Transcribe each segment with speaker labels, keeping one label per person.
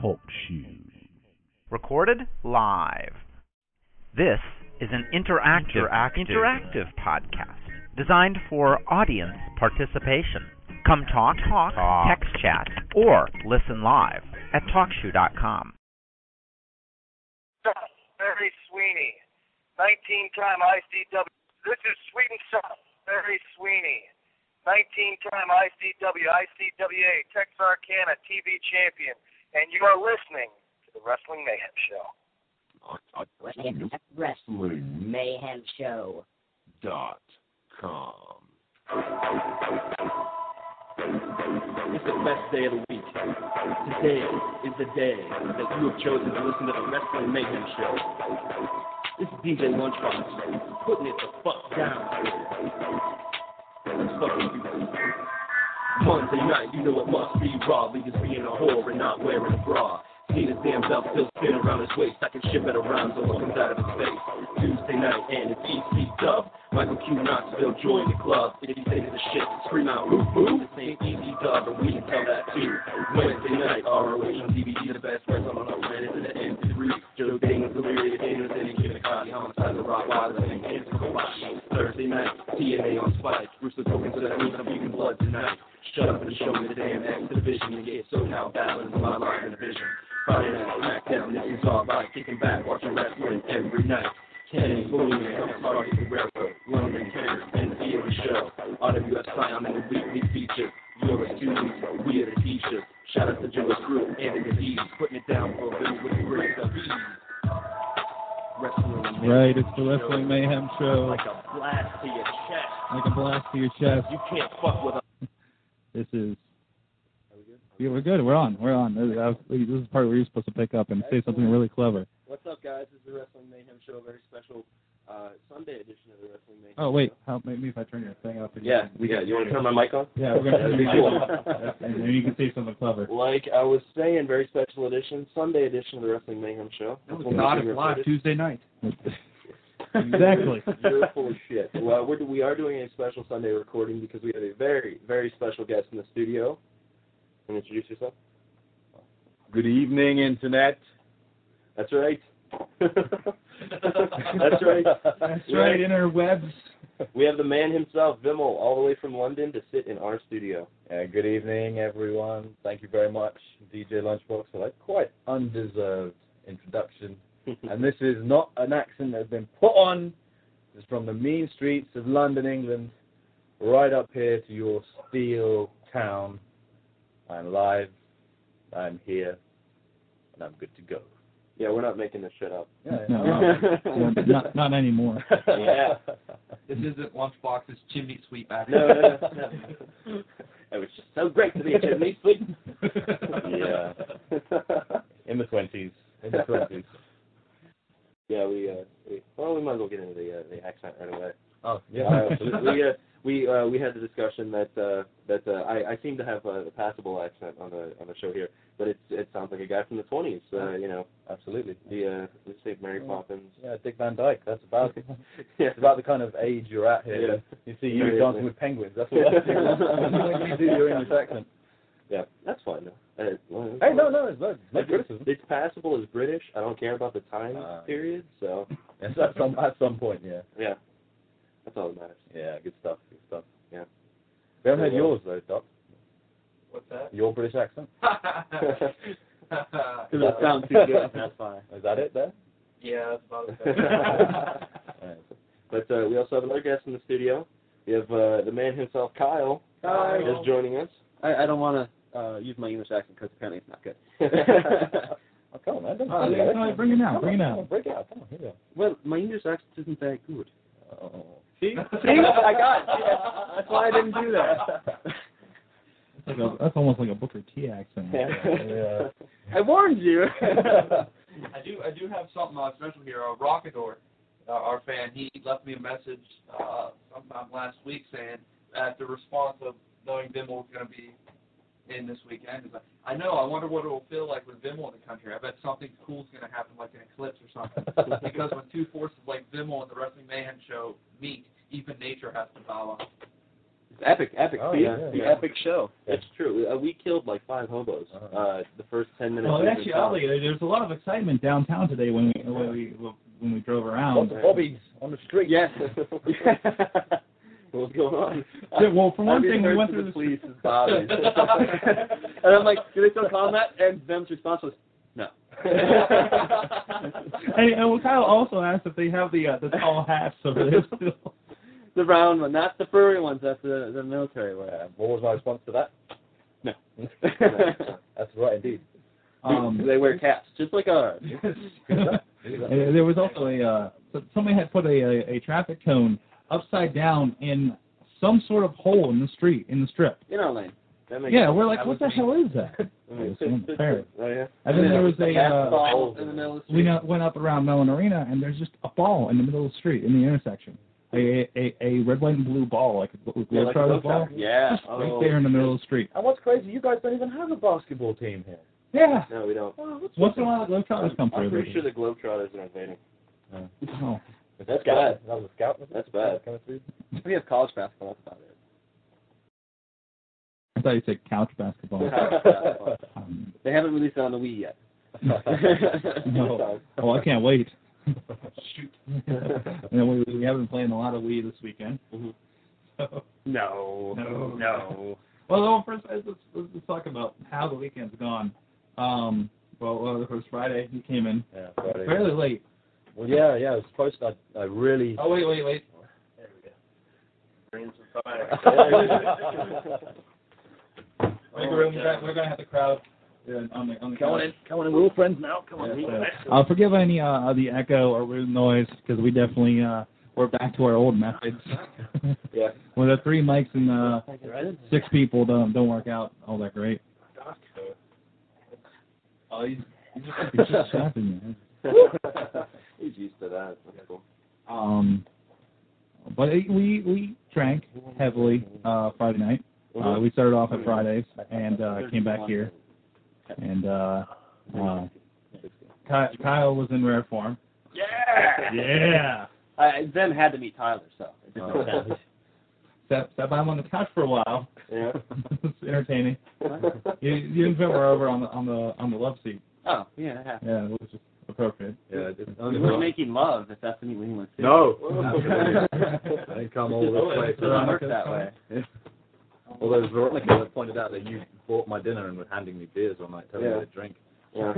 Speaker 1: Talk shoes.
Speaker 2: recorded live. This is an interactive,
Speaker 3: Interactive.
Speaker 2: interactive podcast designed for audience participation. Come talk, talk,
Speaker 3: Talk.
Speaker 2: text chat, or listen live at talkshoe.com.
Speaker 4: Barry Sweeney, 19-time ICW. This is Sweet and Sour. Barry Sweeney, 19-time ICW, ICWA, Texarkana TV champion, and you are listening to the Wrestling Mayhem Show.
Speaker 5: Wrestling Mayhem Show.
Speaker 1: Dot com.
Speaker 6: It's the best day of the week. Today is the day that you have chosen to listen to the Wrestling Mayhem Show. This is DJ Lunchbox putting it the fuck down. Let's fucking do this. Monday night, you know it must be raw. Lee is being a whore and not wearing a bra. Seen his damn belt still spin around his waist. I can shit better rhymes than what comes out of his face. Tuesday night and it's EC Dub. Michael Q Knoxville joined the club. If you think it's a shit, scream out woo woo. This ain't EC Dub and we can tell that too. Wednesday night, ROH on DVD, the best words on the planet to the end. Three, Joe Daniels, Delirious Daniels, and he giving Kali homicide, the Rock Wilder, and Kansas Kawhi. Thursday night, TNA on Spike. Rooster talking to that means I'm eating blood tonight. Shut up and show me the damn exhibition and get so now balanced my life and vision. Friday night, SmackDown, this is all about kicking back, watching wrestling every night. Kenny, Boom, I'm sorry, Guerrero, London, Terror, and the Theory Show. RWS Scion and the weekly feature. You're a student, we are the teachers. Shout out to Joe Screw, and the D's, putting it down for a bit with the great of ease. Wrestling Mayhem
Speaker 7: Right, it's the
Speaker 6: Show.
Speaker 7: Wrestling Mayhem Show.
Speaker 6: Like a blast to your chest.
Speaker 7: Like a blast to your chest.
Speaker 6: You can't fuck with a
Speaker 7: This is. Yeah, we're good. We're on. We're on. This is- I was- this is the part where you're supposed to pick up and say something really clever.
Speaker 6: What's up, guys? This is the Wrestling Mayhem Show, a very special uh, Sunday edition of the Wrestling Mayhem.
Speaker 7: Oh wait, how maybe if I turn your thing up. And
Speaker 6: Yeah, we got. You want to turn my mic on?
Speaker 7: Yeah, we're gonna
Speaker 6: That'd be
Speaker 7: cool.
Speaker 6: cool.
Speaker 7: and then you can say something clever.
Speaker 6: Like I was saying, very special edition, Sunday edition of the Wrestling Mayhem Show. This one being recorded.
Speaker 7: Tuesday night. exactly.
Speaker 6: You're full of shit. Well, we're, we are doing a special Sunday recording because we have a very, very special guest in the studio. Can you introduce yourself?
Speaker 1: Good evening, Internet.
Speaker 6: That's right. That's right.
Speaker 7: That's right. Interwebs.
Speaker 6: We have the man himself, Oh, Vimal, all the way from London to sit in our studio.
Speaker 8: Uh, good evening, everyone. Thank you very much, DJ Lunchbox, for that quite undeserved introduction. and this is not an accent that's been put on. It's from the mean streets of London, England, right up here to your steel town. I'm live. I'm here, and I'm good to go.
Speaker 6: Yeah, we're not making this shit up.
Speaker 8: Yeah,
Speaker 7: No, no, no, not not anymore.
Speaker 6: Yeah.
Speaker 9: This isn't Lunchbox's chimney sweep back.
Speaker 6: No, no, no. it was just so great to be a chimney sweep.
Speaker 8: Yeah. in the twenties. In the twenties.
Speaker 6: Yeah, we, uh, we well, we might as well get into the uh, the accent right away.
Speaker 8: Oh,
Speaker 6: Uh, so we uh, we uh, we had the discussion that uh, that uh, I, I seem to have uh, a passable accent on the on the show here, but it's it sounds like a guy from the twenties. Uh, you know,
Speaker 8: Absolutely.
Speaker 6: the uh, let's say Mary Poppins.
Speaker 8: Yeah, Dick Van Dyke. That's about it.
Speaker 6: yeah.
Speaker 8: It's about the kind of age you're at here. You see, you
Speaker 6: Very
Speaker 8: dancing
Speaker 6: good.
Speaker 8: with penguins. That's what I think. That's what you do your English accent.
Speaker 6: yeah, that's fine. though. Uh, well, that's
Speaker 8: Hey,
Speaker 6: fine.
Speaker 8: no, no, it's not, it's not
Speaker 6: Like,
Speaker 8: criticism.
Speaker 6: It's passable as British. I don't care about the time
Speaker 8: Ah.
Speaker 6: period. So
Speaker 8: It's at some at some point, yeah.
Speaker 6: yeah, that's all that matters.
Speaker 8: Yeah, good stuff, good stuff.
Speaker 6: Yeah.
Speaker 8: We haven't heard
Speaker 6: Yeah.
Speaker 8: yours though, Doc.
Speaker 9: What's that?
Speaker 8: Your British accent.
Speaker 6: Doesn't sound too good. That's fine.
Speaker 8: Is that it there?
Speaker 9: yeah, that's about
Speaker 8: Yeah.
Speaker 6: But uh, we also have another guest in the studio. We have uh, the man himself, Kyle, is joining us.
Speaker 3: I, I don't want to uh, use my English accent because apparently it's not good.
Speaker 8: Oh, come on, man. Don't
Speaker 3: Oh,
Speaker 8: do
Speaker 3: yeah,
Speaker 8: that.
Speaker 7: no, bring it out,
Speaker 8: Come
Speaker 7: bring it
Speaker 8: on, come
Speaker 7: out.
Speaker 8: on, Break it out. Come on, here we are.
Speaker 3: well, my English accent isn't that good.
Speaker 8: Oh.
Speaker 3: See?
Speaker 8: I
Speaker 3: got it. That's why I didn't do that.
Speaker 7: That's, like a, that's almost like a Booker T accent.
Speaker 8: Yeah.
Speaker 3: I warned you.
Speaker 9: I do. I do have something uh, special here. Uh, Rockador, uh, our fan, he left me a message uh, sometime last week saying that the response of knowing Vimmel was going to be in this weekend is like, I know. I wonder what it will feel like with Vimmel in the country. I bet something cool's going to happen, like an eclipse or something. because when two forces like Vimmel and the Wrestling Mayhem show meet, even nature has to bow up.
Speaker 8: It's epic, epic.
Speaker 10: Oh,
Speaker 8: the
Speaker 10: yeah,
Speaker 8: the
Speaker 10: yeah.
Speaker 8: epic show.
Speaker 10: Yeah.
Speaker 8: It's true. Uh, we killed like five hobos.
Speaker 10: Oh.
Speaker 8: Uh, the first ten minutes.
Speaker 5: Well, in
Speaker 8: of the song.
Speaker 5: actuality, there- uh, there's a lot of excitement downtown today when we when we when we drove
Speaker 10: Lots
Speaker 5: around.
Speaker 10: of hobbies on the street.
Speaker 8: Yes. What's going on?
Speaker 5: Yeah, well, for one
Speaker 8: I
Speaker 5: thing, we
Speaker 8: referred
Speaker 5: went
Speaker 8: to
Speaker 5: through
Speaker 8: the
Speaker 5: the
Speaker 8: police as Bobby. and I'm like, do they still call him that? And them's response was, no.
Speaker 5: And, and well, Kyle also asked if they have the uh, the tall hats over there still.
Speaker 8: the round one, not the furry ones. That's the the military one.
Speaker 10: Yeah, what was my response to that?
Speaker 8: No.
Speaker 10: That's right, indeed.
Speaker 5: Um,
Speaker 8: they wear caps, just like ours.
Speaker 5: And there was also a uh, so- somebody had put a, a a traffic cone upside down in some sort of hole in the street in the strip.
Speaker 8: In our lane. That makes
Speaker 5: Yeah, we're like,
Speaker 9: That
Speaker 5: what
Speaker 9: was
Speaker 5: the
Speaker 9: me.
Speaker 5: hell is that?
Speaker 8: I
Speaker 5: It
Speaker 8: mean,
Speaker 5: was unfair.
Speaker 8: Oh yeah.
Speaker 5: And then there was
Speaker 8: the
Speaker 5: a
Speaker 8: gas
Speaker 5: uh,
Speaker 8: balls in the middle of the
Speaker 5: we
Speaker 8: street.
Speaker 5: know, went up around Mellon Arena, and there's just a ball in the middle of the street in the intersection. A a, a red, white, and blue ball, like a gl-
Speaker 8: Yeah, like
Speaker 5: Globetrotter
Speaker 8: those
Speaker 5: ball.
Speaker 8: guys. Yeah.
Speaker 5: Just
Speaker 8: Oh,
Speaker 5: right there in the middle of the street.
Speaker 10: And what's crazy, you guys don't even have a basketball team here.
Speaker 5: Yeah.
Speaker 8: No, we don't.
Speaker 10: Oh, what's
Speaker 5: Once in a while, the Globetrotters come through.
Speaker 8: I'm pretty sure the Globetrotters are invading.
Speaker 5: Oh.
Speaker 8: That's
Speaker 10: Scout.
Speaker 8: bad.
Speaker 10: That was a scout. was it?
Speaker 8: That's bad.
Speaker 10: Coming through.
Speaker 8: We have college basketball. That's about it.
Speaker 5: I thought you said couch basketball.
Speaker 8: College basketball.
Speaker 5: Um,
Speaker 8: They haven't released it on the Wii yet.
Speaker 5: no. Oh, I can't wait.
Speaker 9: Shoot.
Speaker 5: and we we have been playing a lot of Wii this weekend.
Speaker 9: Mm-hmm.
Speaker 8: Mhm.
Speaker 5: So,
Speaker 8: No.
Speaker 5: No. well, well, first let's, let's let's talk about how the weekend's gone. Um, well, well, the first Friday you came in
Speaker 10: Yeah, Friday.
Speaker 5: fairly late.
Speaker 10: Well, yeah, yeah. I was supposed to. I, I really.
Speaker 9: Oh wait, wait, wait. Make a room. We're gonna have the crowd.
Speaker 5: Yeah, on the, on the couch.
Speaker 8: Coming in. We're friends now. Come
Speaker 5: Yeah, so- I'll forgive any uh, of the echo or weird noise because we definitely uh, we're back to our old methods.
Speaker 8: Yeah.
Speaker 5: When the three mics and uh, six people don't don't work out all that great.
Speaker 9: Oh, he's-
Speaker 5: It's just happening. man.
Speaker 8: He's used to that. That's cool.
Speaker 5: Um, but it, we we drank heavily uh, Friday night. Uh, we started off at Fridays and uh, came back here, and uh, uh, Kyle, Kyle was in rare form.
Speaker 8: Yeah.
Speaker 5: Yeah.
Speaker 8: I I then had to meet Tyler, so it
Speaker 3: Uh,
Speaker 8: didn't work out.
Speaker 5: Sat, sat by him on the couch for a while.
Speaker 8: Yeah.
Speaker 5: it's entertaining. You, you and Vin were over on the on the on the love seat.
Speaker 8: oh, yeah, that happened.
Speaker 5: Yeah, it was just appropriate.
Speaker 10: Yeah, just,
Speaker 8: We were making love, if that's what he wants to.
Speaker 10: no. I
Speaker 8: It
Speaker 10: didn't come all over the place.
Speaker 8: doesn't work that way.
Speaker 10: Although Veronica had pointed out that you bought my dinner and was handing me beers one night, telling
Speaker 8: Yeah.
Speaker 10: me to drink.
Speaker 8: Yeah.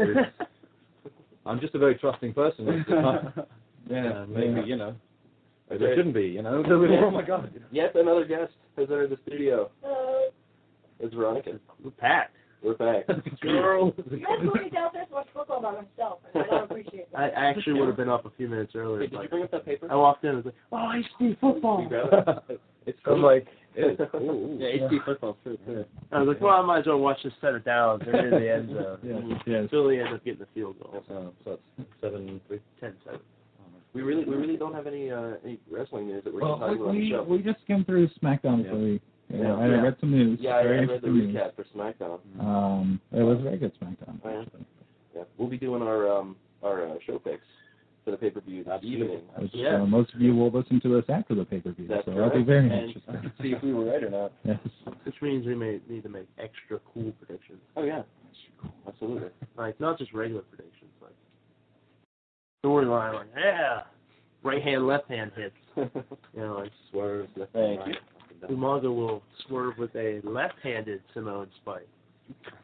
Speaker 10: I'm just a very trusting person. most of the time.
Speaker 5: Yeah,
Speaker 10: And maybe
Speaker 5: yeah.
Speaker 10: you know, as I shouldn't be. You know. oh my God.
Speaker 8: Yet another guest has entered the studio. It's Veronica. Uh, We're back. We're back.
Speaker 10: Girl.
Speaker 8: I appreciate that. I actually would have been up a few minutes earlier. did you bring up that paper? I walked in and was like, oh, HD football.
Speaker 10: it's kind of like. ew, ooh.
Speaker 8: Yeah, HD football. True, true. I was like, well, I might as well watch this set it down. They're in the end zone.
Speaker 5: Yeah, yes.
Speaker 8: Philly ended up getting the field goal.
Speaker 10: Oh, so that's seven three.
Speaker 8: Ten seven. We really, we really don't have any uh, any wrestling news that we're
Speaker 5: Well,
Speaker 8: talking about on the
Speaker 5: we
Speaker 8: show.
Speaker 5: we just skimmed through SmackDown
Speaker 10: Yeah.
Speaker 5: for the week. Yeah,
Speaker 8: Yeah.
Speaker 5: I
Speaker 8: Yeah.
Speaker 5: read some news.
Speaker 8: yeah, I, I
Speaker 5: very
Speaker 8: read the
Speaker 5: interesting news.
Speaker 8: recap for SmackDown.
Speaker 5: Um, it was a very good SmackDown.
Speaker 8: Oh, Yeah, we'll be doing our um our uh, show picks for the pay per view this evening.
Speaker 5: Which,
Speaker 8: Yeah.
Speaker 5: uh, most of you will listen to us after the pay per view,
Speaker 8: That's
Speaker 5: so
Speaker 8: correct.
Speaker 5: that'll be very
Speaker 8: and
Speaker 5: interesting.
Speaker 8: see if we were right or not.
Speaker 5: yes.
Speaker 3: Which means we may need to make extra cool predictions.
Speaker 8: Oh yeah, absolutely.
Speaker 3: Like not just regular predictions, like storyline like, yeah. Right hand, left hand hits. You know, like
Speaker 8: Swerve. Thank you.
Speaker 3: Umaga will swerve with a left handed Samoan spike.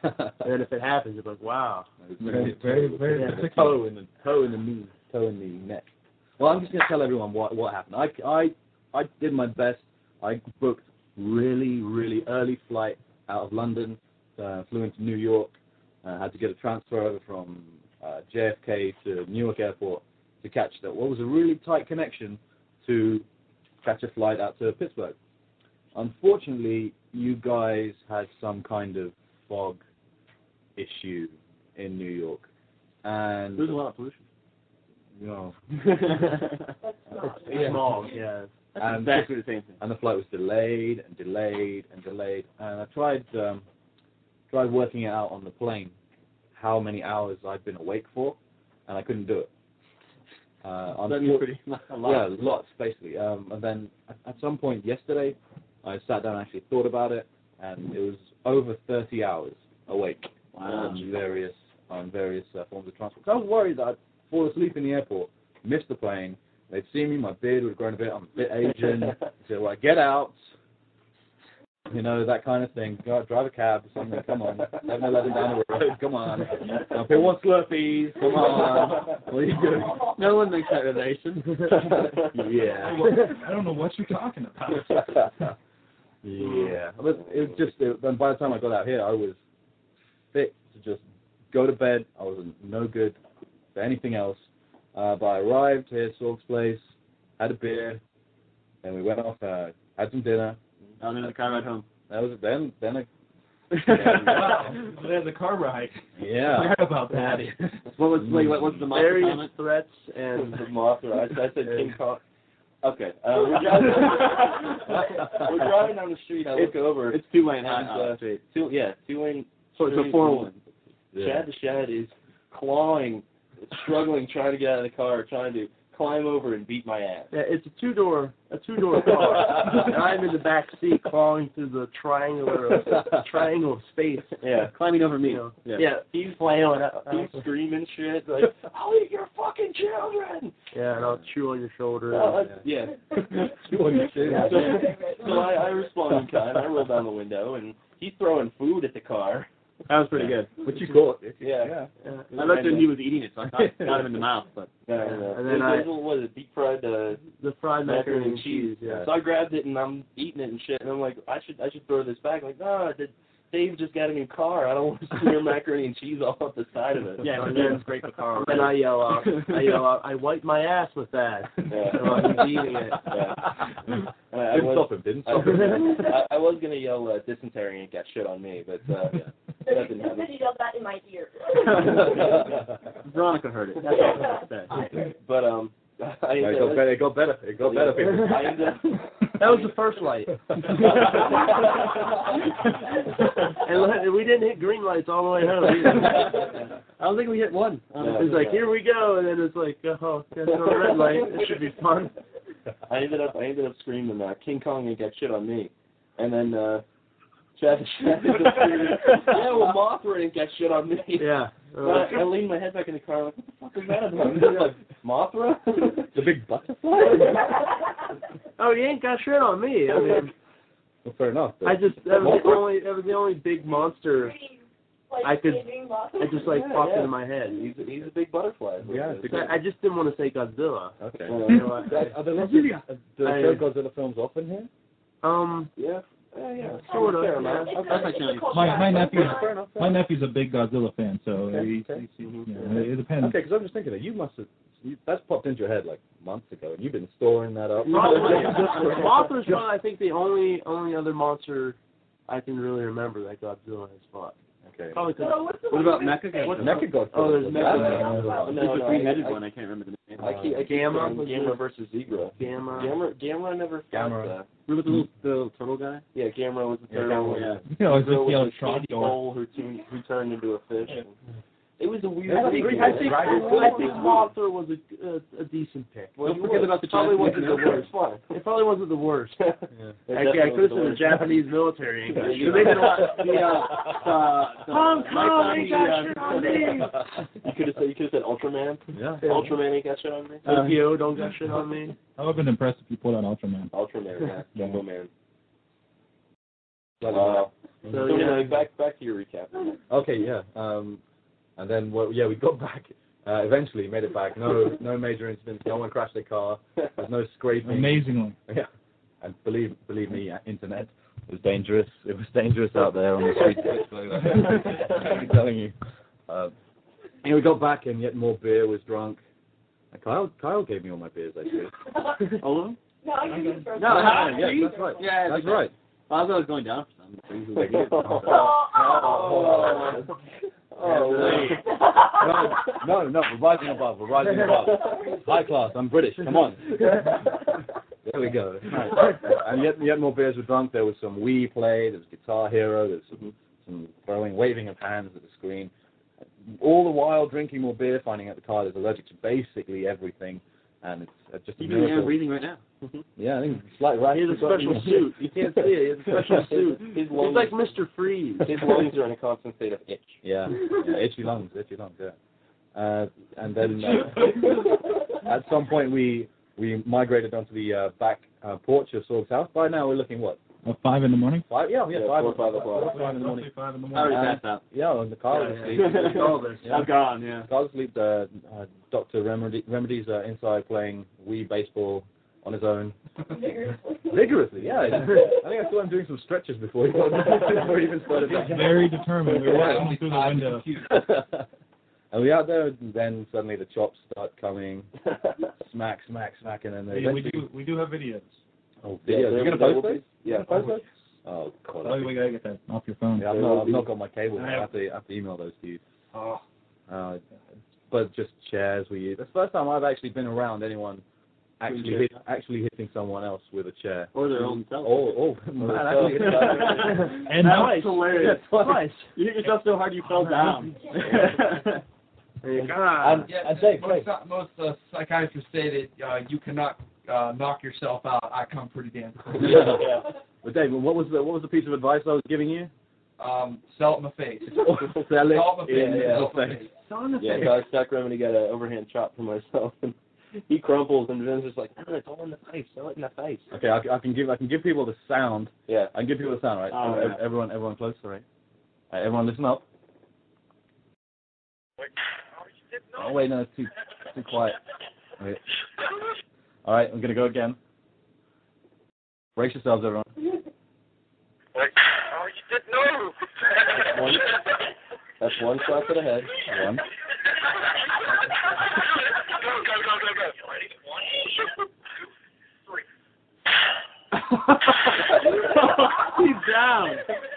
Speaker 3: And if it happens you're like, wow.
Speaker 5: Very, very, very
Speaker 3: Yeah.
Speaker 5: particular.
Speaker 10: toe in the toe in the knee, toe in the neck. Well, I'm just gonna tell everyone what what happened. I I I did my best. I booked really really early flight out of London, uh, flew into New York. Uh, had to get a transfer over from uh, JFK to Newark Airport to catch that what was a really tight connection to catch a flight out to Pittsburgh. Unfortunately, you guys had some kind of fog issue in New York, and
Speaker 3: There's a lot of pollution.
Speaker 10: no.
Speaker 3: It's small, yeah.
Speaker 10: And,
Speaker 8: exactly the same thing.
Speaker 10: and the flight was delayed and delayed and delayed. And I tried um, tried working it out on the plane how many hours I'd been awake for, and I couldn't do it. Uh,
Speaker 8: That'd be
Speaker 10: unfor-
Speaker 8: pretty a lot.
Speaker 10: Yeah, lots basically. Um, and then at- at some point yesterday,
Speaker 8: I sat down and actually thought about it, and it was over 30 hours awake
Speaker 4: Wow.
Speaker 8: on various on various uh, forms of transport. 'Cause I was worried that I'd fall asleep in the airport, miss the plane. They'd see me, my beard would have grown a bit. I'm a bit Asian. so well, get out, you know that kind of thing. Go out, drive a cab or something. Come on, have no letting down the road. Come on, Now, people want Slurpees. Come on, what are you doing?
Speaker 6: No one makes that relation.
Speaker 8: yeah.
Speaker 5: I don't know what you're talking about.
Speaker 8: yeah. But it was just, it, and by the time I got out here, I was fit to just go to bed. I was no good for anything else. Uh, but I arrived here at Sorg's place, had a beer, and we went off, uh, had some dinner.
Speaker 6: Oh, And then the car ride home.
Speaker 8: That was it. Then, then I,
Speaker 5: wow. There's a car ride.
Speaker 8: yeah. Mm,
Speaker 5: Forgot about that.
Speaker 6: What was wait, what was the Mothra
Speaker 11: Various
Speaker 6: comment? threats and
Speaker 3: The Mothra. I, I said King Kong. Okay. Uh, we're, driving, we're driving
Speaker 8: It's
Speaker 3: down the street. I look over.
Speaker 6: it's two lane
Speaker 3: and, uh, two, yeah, two lane.
Speaker 6: So it's a four one.
Speaker 8: yeah.
Speaker 3: Chad the Shad is clawing, struggling, trying to get out of the car, trying to climb over and beat my ass.
Speaker 6: Yeah, it's a two door a two door car. and I'm in the back seat clawing through the triangular triangle of space.
Speaker 3: Yeah.
Speaker 6: Climbing over me.
Speaker 3: Yeah.
Speaker 6: yeah. Uh, He's flailing out.
Speaker 3: He's screaming shit like, "I'll eat your fucking children!"
Speaker 6: Yeah, and I'll chew on your shoulder.
Speaker 3: Uh, yeah.
Speaker 8: Oh, Yeah.
Speaker 3: So, so I, I respond in kind. I roll down the window, and he's throwing food at the car.
Speaker 6: that was pretty good.
Speaker 8: What you call it?
Speaker 3: Yeah.
Speaker 6: Yeah. I looked and he was eating it, so I got, got him in the mouth. But
Speaker 3: Yeah,
Speaker 6: And then
Speaker 3: It was- what is it, deep fried uh,
Speaker 6: the fried
Speaker 3: macaroni and cheese.
Speaker 6: yeah.
Speaker 3: So I grabbed it and I'm eating it and shit, and I'm like, I should I should throw this back. like, no, nah, Dave just got a new car. I don't want to smear macaroni and cheese all up the side of it.
Speaker 6: Yeah,
Speaker 3: and
Speaker 6: and then
Speaker 3: great for car.
Speaker 6: And I yell out, I
Speaker 10: uh,
Speaker 6: yell out, I wipe my ass with that.
Speaker 3: Yeah.
Speaker 6: So I'm eating it.
Speaker 3: I, I
Speaker 8: Didn't
Speaker 3: was
Speaker 8: stop him. Didn't
Speaker 3: I,
Speaker 8: stop him.
Speaker 3: I, I was gonna yell uh, dysentery and it got shit on me, but uh, yeah, that didn't happen.
Speaker 4: Somebody yelled that in my ear.
Speaker 6: Veronica heard it. That's all I said.
Speaker 3: But um, I
Speaker 8: it
Speaker 3: ended
Speaker 8: got
Speaker 3: up-
Speaker 8: better. It got better. It got better. People.
Speaker 3: I ended up.
Speaker 6: That was the first light. and look, we didn't hit green lights all the way home. Either. I don't think we hit one.
Speaker 3: Yeah.
Speaker 6: It's like here we go, and then it's like oh, that's not a red light. This should be fun.
Speaker 3: I ended up I ended up screaming uh, King Kong ain't got shit on me, and then uh, Chad Chad ended up screaming, yeah, well Mothra ain't got shit on me.
Speaker 6: Yeah. Uh,
Speaker 3: And I, I leaned my head back in the car like, what the fuck is that about? And I'm like, Mothra?
Speaker 8: The big butterfly.
Speaker 6: oh, you ain't got shit on me. I mean,
Speaker 8: Well, fair enough. but-
Speaker 6: I just that was the
Speaker 8: Mothra?
Speaker 6: only that was the only big monster I could- that just like
Speaker 3: Yeah,
Speaker 6: popped
Speaker 3: yeah.
Speaker 6: into my head.
Speaker 3: he's, he's a big butterfly.
Speaker 8: Yeah, it's a
Speaker 6: So I I just didn't want to say Godzilla.
Speaker 8: Okay.
Speaker 3: You
Speaker 6: You
Speaker 3: know,
Speaker 6: know, I-
Speaker 8: Are there lots of, do they show
Speaker 6: I-
Speaker 8: Godzilla films often here?
Speaker 6: um,
Speaker 3: yeah, yeah, yeah.
Speaker 6: sort of.
Speaker 3: Fair
Speaker 6: Yeah.
Speaker 3: amount.
Speaker 5: My my nephew
Speaker 8: Fair enough. fair
Speaker 5: my
Speaker 8: enough.
Speaker 5: nephew's a big Godzilla fan, so
Speaker 8: Okay,
Speaker 5: he,
Speaker 8: okay. Mm-hmm.
Speaker 5: he- you know, it, it depends.
Speaker 8: Okay, because I'm just thinking that you must have you, that's popped into your head like months ago, and you've been storing that up.
Speaker 6: Probably. Mothra's probably, I think, the only only other monster I can really remember that Godzilla has fought.
Speaker 8: okay.
Speaker 6: Probably 'cause-
Speaker 4: What about Mecha?
Speaker 8: What's Mecha Godzilla?
Speaker 6: Oh, there's
Speaker 8: was
Speaker 6: Mecha
Speaker 8: that?
Speaker 3: No, no, I,
Speaker 11: I can't remember the name.
Speaker 3: I, I keep I keep
Speaker 6: Gamma
Speaker 3: saying
Speaker 6: was
Speaker 3: Gamma
Speaker 6: the-
Speaker 3: versus Zebra.
Speaker 6: Gamma.
Speaker 3: Gamma, Gamma never.
Speaker 8: Gamma.
Speaker 3: fought, uh,
Speaker 11: Remember the little, the little turtle guy?
Speaker 3: yeah, Gamma was the
Speaker 8: Yeah,
Speaker 3: third
Speaker 8: Gamma,
Speaker 3: one.
Speaker 11: yeah.
Speaker 5: You know, it's just
Speaker 3: girl with
Speaker 5: the
Speaker 3: the
Speaker 5: old
Speaker 3: candy
Speaker 5: trunk door.
Speaker 3: bowl who, tuned, who turned into a fish. It was a weird.
Speaker 8: That was
Speaker 3: thing.
Speaker 8: pretty
Speaker 6: I think
Speaker 8: Right.
Speaker 6: I think Mothra was a a, a decent pick.
Speaker 3: Well, you
Speaker 11: forget
Speaker 3: were-
Speaker 11: about the
Speaker 3: probably
Speaker 11: Japanese
Speaker 3: wasn't the worst one.
Speaker 6: It probably wasn't the worst.
Speaker 3: It
Speaker 6: Actually, I
Speaker 3: definitely
Speaker 6: could have said
Speaker 3: wasn't
Speaker 6: the
Speaker 3: worst.
Speaker 6: Japanese military.
Speaker 3: Yeah,
Speaker 6: English.
Speaker 3: you
Speaker 6: They did a lot-
Speaker 3: know.
Speaker 11: The, uh, the, the,
Speaker 6: Hong Kong
Speaker 11: Night
Speaker 6: ain't
Speaker 11: Zombie,
Speaker 6: got
Speaker 11: uh,
Speaker 6: shit on me.
Speaker 3: You could have said you could have said Ultraman.
Speaker 8: Yeah.
Speaker 3: Ultraman ain't got shit on me.
Speaker 6: Tokyo, don't got shit on me.
Speaker 5: I would have been impressed if you pulled out Ultraman.
Speaker 3: Ultraman, yeah. Jumbo Man.
Speaker 8: Wow.
Speaker 6: So
Speaker 3: so
Speaker 6: yeah,
Speaker 3: anyway, back back to your recap.
Speaker 8: Okay, yeah. Um, and then well, yeah, we got back. Uh, eventually, made it back. No, no major incidents. No one crashed their car. There's no scraping.
Speaker 5: Amazingly.
Speaker 8: Yeah. And believe believe me, uh, internet was dangerous. It was dangerous out there on the streets of Pittsburgh. I'm telling you. Uh, and we got back, and yet more beer was drunk. And Kyle Kyle gave me all my beers actually.
Speaker 11: All of them?
Speaker 4: No, you just
Speaker 11: No,
Speaker 8: Ah,
Speaker 11: yeah,
Speaker 8: yes,
Speaker 11: yeah,
Speaker 8: that's right.
Speaker 11: yeah,
Speaker 8: that's
Speaker 11: yeah.
Speaker 8: right.
Speaker 11: I thought I was going down for something.
Speaker 4: Oh,
Speaker 3: Oh, wait.
Speaker 8: No, no, no. We're rising above. We're rising above. High class. I'm British. Come on. There we go. Right. and yet, yet more beers were drunk. There was some Wii play. There was Guitar Hero. There was some, some throwing, waving of hands at the screen. All the while drinking more beer, finding out the card is allergic to basically everything.
Speaker 3: and it's uh, just a
Speaker 8: He's doing
Speaker 3: miracle.
Speaker 8: breathing right now.
Speaker 3: Yeah, I think it's like right.
Speaker 8: He has a special suit. You can't see it. He has a special suit.
Speaker 3: His
Speaker 8: He's
Speaker 3: lungs-
Speaker 8: like Mr. Freeze.
Speaker 3: His lungs
Speaker 8: are in a constant state of itch.
Speaker 3: Yeah, yeah, itchy lungs, itchy lungs. Yeah, uh, and
Speaker 6: Oh,
Speaker 3: then uh, at some point we we migrated onto the uh, back uh, porch of Sorg's house. By now we're looking what
Speaker 5: At five in the morning.
Speaker 3: five? Yeah, yeah,
Speaker 8: Yeah,
Speaker 3: five,
Speaker 8: four, five o'clock.
Speaker 3: four, five in the morning.
Speaker 5: five in the
Speaker 8: I already
Speaker 3: Uh,
Speaker 8: passed out.
Speaker 3: Yeah, and the car was asleep.
Speaker 8: Yeah.
Speaker 6: Oh,
Speaker 3: Yeah.
Speaker 8: I'm gone, yeah.
Speaker 3: Carl Sleep, uh, uh, Dr. Remedy, Remedy's uh, inside playing Wii baseball on his own. Vigorously, yeah. I think I saw him doing some stretches before he, got, before he even started that.
Speaker 5: Very determined. We were watching him through the window.
Speaker 3: and we out there, then suddenly the chops start coming. smack, smack, smack, and then they
Speaker 5: Yeah, we
Speaker 3: eventually...
Speaker 5: do we do have videos.
Speaker 3: Oh, videos. You're going to post those? Yeah. Post those? Oh, God.
Speaker 5: Oh, we gotta get that off your phone.
Speaker 3: Yeah, I've not, I've not got my cable. I have to, I have to email those to you.
Speaker 5: Oh.
Speaker 3: Uh, but just chairs we use. It's the first time I've actually been around anyone actually hit, actually hitting someone else with a chair.
Speaker 8: Or their own self.
Speaker 3: Oh, oh, man, actually,
Speaker 5: And
Speaker 8: that
Speaker 5: twice.
Speaker 8: was hilarious.
Speaker 3: Yeah, twice.
Speaker 8: You hit yourself so hard you fell down. Like, ah.
Speaker 3: and, and Dave,
Speaker 9: most
Speaker 3: Dave,
Speaker 9: most uh, psychiatrists say that uh, you cannot uh, knock yourself out. I come pretty damn close.
Speaker 3: Yeah. But Dave, what was the what was the piece of advice I was giving you?
Speaker 9: Um, sell it in the face.
Speaker 3: Sell it
Speaker 9: Sell it in
Speaker 3: in
Speaker 9: the face.
Speaker 3: the
Speaker 9: Sell it in the face.
Speaker 3: face.
Speaker 8: Yeah, so I was stuck remedy got an overhand chop from myself, and he crumples, and Vin's just like, no, it's all in the face, throw it in the face.
Speaker 3: Okay, I, I can give I can give people the sound.
Speaker 8: Yeah.
Speaker 3: I can give people the sound, right?
Speaker 8: Oh,
Speaker 3: Ev-
Speaker 8: yeah.
Speaker 3: Everyone, everyone, close, all right? All right, everyone, listen up. Oh wait, no, it's too too quiet. Wait. All right, I'm gonna go again. Brace yourselves, everyone.
Speaker 4: Like, oh, you did know. That's
Speaker 3: one-
Speaker 8: That's one slap to the head.
Speaker 3: One.
Speaker 4: go, go, go, go, go. One, two, three.
Speaker 8: He's down.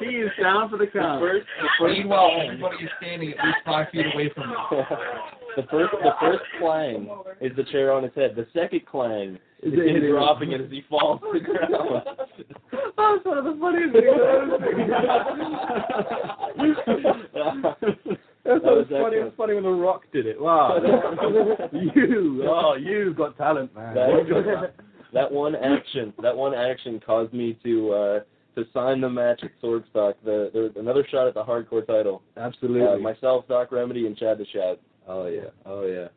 Speaker 8: He is down for the count.
Speaker 9: Meanwhile, everybody is standing at least five feet away from me.
Speaker 8: the first the first clang is the chair on his head. The second clang is
Speaker 3: Is it
Speaker 8: him
Speaker 3: hitting
Speaker 8: dropping it as he falls to the ground. That's one of the funniest things
Speaker 3: That's
Speaker 8: That was
Speaker 3: was funny. It was
Speaker 8: excellent.
Speaker 3: funny when The Rock did it. Wow. you, oh, you got talent, man. You got
Speaker 8: That,
Speaker 3: talent.
Speaker 8: that one action, that one action caused me to uh, to sign the match at Swordstock. The, there was another shot at the hardcore title.
Speaker 3: Absolutely.
Speaker 8: Uh, myself, Doc Remedy, and Chad the Shad.
Speaker 3: oh yeah. Oh yeah.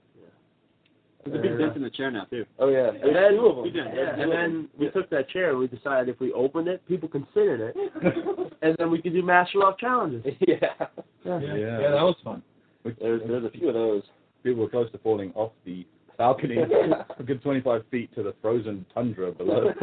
Speaker 6: There's a big dent in the chair now too.
Speaker 8: Oh yeah,
Speaker 6: Yeah.
Speaker 8: there's two of them.
Speaker 6: We did,
Speaker 8: There's two
Speaker 6: and
Speaker 8: of
Speaker 6: then
Speaker 8: them.
Speaker 6: we
Speaker 8: Yeah.
Speaker 6: took that chair. We decided if we opened it, people considered it, and then we could do master lock challenges.
Speaker 8: yeah.
Speaker 5: Yeah.
Speaker 3: Yeah.
Speaker 5: that was fun.
Speaker 8: There's there's a few of those.
Speaker 3: People were close to falling off the balcony, a good 25 feet to the frozen tundra below.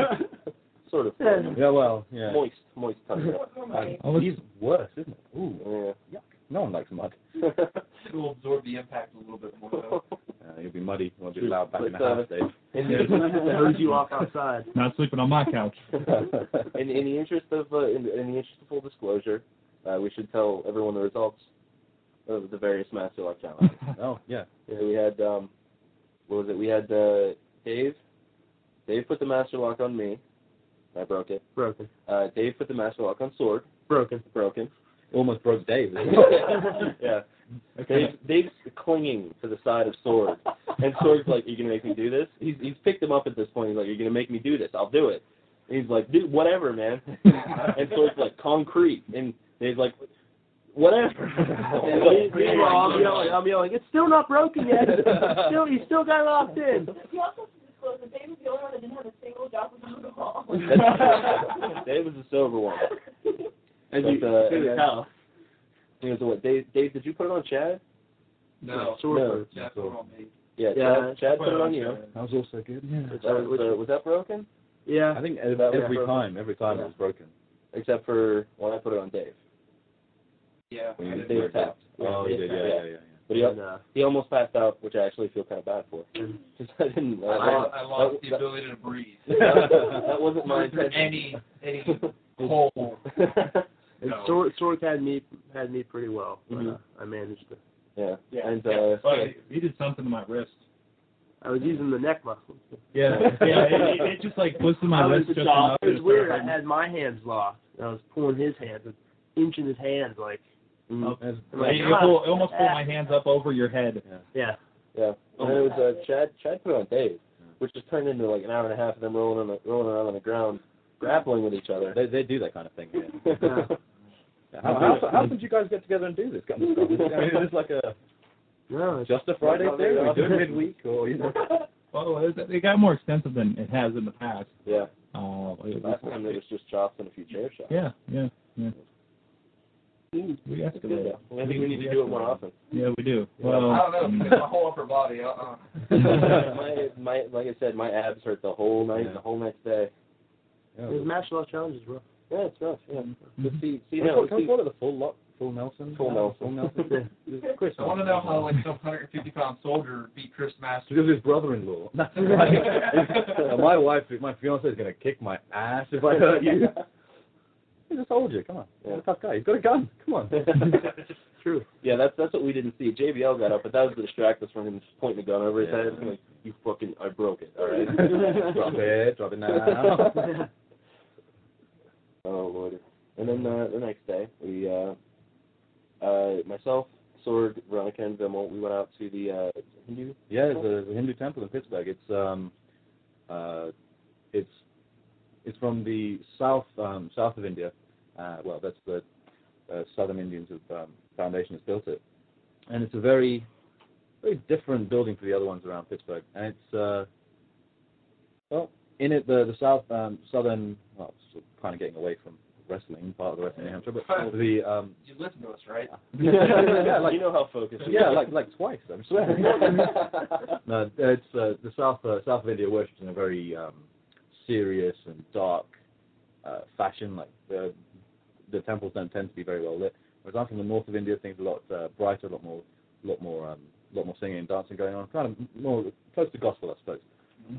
Speaker 8: sort of fun.
Speaker 3: yeah, well, yeah.
Speaker 8: moist, moist time.
Speaker 5: Oh, let's-
Speaker 3: He's worse, isn't it? Ooh,
Speaker 8: Yeah.
Speaker 3: no one likes mud.
Speaker 9: It will absorb the impact a little bit more. Though.
Speaker 3: Uh, you'll be muddy. Won't be allowed back in the
Speaker 8: But, uh,
Speaker 3: house, Dave.
Speaker 8: in,
Speaker 5: Yeah.
Speaker 8: the,
Speaker 6: hose you off outside.
Speaker 5: Not sleeping on my couch.
Speaker 8: in, in the interest of uh, in, in the interest of full disclosure, uh, we should tell everyone the results of the various master lock challenges.
Speaker 3: oh yeah.
Speaker 8: Yeah, we had um, what was it? We had uh, Dave. Dave put the master lock on me. I broke it.
Speaker 6: Broken.
Speaker 8: Uh, Dave put the master lock on Sword.
Speaker 6: Broken.
Speaker 8: Broken.
Speaker 3: Almost broke Dave.
Speaker 8: yeah.
Speaker 5: Okay.
Speaker 8: Dave's, Dave's clinging to the side of Sword, and Sword's like, "Are you gonna make me do this?" He's he's picked him up at this point. He's like, "You're gonna make me do this? I'll do it." And he's like, "Dude, whatever, man." and Sword's like, "Concrete," and Dave's like, "Whatever." And he's like,
Speaker 6: Meanwhile, I'm yelling. I'm yelling. It's still not broken yet. It's still, you still got locked in.
Speaker 12: You also disclosed that Dave was the only one that didn't have a single drop of alcohol.
Speaker 8: That's- Dave was a sober one.
Speaker 6: As
Speaker 8: But,
Speaker 6: you
Speaker 8: uh,
Speaker 6: can
Speaker 8: yeah.
Speaker 6: tell.
Speaker 8: He goes, "What, Dave? Dave, did you put it on Chad?"
Speaker 9: No,
Speaker 6: Sword
Speaker 8: no.
Speaker 6: birds.
Speaker 9: that's what on me.
Speaker 8: Yeah,
Speaker 6: Yeah.
Speaker 8: Chad, Chad put it on you.
Speaker 3: That was also good. Yeah.
Speaker 8: That was, uh, was that broken?
Speaker 6: Yeah.
Speaker 3: I think
Speaker 8: That was
Speaker 3: every
Speaker 8: broken.
Speaker 3: time, every time it was broken.
Speaker 8: Except for when I put it on Dave.
Speaker 9: Yeah.
Speaker 3: When you
Speaker 8: Dave
Speaker 3: broke it.
Speaker 8: tapped.
Speaker 3: Oh, you did. Yeah, yeah, yeah.
Speaker 8: But he,
Speaker 6: And, uh,
Speaker 8: he almost passed out, which I actually feel kind of bad for.
Speaker 3: Mm.
Speaker 8: 'Cause I didn't.
Speaker 9: I lost, I lost
Speaker 8: that-
Speaker 9: the ability to breathe.
Speaker 8: that, that wasn't my intention.
Speaker 9: Any, any hole.
Speaker 6: and
Speaker 9: No.
Speaker 6: Sork, Sork had me had me pretty well. but,
Speaker 8: Mhm.
Speaker 6: uh, I managed to.
Speaker 8: yeah. And uh,
Speaker 5: But Oh, he did something to my wrist.
Speaker 6: I was using the neck muscles.
Speaker 5: Yeah, yeah. It, it, it just like twisted my
Speaker 6: I was
Speaker 5: wrist just enough.
Speaker 6: shocked. It
Speaker 5: to
Speaker 6: was weird.
Speaker 5: start
Speaker 6: I had my hands locked. and I was pulling his hands, and inching his hands like.
Speaker 3: Mm, that's-
Speaker 5: hurting. It, it pull- it almost pulled my hands up over your head.
Speaker 6: Yeah.
Speaker 8: Yeah.
Speaker 3: Oh
Speaker 8: And then it was uh, Chad. Chad put on Dave, which just turned into like an hour and a half of them rolling on the, rolling around on the ground, grappling with each other.
Speaker 3: They they do that kind of thing. Man.
Speaker 6: Uh,
Speaker 8: Yeah.
Speaker 3: How, how, how did you guys get together and do this kind of stuff? I mean, is this like a
Speaker 6: No, it's-
Speaker 3: just a Friday
Speaker 6: Well,
Speaker 3: thing? We do
Speaker 6: yeah.
Speaker 3: it midweek, or you know?
Speaker 5: Well, it, it got more extensive than it has in the past.
Speaker 8: yeah.
Speaker 5: Uh, it-
Speaker 8: Last time there was just chops and a few chair shots.
Speaker 5: yeah, yeah, yeah. We
Speaker 8: That's good,
Speaker 5: escalated.
Speaker 8: though. I think we need to do it more often.
Speaker 5: Yeah, we do.
Speaker 9: I
Speaker 5: Well,
Speaker 9: don't know. because My whole upper body. Uh. uh
Speaker 8: my my like I said, my abs hurt the whole night, and the whole next day.
Speaker 6: His match law challenge is rough.
Speaker 8: Yeah, it's rough. Yeah. But see, see
Speaker 3: You
Speaker 8: now,
Speaker 3: know,
Speaker 8: see,
Speaker 3: what are the full lot? Full Nelson.
Speaker 8: Full
Speaker 3: Full
Speaker 8: Nelson.
Speaker 3: Nelson. Chris.
Speaker 9: I want to know how like some 150 pound soldier beat Chris Masters.
Speaker 3: Because his brother-in-law. That's right. my wife, my fiance is gonna kick my ass if I hurt you. He's a soldier. Come on. He's a tough guy. He's got a gun. Come on.
Speaker 6: True.
Speaker 8: yeah, that's that's what we didn't see. JBL got up, but that was to distract us from him just pointing the gun over his head. I'm like, you fucking, I broke it. All
Speaker 3: drop
Speaker 8: right.
Speaker 3: it. Drop it now.
Speaker 8: oh lord. And then uh, the next day, we uh, uh, myself, Sorg, Veronica, and Vimmel, we went out to the uh, Hindu.
Speaker 3: Yeah, there's a, there's a Hindu temple in Pittsburgh. It's um, uh, it's it's from the south um, south of India. Uh, well, that's the uh, southern Indians of um, foundation has built it, and it's a very very different building for the other ones around Pittsburgh. And it's uh, well, in it the the south um, southern well, sort of kind of getting away from wrestling part of the wrestling Hampshire, but the um,
Speaker 9: You listen to us, right?
Speaker 3: yeah, like
Speaker 8: you know how focused. we
Speaker 3: yeah,
Speaker 8: are.
Speaker 3: like like twice. I'm swearing. no, it's uh, the south uh, south of India worships in a very um, serious and dark uh, fashion. Like the the temples don't tend to be very well lit. Whereas I'm from the north of India, things are a lot uh, brighter, a lot more, lot more, um, lot more singing and dancing going on. Kind of more close to gospel, I suppose.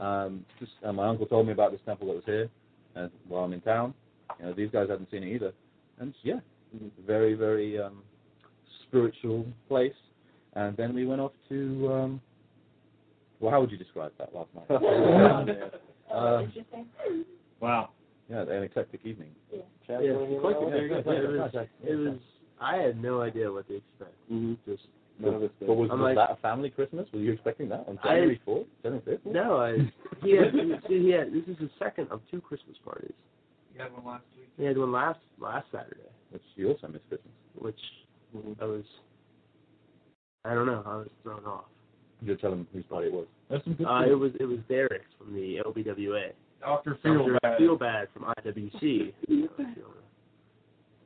Speaker 3: Um, just uh, my uncle told me about this temple that was here, and while I'm in town, you know, these guys hadn't seen it either. And yeah, very very um, spiritual place. And then we went off to. Um, well, how would you describe that last night? uh,
Speaker 12: Interesting.
Speaker 5: wow.
Speaker 3: yeah, an eclectic evening.
Speaker 8: Chad,
Speaker 6: Yeah,
Speaker 8: you wanna hear
Speaker 6: quite
Speaker 8: that
Speaker 6: the-
Speaker 8: one?
Speaker 6: it was, it was, I had no idea what to expect.
Speaker 8: Mhm.
Speaker 6: Just uh,
Speaker 8: None of us did.
Speaker 3: Mm-hmm. But was,
Speaker 6: I'm
Speaker 3: was
Speaker 6: like-
Speaker 3: that a family Christmas? Were you expecting that on
Speaker 6: I-
Speaker 3: January fourth, January fifth?
Speaker 6: no, I he had see, he had this is the second of two Christmas parties.
Speaker 9: You had one last week.
Speaker 6: He had one last last Saturday,
Speaker 3: Which you also missed Christmas. Mm-hmm.
Speaker 6: which I was I don't know, I was thrown off.
Speaker 3: You tell them whose party it was.
Speaker 5: That's some good
Speaker 6: Uh,
Speaker 5: stuff.
Speaker 6: it was it was Derek from the LBWA.
Speaker 9: Doctor
Speaker 6: Feel
Speaker 9: Feel
Speaker 6: Bad. Feel Bad from IWC. you know, feel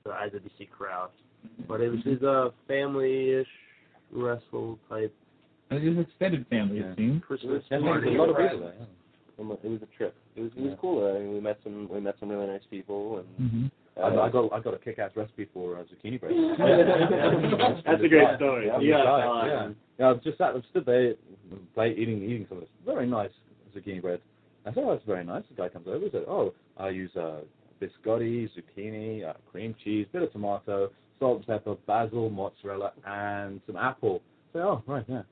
Speaker 6: the IWC crowd. But it was his uh, family-ish wrestle type
Speaker 5: It was extended family,
Speaker 3: Yeah.
Speaker 5: it seems.
Speaker 6: Christmas
Speaker 3: There's
Speaker 6: party.
Speaker 3: a lot of people there.
Speaker 8: It was- it was a trip. It was it was
Speaker 3: Yeah.
Speaker 8: cool. though. I mean, we met some we met some really nice people and.
Speaker 5: Mm-hmm.
Speaker 3: Yeah. I, I
Speaker 8: uh,
Speaker 3: got I got a kick-ass recipe for uh, zucchini bread.
Speaker 6: That's a great story.
Speaker 3: Yeah,
Speaker 6: You gotta
Speaker 3: yeah,
Speaker 6: tell it.
Speaker 3: yeah. Yeah, I've just sat, I've stood there, plate, eating, eating some of this very nice zucchini bread. I said, oh, that's very nice. The guy comes over and said, oh, I use uh, biscotti, zucchini, uh, cream cheese, bit of tomato, salt and pepper, basil, mozzarella, and some apple. I said, oh, right, yeah.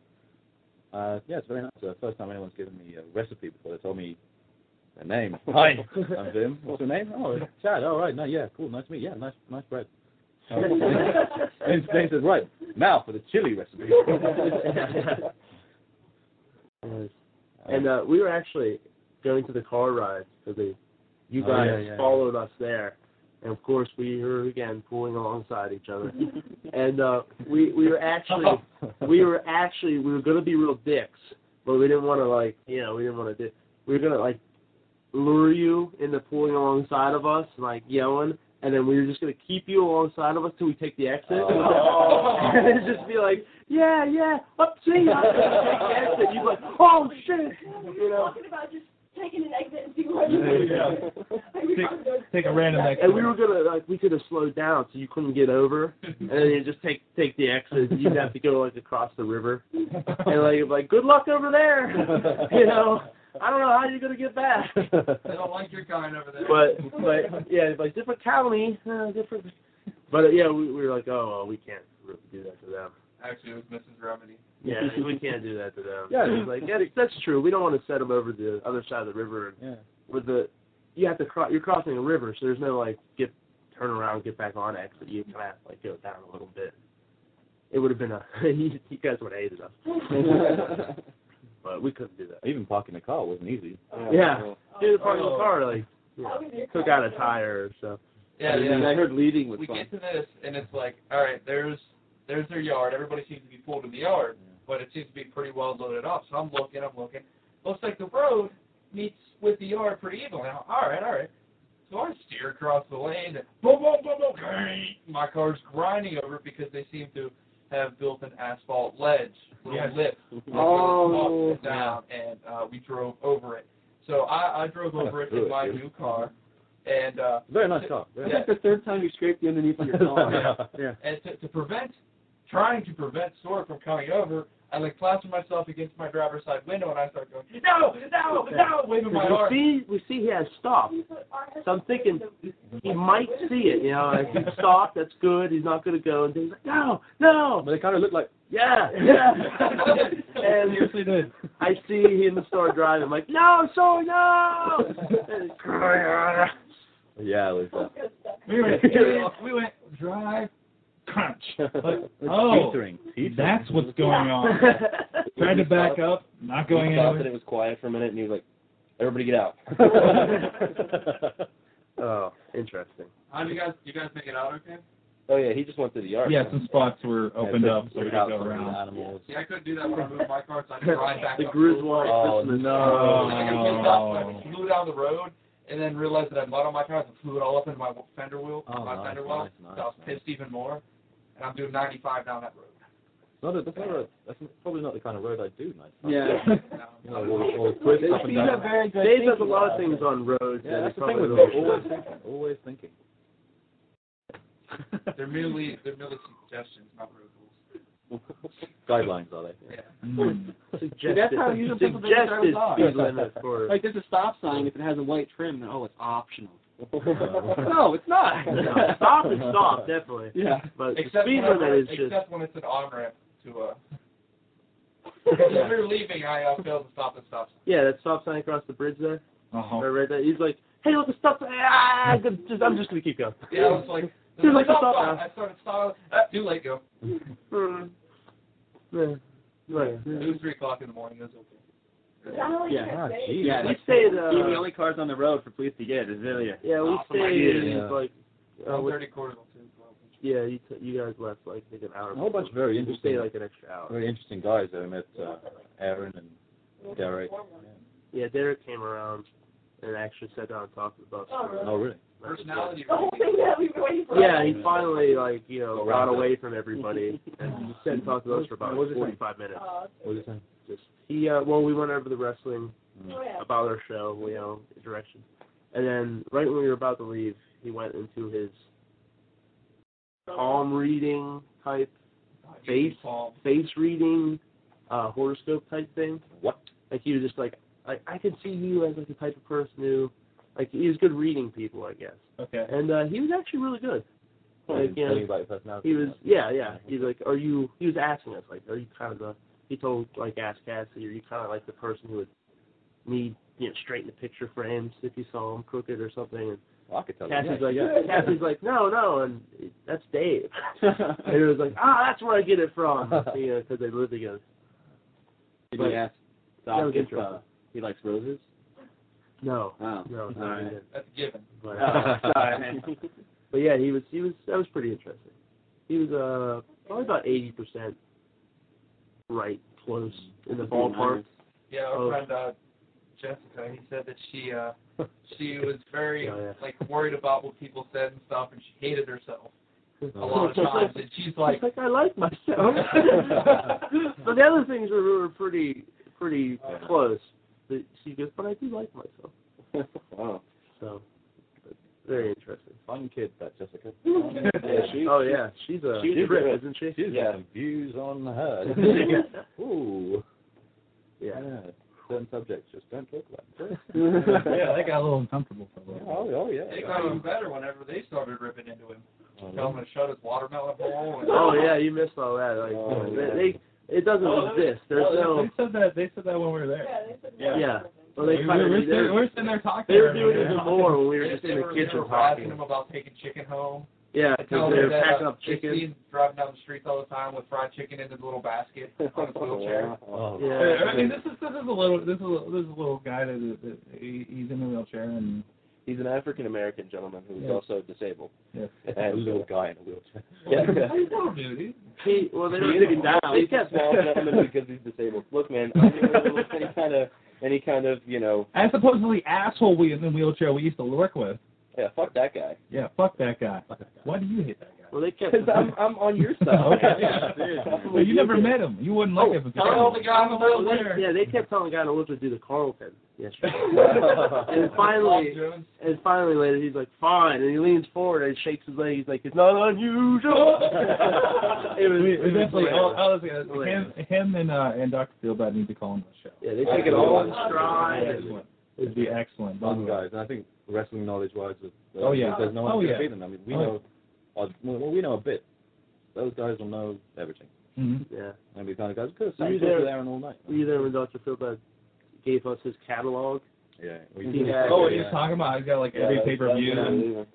Speaker 3: Uh, yeah, it's very nice. Uh, first time anyone's given me a recipe before. They told me their name. Hi, I'm Jim. What's your name? Oh, it's Chad. All right. No, yeah, cool. Nice to meet you. Yeah, nice, nice bread. Oh, and Jane says, right, now for the chili recipe.
Speaker 6: And uh, we were actually going to the car ride because they, you
Speaker 3: Oh,
Speaker 6: guys
Speaker 3: yeah, yeah, yeah.
Speaker 6: followed us there, and of course we were again pulling alongside each other, and uh, we we were actually we were actually we were gonna be real dicks, but we didn't want to like you know we didn't want to do we were gonna like lure you into pulling alongside of us like yelling. And then we were just gonna keep you alongside of us till we take the exit,
Speaker 8: Oh.
Speaker 6: and then just be like, "Yeah, yeah, up to you." Take the exit. You'd be like, "Oh shit!" You
Speaker 12: We're
Speaker 6: know.
Speaker 12: talking about just taking an exit and seeing where you
Speaker 5: Take, take a random exit.
Speaker 6: And we were gonna like we could have slowed down so you couldn't get over, and then you just take take the exit. You'd have to go like across the river, and like you'd be like good luck over there. you know, I don't know how you're gonna get back.
Speaker 9: They don't like your kind over there.
Speaker 6: But but yeah, like different county, uh, different. But uh, yeah, we, we were like, oh, well, we can't really do that to them.
Speaker 9: Actually, it was Mrs. Remedy.
Speaker 6: Yeah, we can't do that to them.
Speaker 3: Yeah.
Speaker 6: It's like yeah, that's true. We don't want to set them over the other side of the river and
Speaker 3: yeah.
Speaker 6: with the you have to cross you're crossing a river, so there's no like get turn around, get back on exit. You kind of have to, like go down a little bit. It would have been a. you you guys would have hated us. but we couldn't do that.
Speaker 8: Even parking a car wasn't easy.
Speaker 6: Yeah. Dude, the front of the car like you know, took out a tire or so.
Speaker 9: Yeah,
Speaker 8: And
Speaker 9: yeah.
Speaker 8: then I heard leading was
Speaker 9: we
Speaker 8: fun.
Speaker 9: get to this and it's like, all right, there's there's their yard. Everybody seems to be pulled in the yard, but it seems to be pretty well loaded up. So I'm looking, I'm looking. Looks like the road meets with the yard pretty evenly. I'm, All right, all right. So I steer across the lane. And boom, boom, boom, boom. grrrr. My car's grinding over it because they seem to have built an asphalt ledge, little
Speaker 3: Yes.
Speaker 9: lip that
Speaker 6: Oh.
Speaker 9: goes up and down, and uh, we drove over it. So I, I drove
Speaker 8: That's
Speaker 9: over it
Speaker 8: good,
Speaker 9: in my
Speaker 8: dude.
Speaker 9: new car, and uh,
Speaker 3: Very nice car.
Speaker 8: That's like the third time you scraped the underneath of your car.
Speaker 3: Yeah.
Speaker 6: Yeah.
Speaker 9: and to, to prevent, trying to prevent Sora from coming over, I like plaster myself against my driver's side window and I start going, no, no, no, waving my arm.
Speaker 6: We see, we see he has stopped. So I'm thinking he might see it. You know, like he stopped. That's good. He's not gonna go. And he's like, no, no,
Speaker 3: But they kind of look like.
Speaker 6: yeah, yeah. and
Speaker 3: Seriously, dude.
Speaker 6: I see him start driving. I'm like, no, so no. And
Speaker 8: yeah, like that.
Speaker 5: We went, we went drive, crunch. Like, oh,
Speaker 8: teetering.
Speaker 5: that's what's going on. Tried to back up, not going
Speaker 8: he thought that
Speaker 5: anywhere.
Speaker 8: it was quiet for a minute, and he was like, "Everybody get out."
Speaker 6: oh, interesting.
Speaker 9: How do you guys, you guys make it out okay?
Speaker 8: oh yeah, he just went through the yard.
Speaker 5: Yeah, some spots were opened
Speaker 8: Yeah,
Speaker 5: up so we could
Speaker 8: out
Speaker 5: go
Speaker 8: some
Speaker 5: around.
Speaker 8: Animals.
Speaker 9: See, I couldn't do that when I moved my car, so I just ride back
Speaker 6: The
Speaker 9: up.
Speaker 6: Griswold
Speaker 8: Oh,
Speaker 6: Christmas.
Speaker 5: no.
Speaker 9: I got kicked off, so I just flew down the road and then realized that I mud on my tires and flew it all up into my fender wheel,
Speaker 8: Oh,
Speaker 9: my
Speaker 8: nice,
Speaker 9: fender well.
Speaker 8: nice, nice,
Speaker 9: so I was
Speaker 8: nice.
Speaker 9: pissed even more, and I'm doing 95 down that road.
Speaker 3: Not a, that's, not a, that's probably not the kind of road I do, mate.
Speaker 6: Yeah.
Speaker 3: You know, all, all twist up and down.
Speaker 6: Dave does a lot of things on roads.
Speaker 3: Yeah,
Speaker 6: and
Speaker 3: that's the
Speaker 6: probably
Speaker 3: thing with me.
Speaker 6: really
Speaker 3: Always
Speaker 6: should.
Speaker 3: thinking. Always thinking.
Speaker 9: They're merely they're merely suggestions, not road rules.
Speaker 3: Guidelines, are they?
Speaker 9: Yeah.
Speaker 5: Mm.
Speaker 6: Suggested,
Speaker 8: That's how you don't think of it as
Speaker 6: suggested
Speaker 8: our
Speaker 6: speed limit for
Speaker 8: Like there's a stop sign if it has a white trim, then oh, it's optional. no, it's not.
Speaker 6: No, stop is stop, definitely.
Speaker 8: Yeah.
Speaker 6: But the
Speaker 9: Except
Speaker 6: speed
Speaker 9: when, I-
Speaker 6: limit is just
Speaker 9: except when it's an on ramp to uh. when we were leaving, I uh, failed to stop and stop.
Speaker 6: yeah, that stop sign across the bridge there.
Speaker 5: Uh-huh.
Speaker 6: Right, right there. He's like, hey, look, the stop sign. Ah, I'm gonna- just, I'm just gonna keep going.
Speaker 9: Yeah, I was like,
Speaker 6: Dude, like,
Speaker 9: stop,
Speaker 6: stop
Speaker 9: sign.
Speaker 6: now. Uh,
Speaker 9: I started stopping. too late, go.
Speaker 6: Hmm. Yeah. Right.
Speaker 9: It was three o'clock in the morning. It was okay.
Speaker 8: Yeah.
Speaker 6: We stayed. Uh,
Speaker 8: Being the only cars on the road for police to get is really.
Speaker 6: yeah, we
Speaker 9: Awesome
Speaker 6: stayed.
Speaker 9: idea.
Speaker 6: Like, uh,
Speaker 9: One
Speaker 6: with,
Speaker 9: thirty quarter till two. well,
Speaker 6: yeah, you, t- you guys left like I think an hour.
Speaker 3: A whole bunch of
Speaker 6: before.
Speaker 3: very
Speaker 6: We stayed
Speaker 3: interesting,
Speaker 6: like an extra hour.
Speaker 3: very interesting guys that I met. Uh, Aaron and Derek.
Speaker 6: Yeah, Derek came around and actually sat down and talked with us.
Speaker 12: Oh,
Speaker 6: for-
Speaker 12: really?
Speaker 3: Oh, really?
Speaker 9: Personality.
Speaker 12: The whole thing that we've been waiting for.
Speaker 6: Yeah, he finally like you know got
Speaker 3: round it.
Speaker 6: away from everybody and he sat and talked to us for about
Speaker 3: What was his name?
Speaker 6: forty-five minutes.
Speaker 12: Uh,
Speaker 3: What was his name?
Speaker 6: Just he uh well we went over the wrestling
Speaker 12: oh, yeah.
Speaker 6: about our show you know direction, and then right when we were about to leave he went into his palm reading type face
Speaker 9: Palm.
Speaker 6: face reading uh horoscope type thing.
Speaker 3: What?
Speaker 6: Like he was just like like I can see you as like the type of person who like he was good reading people I guess,
Speaker 5: Okay.
Speaker 6: and uh he was actually really good. Like you
Speaker 3: Oh, Tell
Speaker 6: know
Speaker 3: you about your personality.
Speaker 6: he was yeah yeah he's like are you he was asking us like are you kind of the he told like ask Cassie are you kind of like the person who would need you know straighten the picture frames if you saw him crooked or something
Speaker 3: Well, I could tell
Speaker 6: and
Speaker 3: you.
Speaker 6: Cassie's
Speaker 3: yeah,
Speaker 6: like
Speaker 3: yeah.
Speaker 6: Cassie's like no no and that's Dave and it was like ah that's where I get it from you know because they live together
Speaker 8: Did
Speaker 6: But-
Speaker 8: you ask
Speaker 6: That
Speaker 8: Doc
Speaker 6: was
Speaker 8: if uh,
Speaker 6: interesting.
Speaker 8: he likes roses?
Speaker 6: no
Speaker 8: Oh.
Speaker 6: no
Speaker 8: All
Speaker 6: no I
Speaker 8: right.
Speaker 6: didn't.
Speaker 9: That's a given.
Speaker 6: but,
Speaker 8: Oh, sorry, man.
Speaker 6: but yeah he was he was that was pretty interesting he was uh probably about eighty percent right close in the ballpark
Speaker 9: Yeah, our
Speaker 6: Oh.
Speaker 9: friend uh, Jessica. He said that she uh, she was very
Speaker 6: Yeah, yeah.
Speaker 9: like worried about what people said and stuff, and she hated herself a lot of times. And she's like,
Speaker 6: It's Oh. like I like myself. but the other things were, were pretty pretty close. But she goes, but I do like myself.
Speaker 8: Wow.
Speaker 6: So but very interesting.
Speaker 3: Fun kid, that Jessica.
Speaker 8: Yeah, she-
Speaker 6: oh yeah, she's a
Speaker 8: she's a
Speaker 6: trip,
Speaker 8: good-
Speaker 6: isn't she?
Speaker 3: She's
Speaker 8: Yeah.
Speaker 3: got some views on her. Ooh.
Speaker 6: yeah.
Speaker 3: Certain subjects just don't talk about.
Speaker 5: yeah, they got a little uncomfortable for a little.
Speaker 3: Oh, oh yeah.
Speaker 9: it got even better whenever they started ripping into him.
Speaker 3: Oh,
Speaker 9: Tell him to shut his watermelon bowl. And,
Speaker 6: Oh yeah, you missed all that. Like
Speaker 3: Oh,
Speaker 6: they,
Speaker 3: yeah.
Speaker 6: they- it
Speaker 5: Oh,
Speaker 6: doesn't exist. There's no.
Speaker 5: They said that. They said that when we were there.
Speaker 12: Yeah, they said
Speaker 6: Yeah.
Speaker 12: no.
Speaker 6: Well, they
Speaker 5: we,
Speaker 6: kind
Speaker 5: were,
Speaker 6: of-
Speaker 5: we're,
Speaker 6: they
Speaker 5: sitting, we're sitting there talking.
Speaker 6: they were doing even
Speaker 5: Yeah.
Speaker 6: more when we
Speaker 9: They-
Speaker 6: were just
Speaker 9: they
Speaker 6: in the
Speaker 9: were- they
Speaker 6: kitchen
Speaker 9: were razzing
Speaker 6: talking.
Speaker 9: him about taking chicken home.
Speaker 6: Yeah,
Speaker 9: I tell
Speaker 6: because they're
Speaker 9: them that
Speaker 6: packing
Speaker 9: uh,
Speaker 6: up chicken.
Speaker 9: They see him driving down the streets all the time with fried chicken in his little basket on a wheelchair.
Speaker 8: Oh.
Speaker 6: Yeah.
Speaker 5: I mean, this is this is a little this is a, this is a little guy that, is- that he, he's in a wheelchair and
Speaker 8: He's an African American gentleman who's
Speaker 5: Yeah.
Speaker 8: also disabled.
Speaker 5: yeah.
Speaker 8: And little guy in a wheelchair. Yeah.
Speaker 6: He, well, they
Speaker 8: He
Speaker 6: don't
Speaker 8: is-
Speaker 6: even down.
Speaker 8: He's got small gentleman because he's disabled. Look, man, I never really any kind of any kind of you know,
Speaker 5: And supposedly asshole we in the wheelchair we used to work with.
Speaker 8: yeah, fuck that guy.
Speaker 5: Yeah, fuck that guy. Why do you hate that guy?
Speaker 6: Well, they kept.
Speaker 8: Because I'm I'm on your side.
Speaker 5: Okay. Well, you never met him. You wouldn't
Speaker 6: Oh,
Speaker 5: like him. if you
Speaker 9: Tell
Speaker 5: met
Speaker 9: the
Speaker 5: him.
Speaker 9: guy in the
Speaker 6: Well, they-
Speaker 9: wheelchair.
Speaker 6: yeah, they kept telling God to look to do the Carlton yesterday. and
Speaker 9: Bob
Speaker 6: finally,
Speaker 9: Jones.
Speaker 6: and finally later, he's like, "Fine," and he leans forward and shakes his leg. He's like, "It's not unusual." it was,
Speaker 5: We-
Speaker 6: it
Speaker 5: we
Speaker 6: was
Speaker 5: definitely-
Speaker 6: hilarious.
Speaker 5: I- I was gonna- him, him and uh, and Dr. Fieldbad need to call him on the show.
Speaker 6: Yeah, they take it all in stride. and-
Speaker 5: Excellent. It'd be excellent.
Speaker 3: Fun guys, and I think wrestling knowledge-wise, there's-
Speaker 5: Mm-hmm. Oh, yeah.
Speaker 3: there's no one
Speaker 5: Oh,
Speaker 3: who can
Speaker 5: yeah.
Speaker 3: beat them. I mean, we
Speaker 5: Oh,
Speaker 3: know, uh, well, we know a bit. Those guys will know everything.
Speaker 5: Mhm.
Speaker 6: Yeah.
Speaker 3: And we kind of guys, because
Speaker 6: Were you
Speaker 3: we there
Speaker 6: there-
Speaker 3: there all night.
Speaker 6: Were you there when Dr. Philbad gave us his catalog?
Speaker 3: Yeah.
Speaker 6: He had-
Speaker 5: Oh,
Speaker 6: yeah.
Speaker 5: he's talking about he's got like every pay per view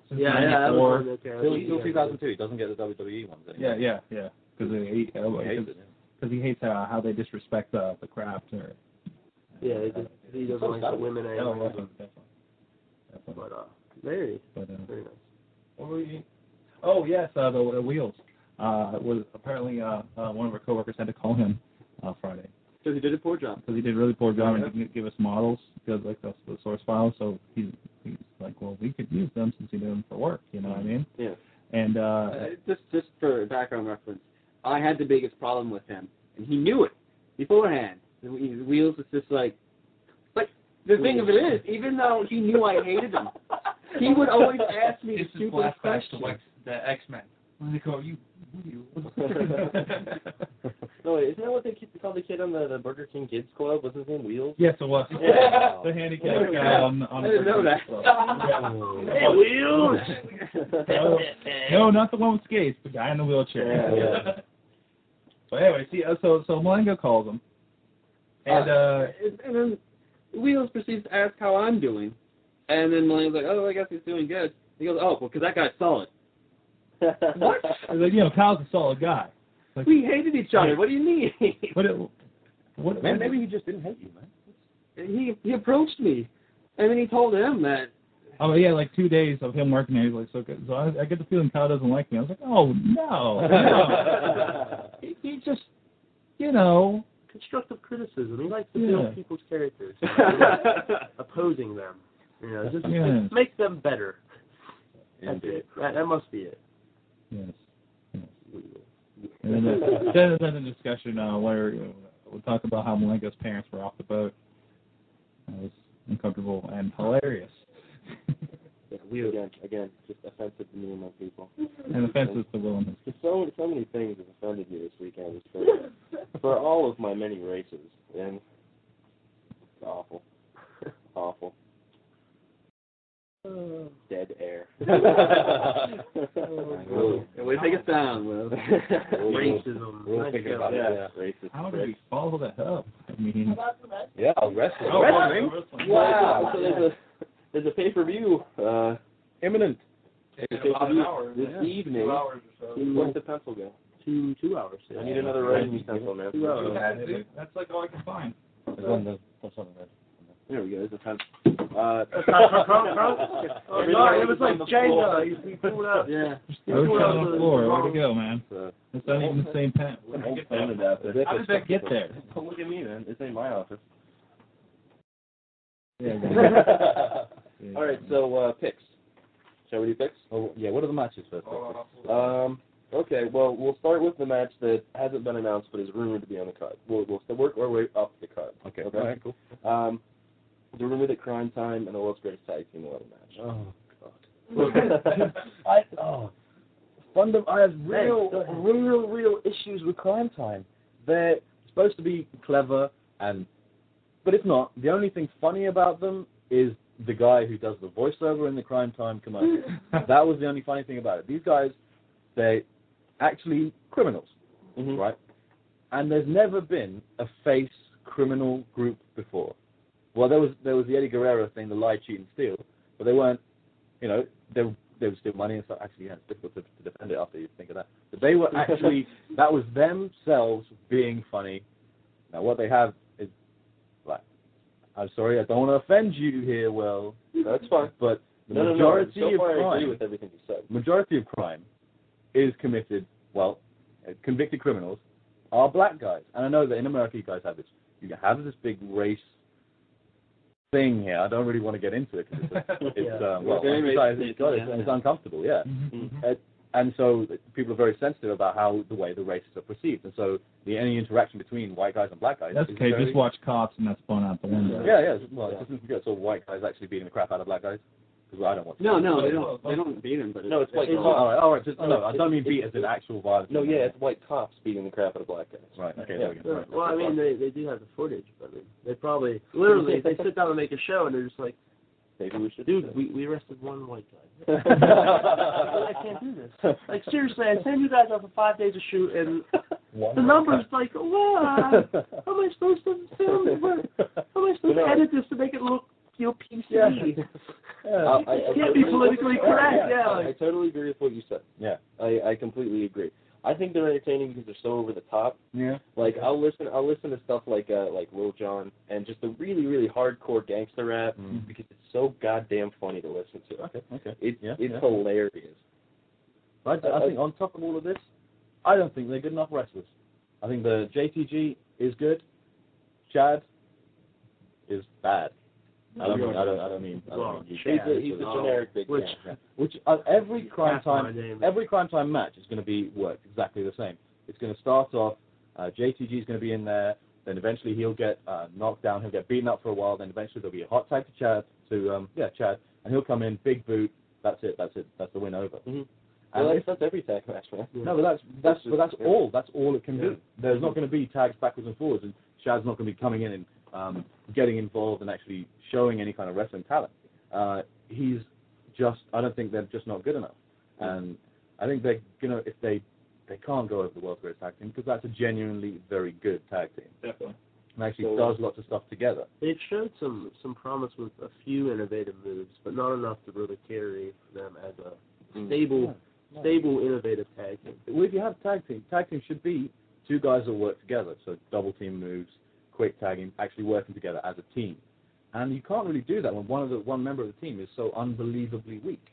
Speaker 5: since
Speaker 6: Yeah, yeah, that was
Speaker 5: '94.
Speaker 6: one that, uh,
Speaker 3: Oh, Till, till 2002, he doesn't get the WWE ones anymore.
Speaker 5: Yeah, yeah, yeah. Because he,
Speaker 3: He hates it.
Speaker 5: because he hates uh, how, how they disrespect uh, the the craft or.
Speaker 6: Yeah, he just- he doesn't like the women
Speaker 5: Yeah,
Speaker 6: anymore.
Speaker 5: definitely, definitely. Definitely.
Speaker 6: But uh, very,
Speaker 5: But, uh,
Speaker 6: very nice.
Speaker 5: What were you- Oh yes, uh, the, the wheels. Uh, it was apparently uh, uh, one of our coworkers had to call him uh, Friday
Speaker 8: Because he did a poor job.
Speaker 5: because he did a really poor job and didn't give us models, good like the, the source files. So he's he's like, well, we could use them since he did them for work. You know what I mean?
Speaker 8: Yeah.
Speaker 5: And uh,
Speaker 8: Uh, just just for background reference, I had the biggest problem with him, and he knew it beforehand. The whe- the wheels was just like, but the thing of it is, even though he knew I hated him, he would always ask me
Speaker 9: This is
Speaker 8: stupid
Speaker 9: flashbacks
Speaker 8: questions.
Speaker 9: to Wex- the X Men. They call you wheels.
Speaker 8: No, wait, isn't that what they keep- call the kid on the, the Burger King Kids Club? Wasn't his name Wheels?
Speaker 5: yes, it was
Speaker 8: Yeah.
Speaker 5: the handicap guy on on.
Speaker 8: I didn't know that.
Speaker 6: Hey, wheels!
Speaker 5: No, no, not the one with skates, the guy in the wheelchair.
Speaker 8: Yeah, yeah.
Speaker 5: But anyway, see, uh, so so Malenko calls him, and uh,
Speaker 8: and, and then Wheels proceeds to ask how I'm doing, and then Milane's like, "Oh, I guess he's doing good." He goes, "Oh, well, because that guy's solid." what?
Speaker 5: like, you know, Kyle's a solid guy. Like,
Speaker 8: We hated each other. What do you mean?
Speaker 5: what? It, what?
Speaker 3: Man, maybe he just didn't hate you, man.
Speaker 8: he he approached me, and then he told him that.
Speaker 5: Oh yeah, like two days of him working there. He's like, so good. So I, I get the feeling Kyle doesn't like me. I was like, oh no, no. he, he just, you know,
Speaker 6: Constructive criticism. He likes to
Speaker 5: Yeah.
Speaker 6: build people's characters, opposing them. You know, just,
Speaker 5: Yeah.
Speaker 6: just make them better. That's
Speaker 3: Indeed.
Speaker 6: it. That, that must be it.
Speaker 5: Yes. yes. And then, the, then, then the discussion uh, where you know, we talk about how Malenko's parents were off the boat. That was uncomfortable and hilarious.
Speaker 8: yeah, Wheels again, again, just offensive to me and my people.
Speaker 5: and offensive to Will and his.
Speaker 8: So so many things have offended me this weekend. It's crazy. For all of my many races, and it's awful, awful. Dead air.
Speaker 9: Oh,
Speaker 3: We'll-
Speaker 8: we take us down, Will.
Speaker 6: Racism.
Speaker 3: we'll
Speaker 6: Nice
Speaker 3: figure
Speaker 6: job.
Speaker 3: about it, yeah.
Speaker 8: Racist.
Speaker 5: How did we follow that up? I mean,
Speaker 3: Yeah, I'll wrestle.
Speaker 5: Oh,
Speaker 3: Wrestling?
Speaker 8: Wow. So there's a there's a pay per view uh,
Speaker 3: Imminent.
Speaker 9: In about an hour.
Speaker 8: this
Speaker 3: Yeah.
Speaker 8: evening.
Speaker 9: Two hours or so.
Speaker 8: Where's the pencil go?
Speaker 6: Two two hours.
Speaker 8: I need another writing pencil, man.
Speaker 6: Two hours.
Speaker 5: that's like all I can find.
Speaker 3: There's one there. There's one there.
Speaker 8: There we go. There's a pencil. Uh,
Speaker 6: Oh, God, it was like Jenga. He, he pulled out.
Speaker 8: yeah.
Speaker 5: Road shot on the floor. Way to go, man.
Speaker 3: So-
Speaker 5: That's not even the same pen. How did that get there?
Speaker 8: Don't look at me, man. This ain't my office. All right. So uh, picks. Shall we do picks?
Speaker 3: Oh, yeah, what are the matches first?
Speaker 8: Um. Okay. Well, we'll start with the match that hasn't been announced but is rumored to be on the card. We'll we'll work our way up the card.
Speaker 3: okay,
Speaker 8: okay.
Speaker 3: all right, cool.
Speaker 8: Um, the rumor that Crime Time and the World's Greatest Tag Team will have a match.
Speaker 3: Oh, God.
Speaker 8: I
Speaker 3: I, oh, funda- I have real,
Speaker 6: go ahead.
Speaker 3: real, real issues with Crime Time. They're supposed to be clever, and but it's not. The only thing funny about them is the guy who does the voiceover in the Crime Time commercial. that was the only funny thing about it. These guys, they're actually criminals,
Speaker 8: Mhm.
Speaker 3: right? And there's never been a face criminal group before. Well, there was there was the Eddie Guerrero thing, the lie, cheat, and steal, but they weren't. You know, they they would steal money and stuff. Actually, yeah, it's difficult to, to defend it after you think of that. But they were actually that was themselves being funny. Now what they have is like, I'm sorry, I don't want to offend you here, Will.
Speaker 8: That's fine.
Speaker 3: But the
Speaker 8: No, no, no.
Speaker 3: majority
Speaker 8: So
Speaker 3: of
Speaker 8: far,
Speaker 3: crime
Speaker 8: I agree with everything you said.
Speaker 3: majority of crime is committed, well, uh, convicted criminals are black guys. And I know that in America you guys have this, you have this big race thing here. I don't really want to get into it because it's, a-
Speaker 8: uh,
Speaker 3: it's
Speaker 6: Yeah.
Speaker 3: um, well,
Speaker 8: Very
Speaker 3: it's,
Speaker 8: racist,
Speaker 3: it's, got it,
Speaker 8: yeah.
Speaker 3: and it's uncomfortable, yeah.
Speaker 5: Mm-hmm.
Speaker 8: Mhm.
Speaker 3: Uh, and so people are very sensitive about how the way the races are perceived. And so the any interaction between white guys and black guys
Speaker 5: That's
Speaker 3: is
Speaker 5: okay.
Speaker 3: very-
Speaker 5: Just watch Cops, and that's blown out the window.
Speaker 3: Yeah, yeah. Well, it's just it's all white guys actually beating the crap out of black guys. Because I don't want to.
Speaker 13: No, no, they don't. They don't beat him, but it's,
Speaker 8: No, it's white
Speaker 3: It's-
Speaker 8: cops.
Speaker 3: all right, all right. Just,
Speaker 8: No,
Speaker 3: no, I don't mean
Speaker 8: it's-
Speaker 3: beat as an actual violence.
Speaker 8: No, yeah, it's white cops beating the crap out of black guys.
Speaker 3: Right. Okay.
Speaker 8: Yeah.
Speaker 3: There we go. Right.
Speaker 6: Well, I mean, they they do have the footage, but they, they probably literally they sit down and make a show, and they're just like,
Speaker 8: Maybe we should.
Speaker 6: dude, we we arrested one white guy. I can't do this.
Speaker 8: this.
Speaker 6: Like seriously, I send you guys out for five days to shoot, and the numbers like, wow, how am I supposed to film? What? How am I supposed to edit this to make it look you know PC?
Speaker 3: Uh,
Speaker 8: I, I, I
Speaker 6: It can't
Speaker 8: totally-
Speaker 6: be politically correct. Yeah,
Speaker 8: I, I
Speaker 6: like,
Speaker 8: totally agree with what you said.
Speaker 3: Yeah.
Speaker 8: I, I completely agree. I think they're entertaining because they're so over the top.
Speaker 3: Yeah.
Speaker 8: Like I'll listen, I'll listen to stuff like uh, like Lil Jon and just the really really hardcore gangster rap
Speaker 3: Mm.
Speaker 8: because it's so goddamn funny to listen to.
Speaker 3: Okay. Okay.
Speaker 8: It's
Speaker 3: Yeah,
Speaker 8: it's
Speaker 3: yeah.
Speaker 8: hilarious.
Speaker 3: But I, I think on top of all of this, I don't think they're good enough wrestlers. I think the JTG is good. Chad is bad. I don't mean. I don't. I don't mean. I
Speaker 6: Well,
Speaker 3: don't mean
Speaker 8: He's
Speaker 6: Chad
Speaker 8: a, he's a generic big
Speaker 6: Which-
Speaker 8: man.
Speaker 3: Yeah. Which uh, every crime
Speaker 6: That's my
Speaker 3: time
Speaker 6: name.
Speaker 3: every crime time match is going to be worked exactly the same. It's going to start off. Uh, JTG is going to be in there. Then eventually he'll get uh, knocked down. He'll get beaten up for a while. Then eventually there'll be a hot tag to Chad. To um, yeah, Chad, and he'll come in big boot. That's it. That's it. That's the win over.
Speaker 8: Mhm.
Speaker 3: And
Speaker 8: Well,
Speaker 3: if-
Speaker 8: that's, that's every tag match, man.
Speaker 3: no, but that's that's but that's
Speaker 8: Yeah.
Speaker 3: all. That's all it can
Speaker 8: Yeah.
Speaker 3: be. There's not going to be tags backwards and forwards, and Shad's not going to be coming in and um, getting involved and actually showing any kind of wrestling talent. Uh, he's just. I don't think they're just not good enough, and I think they're gonna if they they can't go over the world's greatest tag team because that's a genuinely very good tag team
Speaker 9: Definitely.
Speaker 3: and actually
Speaker 8: So-
Speaker 3: does lots of stuff together.
Speaker 6: they've showed some some promise with a few innovative moves, but not enough to really carry them as a
Speaker 8: Mm.
Speaker 6: stable stable innovative tag team.
Speaker 3: Well, if you have tag team, tag team should be two guys that work together. So double team moves, quick tagging, actually working together as a team. And you can't really do that when one of the one member of the team is so unbelievably weak.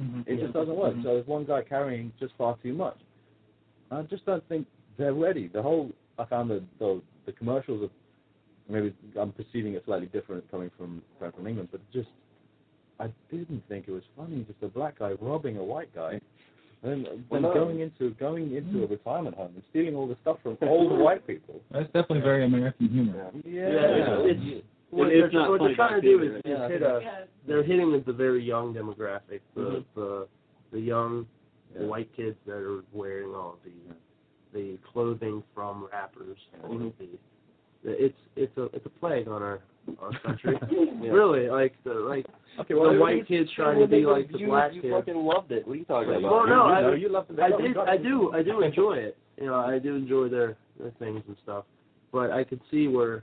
Speaker 5: Mhm.
Speaker 3: It just doesn't
Speaker 6: Mm-hmm.
Speaker 3: work. So there's one guy carrying just far too much. I just don't think they're ready. The whole I found the the, the commercials of maybe I'm perceiving it slightly different coming from coming from England, but just I didn't think it was funny. Just a black guy robbing a white guy. And then
Speaker 8: Well,
Speaker 3: then
Speaker 8: no.
Speaker 3: going into going into a retirement home and stealing all the stuff from old white people.
Speaker 5: That's definitely very American humor.
Speaker 3: Yeah,
Speaker 6: it's, it's- what
Speaker 13: It-
Speaker 6: they're,
Speaker 13: it's not
Speaker 6: what they're
Speaker 13: funny
Speaker 6: trying to
Speaker 13: back
Speaker 6: do
Speaker 13: then,
Speaker 6: is,
Speaker 3: yeah.
Speaker 6: is hit a
Speaker 12: Yeah.
Speaker 6: they're hitting with the very young demographic, the
Speaker 8: Mhm.
Speaker 6: the, the young
Speaker 3: Yeah.
Speaker 6: the white kids that are wearing all the the clothing from rappers. or
Speaker 8: Mhm.
Speaker 6: the- the- it's it's a it's a plague on our our country. Really, like the like
Speaker 3: Okay,
Speaker 6: the white kids trying to be like the black
Speaker 8: you,
Speaker 6: kids.
Speaker 8: fucking loved it. What are you talking about?
Speaker 6: Well, no, I-
Speaker 3: you, know, you love the
Speaker 6: I did, I do, I do enjoy it. You know, I do enjoy their their things and stuff. But I could see where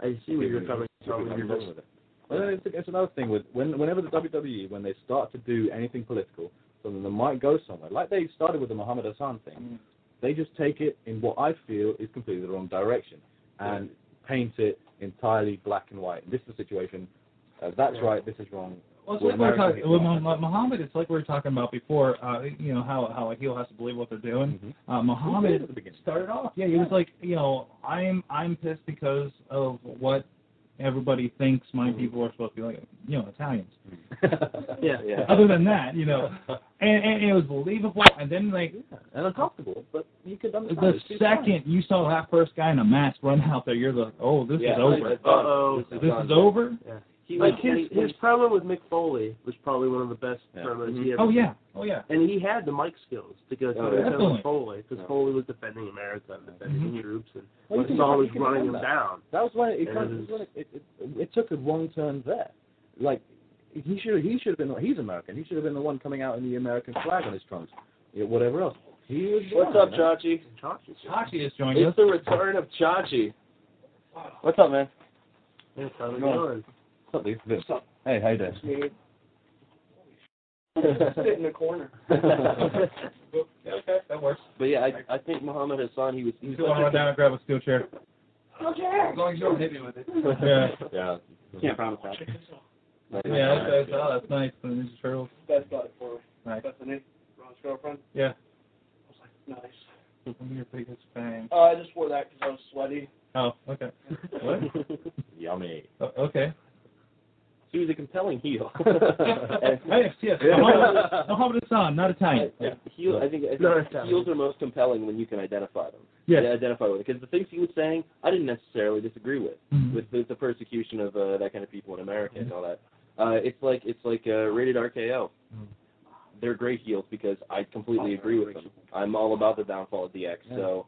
Speaker 6: I see where you're coming from. You're just
Speaker 3: Well, then it's, it's another thing with when, whenever the WWE when they start to do anything political, something that might go somewhere, like they started with the Muhammad Hassan thing, they just take it in what I feel is completely the wrong direction and paint it entirely black and white. This is the situation. Uh, that's right. This is wrong.
Speaker 5: Well, it's
Speaker 3: Well,
Speaker 5: like we we're
Speaker 3: American
Speaker 5: talking, well,
Speaker 3: people-
Speaker 5: Mu- Muhammad. It's like we were talking about before. Uh, you know how how a heel has to believe what they're doing.
Speaker 3: Mhm.
Speaker 5: Uh,
Speaker 3: Who did at
Speaker 5: Muhammad
Speaker 3: the beginning?
Speaker 5: started off. Yeah, he was like, you know, I'm I'm pissed because of what everybody thinks my
Speaker 3: Mm-hmm.
Speaker 5: people are supposed to be like. You know, Italians.
Speaker 6: yeah.
Speaker 8: Yeah.
Speaker 5: Other than that, you know, and, and it was believable. And then like
Speaker 3: and uncomfortable, but you could understand.
Speaker 5: the
Speaker 3: it's too far.
Speaker 5: second you saw that first guy in a mask run out there, you're like, oh, this
Speaker 8: Yeah,
Speaker 5: is over.
Speaker 8: it's
Speaker 6: Uh
Speaker 8: done.
Speaker 6: oh.
Speaker 8: This is
Speaker 5: This
Speaker 8: done.
Speaker 5: is over.
Speaker 8: He was
Speaker 6: Like his
Speaker 8: when
Speaker 6: his
Speaker 8: he-
Speaker 6: promo with Mick Foley was probably one of the best
Speaker 3: Yeah.
Speaker 6: promos
Speaker 8: Mhm.
Speaker 6: he ever.
Speaker 5: Oh yeah. Oh yeah.
Speaker 6: And he had the mic skills to go
Speaker 8: Oh,
Speaker 6: toe to toe
Speaker 5: definitely.
Speaker 6: with Foley because
Speaker 8: Yeah.
Speaker 6: Foley was defending America and defending
Speaker 5: Mhm.
Speaker 6: the troops, and
Speaker 3: Well, you can-
Speaker 6: Saul
Speaker 3: you
Speaker 6: was
Speaker 3: can
Speaker 6: running him
Speaker 3: defend that.
Speaker 6: down.
Speaker 3: That was when
Speaker 6: And
Speaker 3: it, kind
Speaker 6: it
Speaker 3: of,
Speaker 6: is-
Speaker 3: when it, it, it, it took a wrong turn there. Like he should he should have been the- he's American. He should have been the one coming out in the American flag on his trunks, yeah, whatever else. He was. the
Speaker 8: What's
Speaker 3: one,
Speaker 8: up,
Speaker 3: you know?
Speaker 8: Chachi?
Speaker 6: Chachi.
Speaker 5: Hachi has joined us.
Speaker 8: It's the return of Chachi. What's up, man?
Speaker 6: That's how they're
Speaker 3: Go on.
Speaker 6: doing.
Speaker 3: What's up, dude? Hey, hey there.
Speaker 13: Sit in the corner.
Speaker 9: okay, that works.
Speaker 8: But yeah, I I think Muhammad Hassan he was he was
Speaker 5: You want to run down and grab a steel chair?
Speaker 9: As long as you don't hit me with it.
Speaker 5: Yeah.
Speaker 8: Yeah.
Speaker 13: Can't promise that.
Speaker 5: Yeah, that's, that's, oh, that's nice. The Ninja Turtles.
Speaker 13: Best got it for
Speaker 5: Nice.
Speaker 13: Bethany, Ron's girlfriend.
Speaker 5: Yeah.
Speaker 13: Nice.
Speaker 5: I'm your biggest fan.
Speaker 13: Uh, I just wore that because I was sweaty.
Speaker 5: Oh, okay. What?
Speaker 8: Yummy.
Speaker 5: Oh, okay.
Speaker 8: He was a compelling heel.
Speaker 5: Yes, yes. Muhammad, Muhammad Hassan, not Italian.
Speaker 8: And heel, I think, I think
Speaker 6: No, it's not.
Speaker 8: heels are most compelling when you can identify them.
Speaker 5: Yes.
Speaker 8: Yeah, identify with it. Because the things he was saying, I didn't necessarily disagree with,
Speaker 5: Mhm.
Speaker 8: with the, the persecution of uh, that kind of people in America and all that. Uh, it's like it's like uh, rated RKO.
Speaker 5: Mhm.
Speaker 8: They're great heels because I completely agree with them. I'm all about the downfall of DX,
Speaker 5: Yeah.
Speaker 8: so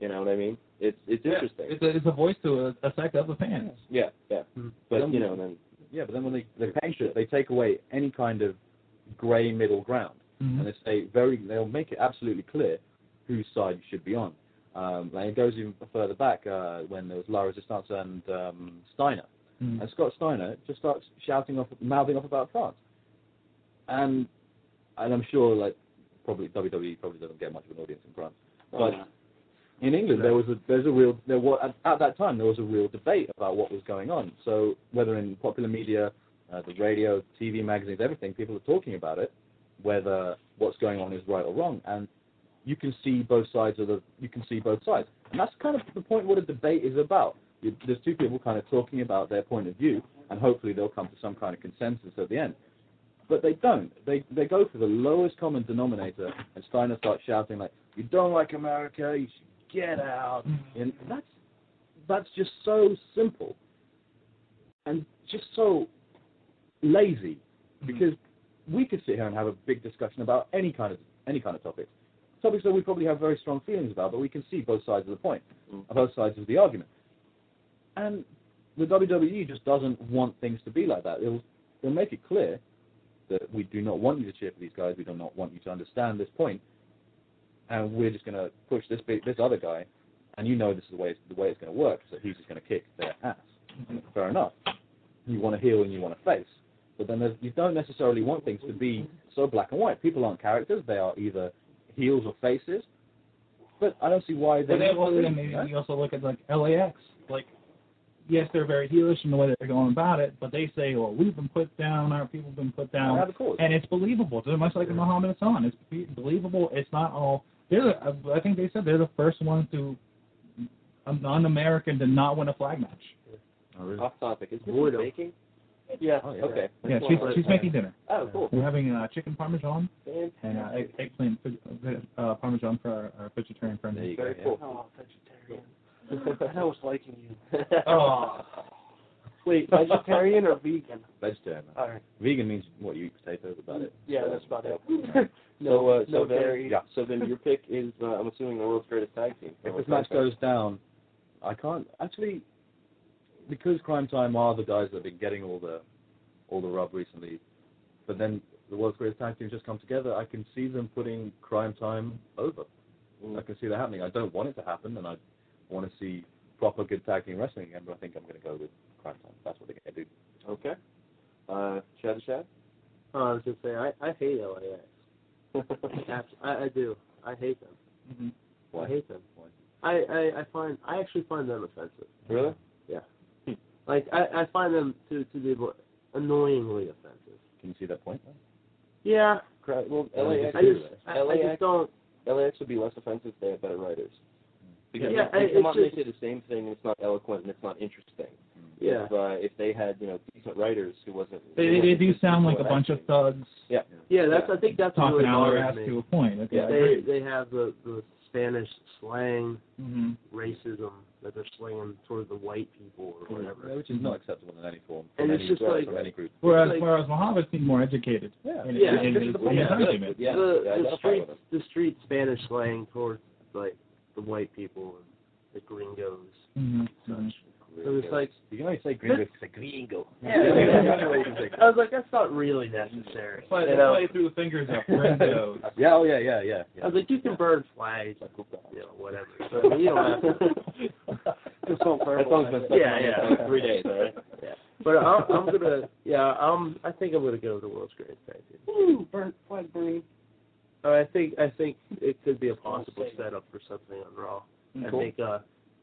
Speaker 8: you know what I mean. It's it's
Speaker 9: Yeah,
Speaker 8: interesting.
Speaker 5: It's a, it's a voice to a, affect other fans.
Speaker 8: Yeah, yeah.
Speaker 3: Mhm.
Speaker 8: But you know, then
Speaker 3: Yeah, but then when they, they paint it, they take away any kind of grey middle ground,
Speaker 5: Mm-hmm.
Speaker 3: and they say very, they'll make it absolutely clear whose side you should be on. Um, and it goes even further back uh, when there was La Resistance and um, Steiner,
Speaker 8: Mm.
Speaker 5: Mhm.
Speaker 3: and Scott Steiner just starts shouting off, mouthing off about France, and and I'm sure like probably WWE probably doesn't get much of an audience in France, but in England, there was a there's a real there was at, at that time there was a real debate about what was going on. So whether in popular media, uh, the radio, TV, magazines, everything, people are talking about it, whether what's going on is right or wrong, and you can see both sides of the you can see both sides, and that's kind of the point what a debate is about. You, there's two people kind of talking about their point of view, and hopefully they'll come to some kind of consensus at the end. But they don't. They they go for the lowest common denominator, and Steiner starts shouting like, "You don't like America? You should get out!"
Speaker 8: Mm-hmm.
Speaker 3: And that's that's just so simple, and just so lazy, because we could sit here and have a big discussion about any kind of any kind of topic, topics that we probably have very strong feelings about, but we can see both sides of the point, uh,
Speaker 8: Mm.
Speaker 3: both sides of the argument, and the WWE just doesn't want things to be like that. It'll it'll make it clear that we do not want you to cheer for these guys. We do not want you to understand this point, and we're just going to push this big, this other guy. And you know this is the way the way it's going to work. So he's just going to kick their ass. And Fair enough. You want to heal and you want to face, but then there's- you don't necessarily want things to be so black and white. People aren't characters; they are either heels or faces. But I don't see why they.
Speaker 5: But then, well, then maybe you also look at like LAX. Like, yes, they're very heelish in the way that they're going about it, but they say, well, we've been put down, our people have been put down,
Speaker 3: Of course.
Speaker 5: and it's believable. They're much like the Muhammad Hassan. It's be- believable. It's not all. They're. The, I think they said they're the first ones to a non-American to not win a flag match.
Speaker 8: off topic. Is this
Speaker 6: Boredom.
Speaker 8: baking? Yeah.
Speaker 3: Oh, yeah.
Speaker 8: Okay.
Speaker 5: Yeah,
Speaker 8: That's
Speaker 5: she's
Speaker 8: one.
Speaker 5: she's making dinner.
Speaker 8: Oh, cool.
Speaker 5: We're having uh, chicken parmesan
Speaker 8: Man,
Speaker 5: and uh, egg, eggplant uh, parmesan for our, our vegetarian friends.
Speaker 3: There you
Speaker 8: Very
Speaker 3: go.
Speaker 8: cool.
Speaker 13: Oh, vegetarian. I was liking you.
Speaker 9: Oh,
Speaker 13: Wait, vegetarian or vegan?
Speaker 3: yeah. Vegetarian.
Speaker 13: All right.
Speaker 3: Vegan means what you eat potatoes about it.
Speaker 13: Yeah, that's about it.
Speaker 8: So, uh,
Speaker 13: no
Speaker 8: so then,
Speaker 13: dairy.
Speaker 3: Yeah.
Speaker 8: So then your pick is, uh, I'm assuming, the world's greatest tag team.
Speaker 3: If this match goes down, I can't actually because Crime Time are the guys that have been getting all the all the rub recently. But then the world's greatest tag team just come together. I can see them putting Crime Time over.
Speaker 8: Mm,
Speaker 3: I can see that happening. I don't want it to happen, and I want to see proper good tag team wrestling again. But I think I'm going to go with Crime Time. That's what they're going to do.
Speaker 8: Okay. Uh, Chad to
Speaker 6: Oh, I was gonna say I I hate LAX.
Speaker 8: Chad?
Speaker 6: Abs- I, I do. I hate them.
Speaker 5: Mhm.
Speaker 8: Why?
Speaker 6: I hate them. I, I I find I actually find them offensive.
Speaker 8: really?
Speaker 6: Like I I find them to to be annoyingly offensive.
Speaker 3: Can you see that point?
Speaker 6: Yeah.
Speaker 8: Cra- Well,
Speaker 3: Yeah, I
Speaker 8: LAX,
Speaker 6: I just I, I
Speaker 8: LAX,
Speaker 6: just don't.
Speaker 8: LAX would be less offensive if they had better writers. Because
Speaker 6: Yeah,
Speaker 8: they,
Speaker 6: I-
Speaker 8: they come
Speaker 6: it's
Speaker 8: out and they
Speaker 6: just-
Speaker 8: say the same thing, and it's not eloquent, and it's not interesting.
Speaker 6: Yeah.
Speaker 8: If, uh, if they had, you know, decent writers who wasn't...
Speaker 5: They,
Speaker 8: who
Speaker 5: they, they
Speaker 8: wasn't
Speaker 5: do
Speaker 8: just
Speaker 5: sound like a
Speaker 8: people
Speaker 5: bunch of
Speaker 8: acting.
Speaker 5: thugs
Speaker 8: Yeah.
Speaker 6: Yeah. That's I think that's what
Speaker 5: talking
Speaker 6: really
Speaker 5: out their ass
Speaker 6: bothers
Speaker 5: to
Speaker 6: me.
Speaker 5: a point. Okay, I
Speaker 6: They
Speaker 5: agree.
Speaker 6: they have the the Spanish slang
Speaker 5: hmm
Speaker 6: racism that they're slinging toward the white people or whatever.
Speaker 3: Which is not acceptable in any form.
Speaker 6: And
Speaker 3: from
Speaker 6: it's
Speaker 3: any,
Speaker 6: just like-
Speaker 3: from any group.
Speaker 5: Whereas,
Speaker 6: like-
Speaker 5: whereas Muhammad seemed more educated.
Speaker 3: Yeah.
Speaker 5: In,
Speaker 6: Yeah,
Speaker 5: in, in,
Speaker 3: Just
Speaker 5: his-
Speaker 3: the
Speaker 5: in
Speaker 3: point.
Speaker 5: his argument.
Speaker 8: Yeah,
Speaker 6: the,
Speaker 8: yeah,
Speaker 6: the
Speaker 8: that's fine
Speaker 6: street
Speaker 8: with them.
Speaker 6: the street Spanish slang towards like the white people and the gringos
Speaker 5: Mhm,
Speaker 6: and
Speaker 5: mhm.
Speaker 6: such. So it's like
Speaker 3: You can only say gringo.
Speaker 6: This-
Speaker 3: because it's a gringo.
Speaker 6: I was like, that's not really necessary.
Speaker 5: Play,
Speaker 6: you know?
Speaker 5: play through the fingers of Brendo.
Speaker 3: yeah. Oh yeah. Yeah. Yeah. yeah.
Speaker 6: I was like, you can burn flags, you know, whatever. So you don't have to.
Speaker 8: That song's been stuck in
Speaker 6: Yeah,
Speaker 8: my head
Speaker 6: yeah.
Speaker 8: for like three days, all right?
Speaker 6: Yeah. But I'm, I'm gonna, yeah, um, I think I'm gonna go with the world's greatest tag team.
Speaker 14: Ooh, burnt flag burning.
Speaker 6: Uh, I think I think it could be a possible setup for something on Raw. I
Speaker 3: Cool.
Speaker 6: think uh,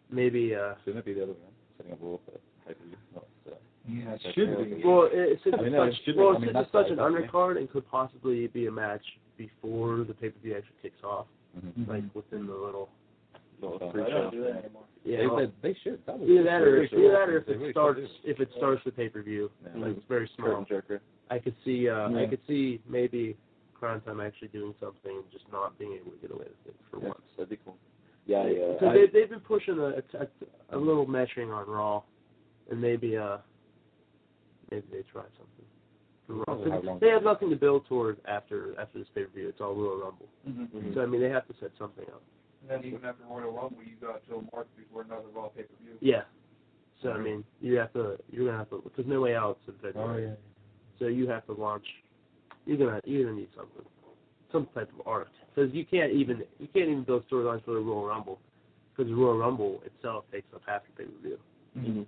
Speaker 6: maybe uh,
Speaker 3: Shouldn't it be the other way around? Setting up a rule for pay-per-view,
Speaker 8: Oh,
Speaker 3: not, uh,
Speaker 5: Yeah, it
Speaker 3: that's
Speaker 5: should
Speaker 3: more
Speaker 5: be.
Speaker 3: of a-
Speaker 6: well, it, since
Speaker 3: I mean,
Speaker 6: it's
Speaker 3: no, it
Speaker 6: such,
Speaker 3: should be.
Speaker 6: well,
Speaker 3: I mean,
Speaker 6: since
Speaker 3: that's
Speaker 6: it's such
Speaker 3: like-
Speaker 6: an undercard and could possibly be a match before the pay per view actually kicks off,
Speaker 5: Mm-hmm.
Speaker 3: Mhm.
Speaker 6: like within the little.
Speaker 8: uh,
Speaker 3: Little
Speaker 6: I don't do that
Speaker 3: anymore.
Speaker 6: Yeah,
Speaker 3: They
Speaker 6: well,
Speaker 3: said they should. That was
Speaker 6: either that or
Speaker 3: they
Speaker 6: either
Speaker 3: should.
Speaker 6: that or if
Speaker 3: They
Speaker 6: it
Speaker 3: really should
Speaker 6: starts
Speaker 3: do that.
Speaker 6: if it starts the pay per view,
Speaker 3: Yeah.
Speaker 6: like it's very small.
Speaker 3: Curtain jerker.
Speaker 6: I could see uh, I
Speaker 3: Yeah.
Speaker 6: could see maybe Crown Time actually doing something and just not being able to get away with it for
Speaker 3: Yeah,
Speaker 6: once.
Speaker 3: that'd be cool. Yeah, yeah.
Speaker 6: Because
Speaker 3: I-
Speaker 6: they, they've been pushing a, a, a little measuring on Raw, and maybe uh maybe they try something. For Raw.
Speaker 3: Wonder how
Speaker 6: 'Cause
Speaker 3: long-
Speaker 6: They have nothing to build towards after after this pay per view. It's all Royal Rumble,
Speaker 5: Mm-hmm.
Speaker 3: Mhm.
Speaker 6: so I mean they have to set something up.
Speaker 9: And then even after Royal Rumble, you got till March before another Raw pay per view.
Speaker 6: Yeah. So
Speaker 3: Mm-hmm.
Speaker 6: I mean you have to you're gonna have to because no way out's in
Speaker 3: Oh,
Speaker 5: Oh,
Speaker 6: February. So you have to launch. You're gonna you're gonna need something, some type of art, because you can't even you can't even build storylines for the Royal Rumble, because the Royal Rumble itself takes up half the pay per view,
Speaker 5: Mhm.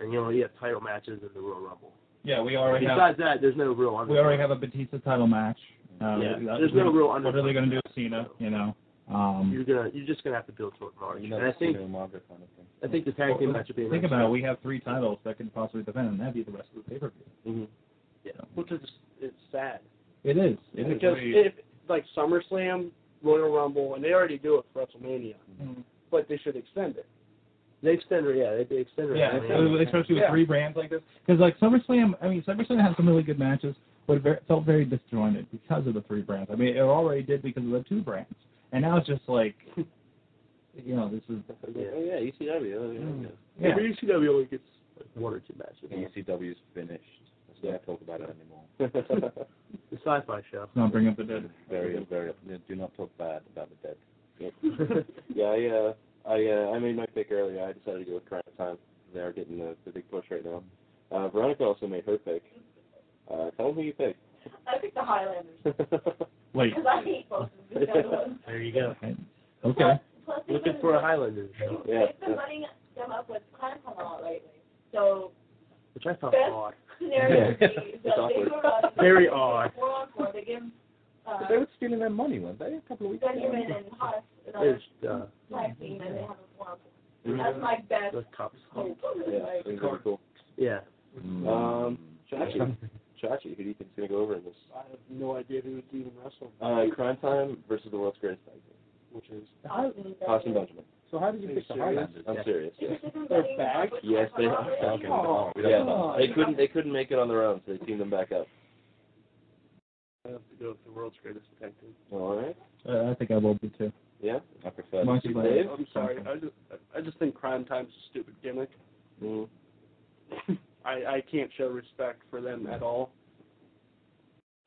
Speaker 6: and you only have title matches in the Royal Rumble.
Speaker 5: Yeah, we already have
Speaker 6: Besides that, there's no real.
Speaker 5: we already have a Batista title match. Uh,
Speaker 6: Yeah,
Speaker 5: that-
Speaker 6: there's no real
Speaker 5: What are they going to do with Cena? You know, um,
Speaker 6: You're gonna you're just gonna have to build toward March,
Speaker 3: You
Speaker 6: and
Speaker 3: know,
Speaker 6: I think
Speaker 3: Cena and Margaret kind of thing.
Speaker 6: I think the tag team match would be. an
Speaker 5: Think about it.
Speaker 6: excellent-
Speaker 5: We have three titles that could possibly defend, and that'd be the rest of the pay per view.
Speaker 6: Yeah,
Speaker 13: which is it's sad.
Speaker 5: It is. It is.
Speaker 13: Because if like SummerSlam, Royal Rumble, and they already do it for WrestleMania, but they should extend it.
Speaker 6: They extend it, yeah. They, they extend it.
Speaker 5: Yeah, especially- especially with
Speaker 13: Yeah.
Speaker 5: three brands like this. Because like SummerSlam, I mean SummerSlam had some really good matches, but it ver- felt very disjointed because of the three brands. I mean it already did because of the two brands, and now it's just like, you know, this is
Speaker 8: Oh yeah, ECW. Oh, yeah, yeah.
Speaker 5: yeah.
Speaker 6: Maybe ECW only gets like, one or two matches.
Speaker 3: The ECW's finished. That's why I talk about it anymore.
Speaker 8: Mm.
Speaker 6: The sci-fi show.
Speaker 5: Not bring up the dead.
Speaker 3: Very, very. Do not talk bad about the dead.
Speaker 8: yeah, I uh, I uh, I made my pick earlier. I decided to go with Crime Time. They are getting the, the big push right now. Uh, Veronica also made her pick. Uh, tell them who you picked.
Speaker 12: I picked the Highlanders
Speaker 5: Wait.
Speaker 12: because I hate both of these other ones.
Speaker 6: There you go.
Speaker 5: Okay.
Speaker 12: Plus, they've
Speaker 6: Looking
Speaker 12: been,
Speaker 6: for a Highlander show,
Speaker 12: they've
Speaker 8: Yeah.
Speaker 12: been running them up with crime a lot lately. So
Speaker 6: which I found
Speaker 12: Best
Speaker 6: odd.
Speaker 12: scenario would be
Speaker 3: Yeah.
Speaker 12: that they
Speaker 8: It's awkward.
Speaker 12: do a lot of
Speaker 6: Very odd.
Speaker 12: four on four. They give uh,
Speaker 3: But they were stealing their money, weren't they? A couple of weeks
Speaker 12: Benjamin
Speaker 3: ago.
Speaker 12: and Huss another
Speaker 6: It's uh,
Speaker 12: black team, and they have a four on four. That's my best
Speaker 6: the cops.
Speaker 12: hope.
Speaker 8: Yeah,
Speaker 12: Like,
Speaker 8: things are cool.
Speaker 6: Yeah.
Speaker 5: Mm.
Speaker 8: Um, Chachi, Chachi, who do you think's gonna go over in this?
Speaker 13: I have no idea who's even wrestling,
Speaker 8: Uh, Crime Time versus the World's Greatest Tag Team.
Speaker 13: which is
Speaker 12: Austin,
Speaker 8: Austin Benjamin.
Speaker 3: So how did you pick the Highlanders?
Speaker 8: I'm serious. Yeah.
Speaker 12: They're
Speaker 13: back?
Speaker 8: Yes, they
Speaker 3: Falcon.
Speaker 13: Oh,
Speaker 3: We don't know.
Speaker 8: They couldn't. They couldn't make it on their own, so they teamed them back up.
Speaker 13: I have to go with the world's greatest tag team.
Speaker 8: All right.
Speaker 5: Uh, I think I will be too.
Speaker 8: Yeah.
Speaker 3: I prefer.
Speaker 5: Why don't you play it?
Speaker 13: I'm sorry. I just I just think Crime Time's a stupid gimmick.
Speaker 8: Mm.
Speaker 13: I I can't show respect for them at all.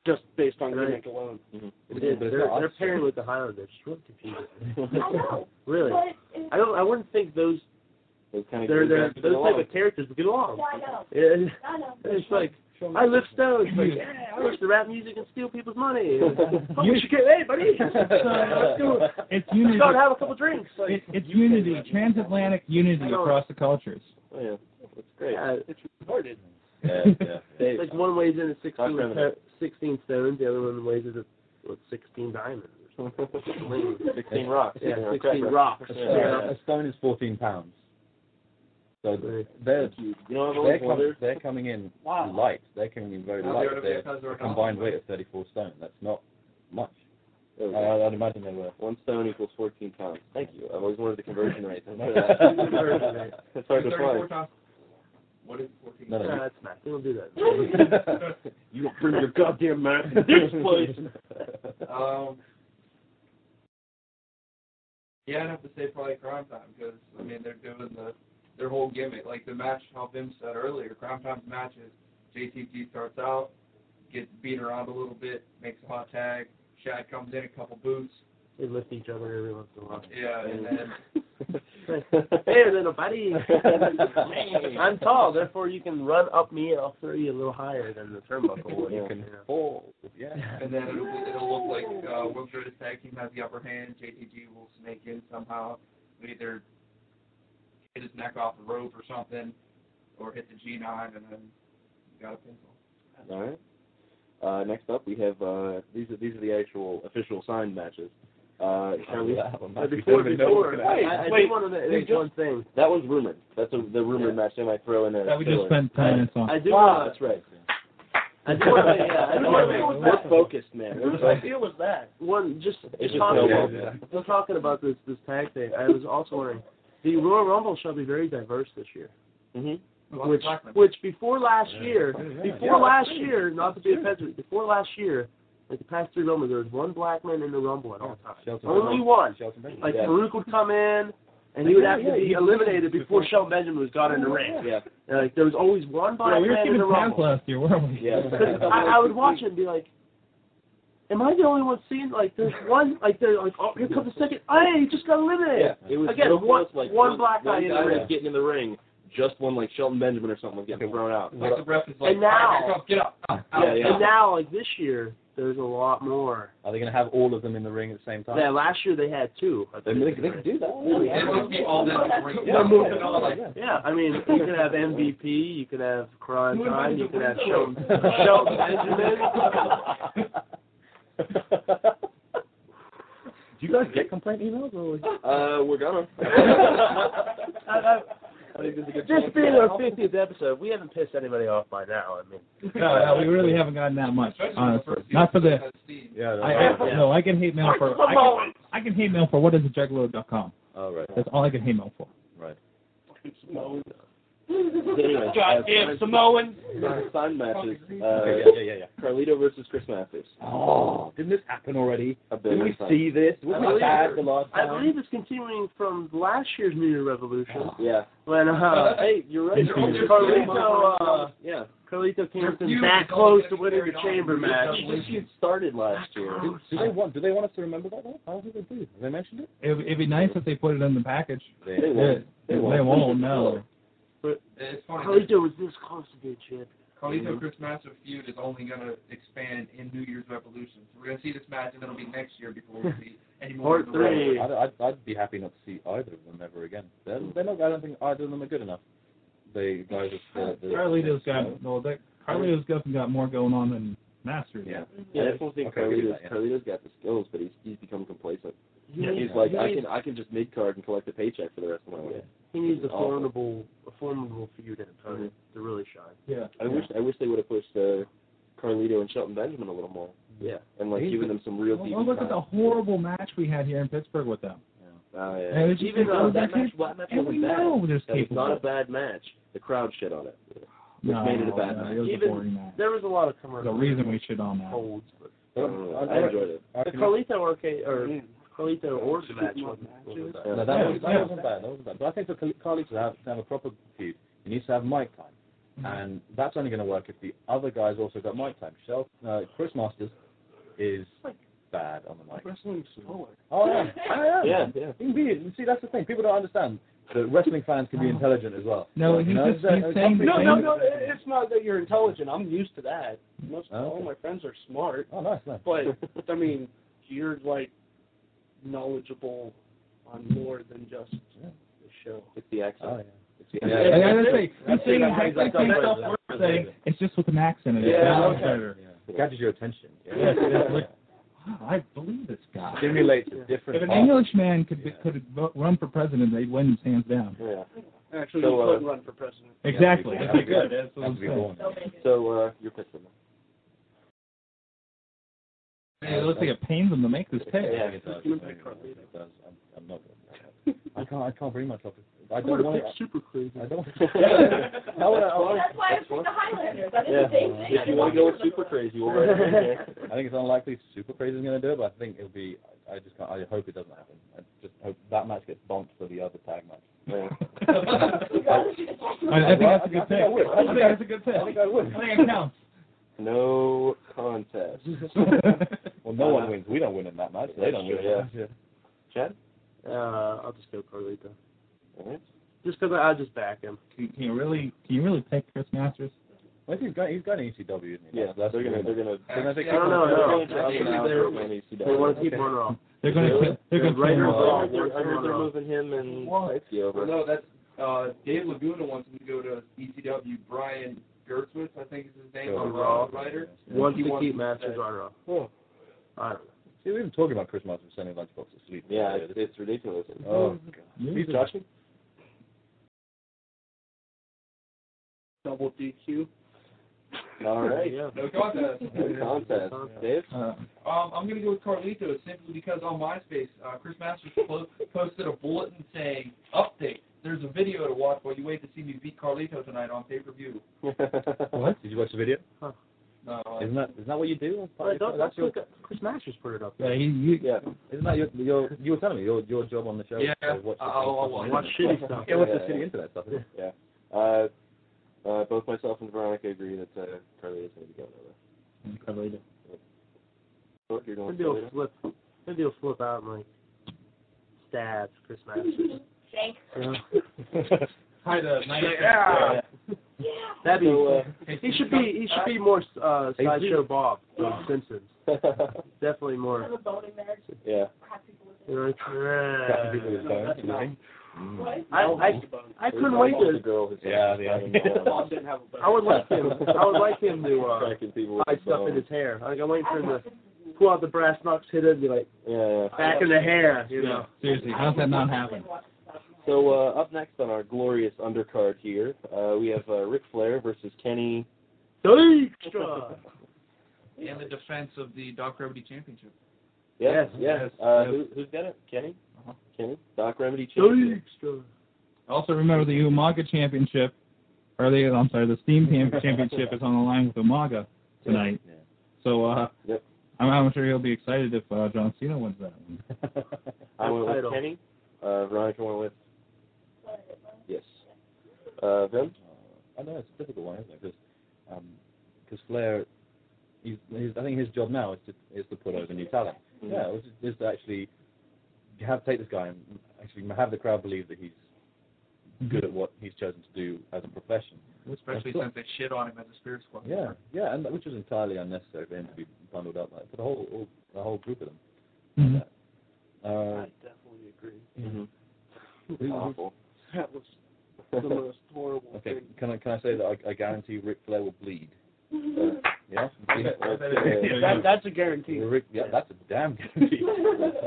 Speaker 13: Just based on
Speaker 6: Right.
Speaker 13: gimmick alone.
Speaker 6: It is. They're, they're pairing with the Highlanders. It's really confusing.
Speaker 12: I know,
Speaker 6: Really.
Speaker 12: but it's,
Speaker 6: I don't. I wouldn't think those.
Speaker 8: Those kind of
Speaker 6: They're, they're
Speaker 8: guys
Speaker 6: those
Speaker 8: along.
Speaker 6: type of characters would get along.
Speaker 12: yeah, I know,
Speaker 6: Yeah.
Speaker 12: I know.
Speaker 6: It's like I live Stones. Like yeah, I listen to rap music and steal people's money. oh, we should get hey buddy. So, let's do it. Let's
Speaker 5: It's unity.
Speaker 6: go and have a couple drinks. Like
Speaker 5: It, it's unity, transatlantic unity
Speaker 6: I know.
Speaker 5: across the cultures.
Speaker 8: Oh, yeah. That's great.
Speaker 6: yeah,
Speaker 13: Started.
Speaker 8: Yeah, yeah. Dave,
Speaker 6: it's like one weighs in at sixteen
Speaker 8: Not
Speaker 6: sto- sixteen stones, the other one weighs in at what, sixteen diamonds. or something.
Speaker 8: 16 rocks.
Speaker 6: yeah,
Speaker 8: They're
Speaker 6: sixteen
Speaker 8: crackers.
Speaker 6: rocks.
Speaker 3: A
Speaker 8: Yeah.
Speaker 3: stone, a stone is 14 pounds. So
Speaker 6: Right.
Speaker 3: they're,
Speaker 8: You know, I've
Speaker 3: they're,
Speaker 8: always
Speaker 3: com-
Speaker 8: wondered.
Speaker 3: they're coming in
Speaker 13: Wow.
Speaker 3: light. They're coming in very
Speaker 9: Now they're
Speaker 3: light.
Speaker 9: gonna be
Speaker 3: They're
Speaker 9: because they're
Speaker 3: a
Speaker 9: not-
Speaker 3: combined weight of 34 stone. That's not much.
Speaker 6: Oh,
Speaker 8: There we
Speaker 3: I,
Speaker 8: go.
Speaker 3: I'd imagine they were.
Speaker 8: Uh, One stone equals 14 pounds. Thank you. I've always wanted the conversion rate. That's hard
Speaker 3: Conversion
Speaker 8: to,
Speaker 3: rate.
Speaker 8: That's hard to
Speaker 9: 34
Speaker 8: find.
Speaker 9: times. What is 14?
Speaker 3: No,
Speaker 6: Nah,
Speaker 3: no,
Speaker 6: that's not. They don't do that.
Speaker 3: you don't bring your goddamn mask to this place.
Speaker 9: Um, yeah, I'd have to say probably Crime Time because I mean they're doing the their whole gimmick, like the match how Bim said earlier. Crime Time's matches, JTG starts out, gets beat around a little bit, makes a hot tag. Shad comes in a couple boots,
Speaker 6: They lift each other every once in a while.
Speaker 9: yeah, and then
Speaker 6: Hey, little buddy. I'm tall, therefore you can run up me and I'll throw you a little higher than the turnbuckle would.
Speaker 3: you can fall. Yeah.
Speaker 9: and then it'll, be- it'll look like uh, World's Greatest Tag Team has the upper hand. JTG will snake in somehow, either hit his neck off the rope or something, or hit the G9 and then you got a pencil.
Speaker 8: All right. Uh, next up, we have uh, these are these are the actual official signed matches. Uh,
Speaker 3: Oh,
Speaker 8: shall we?
Speaker 6: Uh, before, before, I, I do want to make one thing.
Speaker 8: That was rumored. That's a, the rumored match they might throw in there.
Speaker 5: That we just spent 10 minutes on.
Speaker 6: I do
Speaker 8: Wow,
Speaker 6: wanna-
Speaker 8: that's right.
Speaker 6: I do want to, yeah, I do want to make
Speaker 8: We're focused, man. We're focused.
Speaker 6: was that? One, just
Speaker 8: It's just
Speaker 6: talking,
Speaker 8: no
Speaker 6: about,
Speaker 8: one.
Speaker 6: just talking about this this tag thing. I was also wondering, the Royal Rumble shall be very diverse this year.
Speaker 8: Mhm.
Speaker 6: Which, which before last year, before last year, not to be offensive, before last year, like the past three Rumbles, there was one black man in the Rumble at all times. Only one. Like
Speaker 8: Yeah.
Speaker 6: Farouk would come in, and he would
Speaker 8: Yeah,
Speaker 6: have to
Speaker 8: yeah,
Speaker 6: be
Speaker 8: he-
Speaker 6: eliminated before Shelton Benjamin was got in the ring.
Speaker 8: Yeah.
Speaker 6: And, like there was always one black
Speaker 5: Yeah, we were
Speaker 6: man in
Speaker 5: keeping
Speaker 6: the
Speaker 5: tabs
Speaker 6: Rumble.
Speaker 5: last year, weren't we?
Speaker 8: Yeah.
Speaker 6: I, I would watch it and be like, "Am I the only one seeing like there's one like there like oh here comes the second hey he just got eliminated
Speaker 8: Yeah. It was
Speaker 6: again
Speaker 8: real
Speaker 6: one
Speaker 8: close, like
Speaker 6: one black guy
Speaker 8: one
Speaker 6: in
Speaker 8: guy
Speaker 6: the
Speaker 8: was
Speaker 6: ring
Speaker 8: getting in the ring. Just one like Shelton Benjamin or something was getting thrown out.
Speaker 9: Like the ref is like,
Speaker 6: And now-
Speaker 9: "All right, get up, get up.
Speaker 8: Yeah, yeah.
Speaker 6: and now like this year there's a lot more
Speaker 3: Are they going to have all of them in the ring at the same time?
Speaker 6: yeah last year they had two I
Speaker 3: They,
Speaker 6: think.
Speaker 3: they, they could do that.
Speaker 9: It must be all this great.
Speaker 3: Yeah.
Speaker 9: moving on. Like,
Speaker 6: yeah I mean you could have MVP you could have Crime Time you could have Shelton Shelton Benjamin
Speaker 3: Do you guys get complaint emails? Or
Speaker 8: Uh, we're gonna.
Speaker 6: I, I, this being our 50th episode we haven't pissed anybody off by now I mean
Speaker 5: No, no, we really haven't gotten that much, honestly. Not for the.
Speaker 3: yeah,
Speaker 5: I, I, no, I can hate mail for. I can, I can hate mail for what is it, juggalo.com.
Speaker 3: All right.
Speaker 5: That's all I can hate mail for.
Speaker 8: Anyway,
Speaker 13: Goddamn Samoan.
Speaker 8: uh, signed matches. Uh,
Speaker 3: Okay, yeah, yeah, yeah, yeah.
Speaker 8: Carlito versus Chris Masters.
Speaker 3: Oh, didn't this happen already?
Speaker 8: A
Speaker 3: Didn't
Speaker 8: billion
Speaker 3: we
Speaker 8: times.
Speaker 3: see this?
Speaker 6: I
Speaker 3: Wasn't
Speaker 6: believe
Speaker 3: it bad
Speaker 6: it-
Speaker 3: the last
Speaker 6: I
Speaker 3: time?
Speaker 6: believe it's continuing from last year's New Year Revolution
Speaker 8: Yeah.
Speaker 6: when uh,
Speaker 8: Hey, you're right.
Speaker 5: They're only-
Speaker 6: Carlito uh,
Speaker 8: Yeah.
Speaker 6: Carlito Kingston
Speaker 9: feud
Speaker 6: that
Speaker 9: is
Speaker 6: close
Speaker 9: all
Speaker 6: to winning the
Speaker 9: carried on.
Speaker 6: chamber match.
Speaker 8: This feud started last year.
Speaker 3: Do, do they want? Do they want us to remember that? though? I don't think they do. Have they mentioned it?
Speaker 5: It, it'd be nice if they put it in the package.
Speaker 8: They won't.
Speaker 5: They, they
Speaker 8: They won't.
Speaker 5: won't. No.
Speaker 9: It's funny.
Speaker 6: Carlito was this close to being champion.
Speaker 9: Carlito Chris Master feud is only going to expand in New Year's resolutions. We're going to see this match, and it'll be next year before we see any more.
Speaker 6: Part three.
Speaker 3: I'd, I'd, I'd be happy not to see either of them ever again. They're, they're not. I don't think either of them are good enough. They guys are. The, the,
Speaker 5: Carlito's got. Well, that, Carlito's got, got more going on than Masters.
Speaker 3: Yeah.
Speaker 8: Yeah, that's one thing.
Speaker 3: Okay, I'll give you
Speaker 8: Carlito's,
Speaker 3: that, yeah.
Speaker 8: Carlito's got the skills, but he's he's become complacent.
Speaker 6: He needs-
Speaker 8: He's like,
Speaker 6: he
Speaker 8: I
Speaker 6: needs-
Speaker 8: can I can just mid card and collect a paycheck for the rest of my
Speaker 13: Oh,
Speaker 8: life.
Speaker 6: He needs a
Speaker 8: Awful.
Speaker 6: formidable, a formidable feud in opponent to really shine.
Speaker 5: Yeah.
Speaker 8: I wish I wish they would have pushed uh, Carlito and Shelton Benjamin a little more
Speaker 6: Yeah.
Speaker 8: and like
Speaker 5: He's
Speaker 8: given
Speaker 5: the-
Speaker 8: them some real deep.
Speaker 5: Well, look at the horrible match we had here in Pittsburgh with them.
Speaker 8: Oh, yeah.
Speaker 5: And it's
Speaker 6: Even
Speaker 5: just-
Speaker 6: though
Speaker 5: that
Speaker 6: that match,
Speaker 5: can't-
Speaker 6: that match
Speaker 5: and we
Speaker 6: wasn't bad.
Speaker 5: know there's
Speaker 8: That was
Speaker 5: capable.
Speaker 8: not a bad match. The crowd shit on it. Which
Speaker 5: no,
Speaker 8: made it a bad
Speaker 5: no,
Speaker 8: match. Oh,
Speaker 5: It was
Speaker 6: Even-
Speaker 5: a boring match.
Speaker 6: There was a lot of
Speaker 5: There's a
Speaker 6: commercial
Speaker 5: reason we shit on that.
Speaker 6: holds, but
Speaker 8: I, don't know.
Speaker 3: uh,
Speaker 8: I enjoyed it.
Speaker 6: the Carlito arcade or Carlito or the match wasn't, wasn't bad.
Speaker 8: Yeah.
Speaker 3: No, that,
Speaker 5: Yeah,
Speaker 3: was, that
Speaker 5: yeah.
Speaker 3: wasn't bad. That wasn't bad. But I think for Khal- Khalid to have, to have a proper feud, he needs to have mic time.
Speaker 5: Mm-hmm.
Speaker 3: And that's only going to work if the other guys also got mic time. Shel, uh, Chris Masters is bad on the mic.
Speaker 13: Wrestling Samoan.
Speaker 3: Oh, yeah. I am.
Speaker 8: Yeah, yeah.
Speaker 3: He can be, you see, that's the thing. People don't understand that wrestling fans can be intelligent as well.
Speaker 5: Oh. No,
Speaker 3: You
Speaker 5: he's
Speaker 3: know,
Speaker 5: just-
Speaker 3: it's a-
Speaker 5: he's
Speaker 3: it's
Speaker 5: saying-
Speaker 3: something-
Speaker 13: No, no, no. it- It's not that you're intelligent. I'm used to that. Most all
Speaker 3: Okay.
Speaker 13: my friends are smart,
Speaker 3: Oh, nice, nice.
Speaker 13: but I mean, you're like knowledgeable on more than just the show.
Speaker 8: It's the accent.
Speaker 3: Oh, yeah.
Speaker 8: It's the
Speaker 3: Yeah.
Speaker 8: accent.
Speaker 5: Yeah,
Speaker 3: that's
Speaker 5: that's
Speaker 3: it.
Speaker 5: right. He's
Speaker 3: That's
Speaker 5: saying
Speaker 3: it.
Speaker 5: exactly
Speaker 3: That's
Speaker 5: the same
Speaker 3: it.
Speaker 5: stuff
Speaker 3: That's
Speaker 5: we're
Speaker 3: it.
Speaker 5: saying. It's just with an accent. It
Speaker 3: Yeah,
Speaker 5: sounds
Speaker 3: okay.
Speaker 5: better.
Speaker 3: It catches your attention. Yeah.
Speaker 5: Yes, it's like, wow, I believe this guy.
Speaker 3: Stimulates a
Speaker 5: If
Speaker 3: different.
Speaker 5: an
Speaker 3: part.
Speaker 5: Englishman could
Speaker 3: Yeah.
Speaker 5: could vote- run for president, they'd win hands down.
Speaker 8: Yeah.
Speaker 13: Actually,
Speaker 8: So,
Speaker 13: you could
Speaker 8: uh,
Speaker 13: run for president.
Speaker 5: Exactly.
Speaker 3: Yeah,
Speaker 5: That'd
Speaker 3: that'd
Speaker 5: be
Speaker 3: be good.
Speaker 5: good. That's what
Speaker 3: Have
Speaker 5: I'm
Speaker 3: to be
Speaker 5: saying.
Speaker 3: born.
Speaker 8: So uh, you're pissing.
Speaker 5: It looks like it pains them to make this pick.
Speaker 3: Yeah, it does. It does. I'm, I'm not gonna. I can't. I can't bring myself. to- I
Speaker 6: I would
Speaker 3: don't
Speaker 6: have
Speaker 3: want
Speaker 6: picked
Speaker 3: to.
Speaker 6: super crazy.
Speaker 3: I don't. I wanna- I wanna-
Speaker 12: That's why I picked the Highlanders. I did
Speaker 8: Yeah.
Speaker 12: the same thing.
Speaker 8: If you want to go with super crazy, we'll write it in there.
Speaker 3: I think it's unlikely Super Crazy is going to do it, but I think it'll be. I, I just can't. I hope it doesn't happen. I just hope that match gets bumped for the other tag match.
Speaker 8: Yeah.
Speaker 5: I, I think that's a
Speaker 3: I
Speaker 5: good
Speaker 3: think
Speaker 5: pick.
Speaker 3: I would.
Speaker 5: I think that's a good pick.
Speaker 3: I think I would.
Speaker 5: I think it counts.
Speaker 8: No contest.
Speaker 3: Well, no
Speaker 8: Uh,
Speaker 3: one wins. We don't win in that match. They
Speaker 8: that's
Speaker 3: don't
Speaker 8: true,
Speaker 3: win. in
Speaker 8: yeah.
Speaker 3: that match.
Speaker 8: Chad?
Speaker 6: Uh, I'll just go Carlito.
Speaker 8: All right.
Speaker 6: Just because I'll just back him.
Speaker 5: can, can you really can you really pick Chris Masters?
Speaker 3: Well, he's got he's got an ECW. Isn't he?
Speaker 8: Yeah,
Speaker 3: that's
Speaker 8: they're gonna, they're gonna.
Speaker 3: Then I think-
Speaker 9: Yeah,
Speaker 6: No, no,
Speaker 8: they're
Speaker 6: no.
Speaker 8: gonna drop him out for Manny
Speaker 6: They
Speaker 8: Seidel.
Speaker 6: want to keep one off.
Speaker 5: They're going
Speaker 8: Really?
Speaker 5: to they're going to
Speaker 6: Right
Speaker 5: play
Speaker 6: or
Speaker 5: him
Speaker 6: wrong?
Speaker 5: off.
Speaker 8: I heard they're- I heard they're moving him and
Speaker 9: Well,
Speaker 8: Lipsky over.
Speaker 9: No, that's uh, Dave Laguna wants him to go to ECW.
Speaker 6: Edge on Raw. I don't know.
Speaker 3: See, we've been talking about Chris Martin sending lunchbox to sleep.
Speaker 8: Yeah, it's, it's ridiculous.
Speaker 3: Oh, God.
Speaker 8: Steve Joshman?
Speaker 13: Double DQ.
Speaker 8: All right.
Speaker 9: No contest.
Speaker 8: No contest. Dave?
Speaker 5: Uh,
Speaker 9: Um, I'm going to go with Carlito simply because on MySpace, uh, Chris Masters po- posted a bulletin saying, update, there's a video to watch while you wait to see me beat Carlito tonight on pay-per-view. Uh,
Speaker 3: what? Did you watch the video?
Speaker 9: No, I-
Speaker 3: Isn't that isn't that what you do?
Speaker 6: Well, don't-
Speaker 3: that's
Speaker 6: let's
Speaker 3: your,
Speaker 6: look at- Chris Masters put it up.
Speaker 3: yeah, you, you, yeah. Isn't that your, your you were telling me your your job on the show?
Speaker 9: Yeah.
Speaker 3: was watch the-
Speaker 9: I'll- I'll watch
Speaker 3: watch the
Speaker 6: it.
Speaker 3: internet
Speaker 6: Watch shitty stuff.
Speaker 3: Yeah, watch
Speaker 8: Yeah,
Speaker 3: the shitty
Speaker 8: yeah.
Speaker 3: internet stuff. isn't it?
Speaker 8: Yeah. Uh, uh, both myself and Veronica agree that uh, Carly is going to be going over.
Speaker 5: Incredible.
Speaker 8: Thorpe, you're going
Speaker 6: Maybe
Speaker 8: to
Speaker 6: he'll flip. Maybe he'll flip out and like stab Chris Masters.
Speaker 12: Shank.
Speaker 6: Yeah.
Speaker 9: Hi, the
Speaker 6: Yeah. That'd be.
Speaker 8: So,
Speaker 6: he should be. He should be more uh,
Speaker 3: Hey,
Speaker 6: sideshow
Speaker 3: dude.
Speaker 6: Bob from Simpsons.
Speaker 8: Florida.
Speaker 6: Definitely
Speaker 12: Have
Speaker 6: more.
Speaker 12: a bone in there.
Speaker 8: yeah.
Speaker 12: Crack people with it.
Speaker 6: You know,
Speaker 3: Got people with
Speaker 6: it's-
Speaker 3: phones, you think?
Speaker 12: What?
Speaker 6: I, I, I couldn't wait
Speaker 8: Almost
Speaker 6: to.
Speaker 8: a girl who's
Speaker 3: Mm. Yeah, yeah.
Speaker 13: Bob didn't have a better.
Speaker 6: I would like him. I would like him to uh,
Speaker 8: Cracking people with
Speaker 6: hide
Speaker 8: a
Speaker 6: stuff in
Speaker 8: bone.
Speaker 6: his hair. Like I'm waiting for him to pull out the brass knucks, hit it, and be like
Speaker 8: Yeah, yeah.
Speaker 6: back in the hair. You know.
Speaker 5: Seriously, how's that not happen?
Speaker 8: So uh, up next on our glorious undercard here, uh, we have uh, Ric Flair versus Kenny.
Speaker 6: Dykstra.
Speaker 9: in the defense of the Doc Remedy Championship.
Speaker 8: Yeah,
Speaker 6: Yes,
Speaker 8: yeah.
Speaker 6: yes,
Speaker 8: uh,
Speaker 6: yes.
Speaker 8: Who, who's got it? Kenny.
Speaker 5: Uh-huh.
Speaker 8: Kenny. Doc Remedy champion.
Speaker 6: Dykstra.
Speaker 5: Also, remember the Umaga Championship, or the I'm sorry, the Steam Team Championship is on the line with Umaga tonight.
Speaker 8: Yeah.
Speaker 5: So uh,
Speaker 8: Yep.
Speaker 5: I'm, I'm sure he'll be excited if uh, John Cena wins that one.
Speaker 8: I went with
Speaker 6: Title.
Speaker 8: Kenny. Uh, Veronica went with. Yes. Uh, Vim.
Speaker 3: I know it's a difficult one, isn't it? Because Flair, he's, he's, I think his job now is to is to put over new talent.
Speaker 8: Mhm.
Speaker 3: Yeah, it's just- just to actually have take this guy and actually have the crowd believe that he's good at what he's chosen to do as a profession.
Speaker 9: Especially
Speaker 3: That's
Speaker 9: since they shit on him as a spirit squad.
Speaker 3: Yeah, yeah, and which was entirely unnecessary for him to be bundled up like for the whole all, the whole group of them.
Speaker 5: Mhm.
Speaker 3: Uh,
Speaker 13: definitely agree.
Speaker 8: Mm-hmm. Awful.
Speaker 13: That was the most horrible
Speaker 3: okay,
Speaker 13: thing.
Speaker 3: can I can I say that I, I guarantee Ric Flair will bleed? Yeah,
Speaker 13: That, that's a guarantee.
Speaker 3: Ric, yeah, that's a damn guarantee.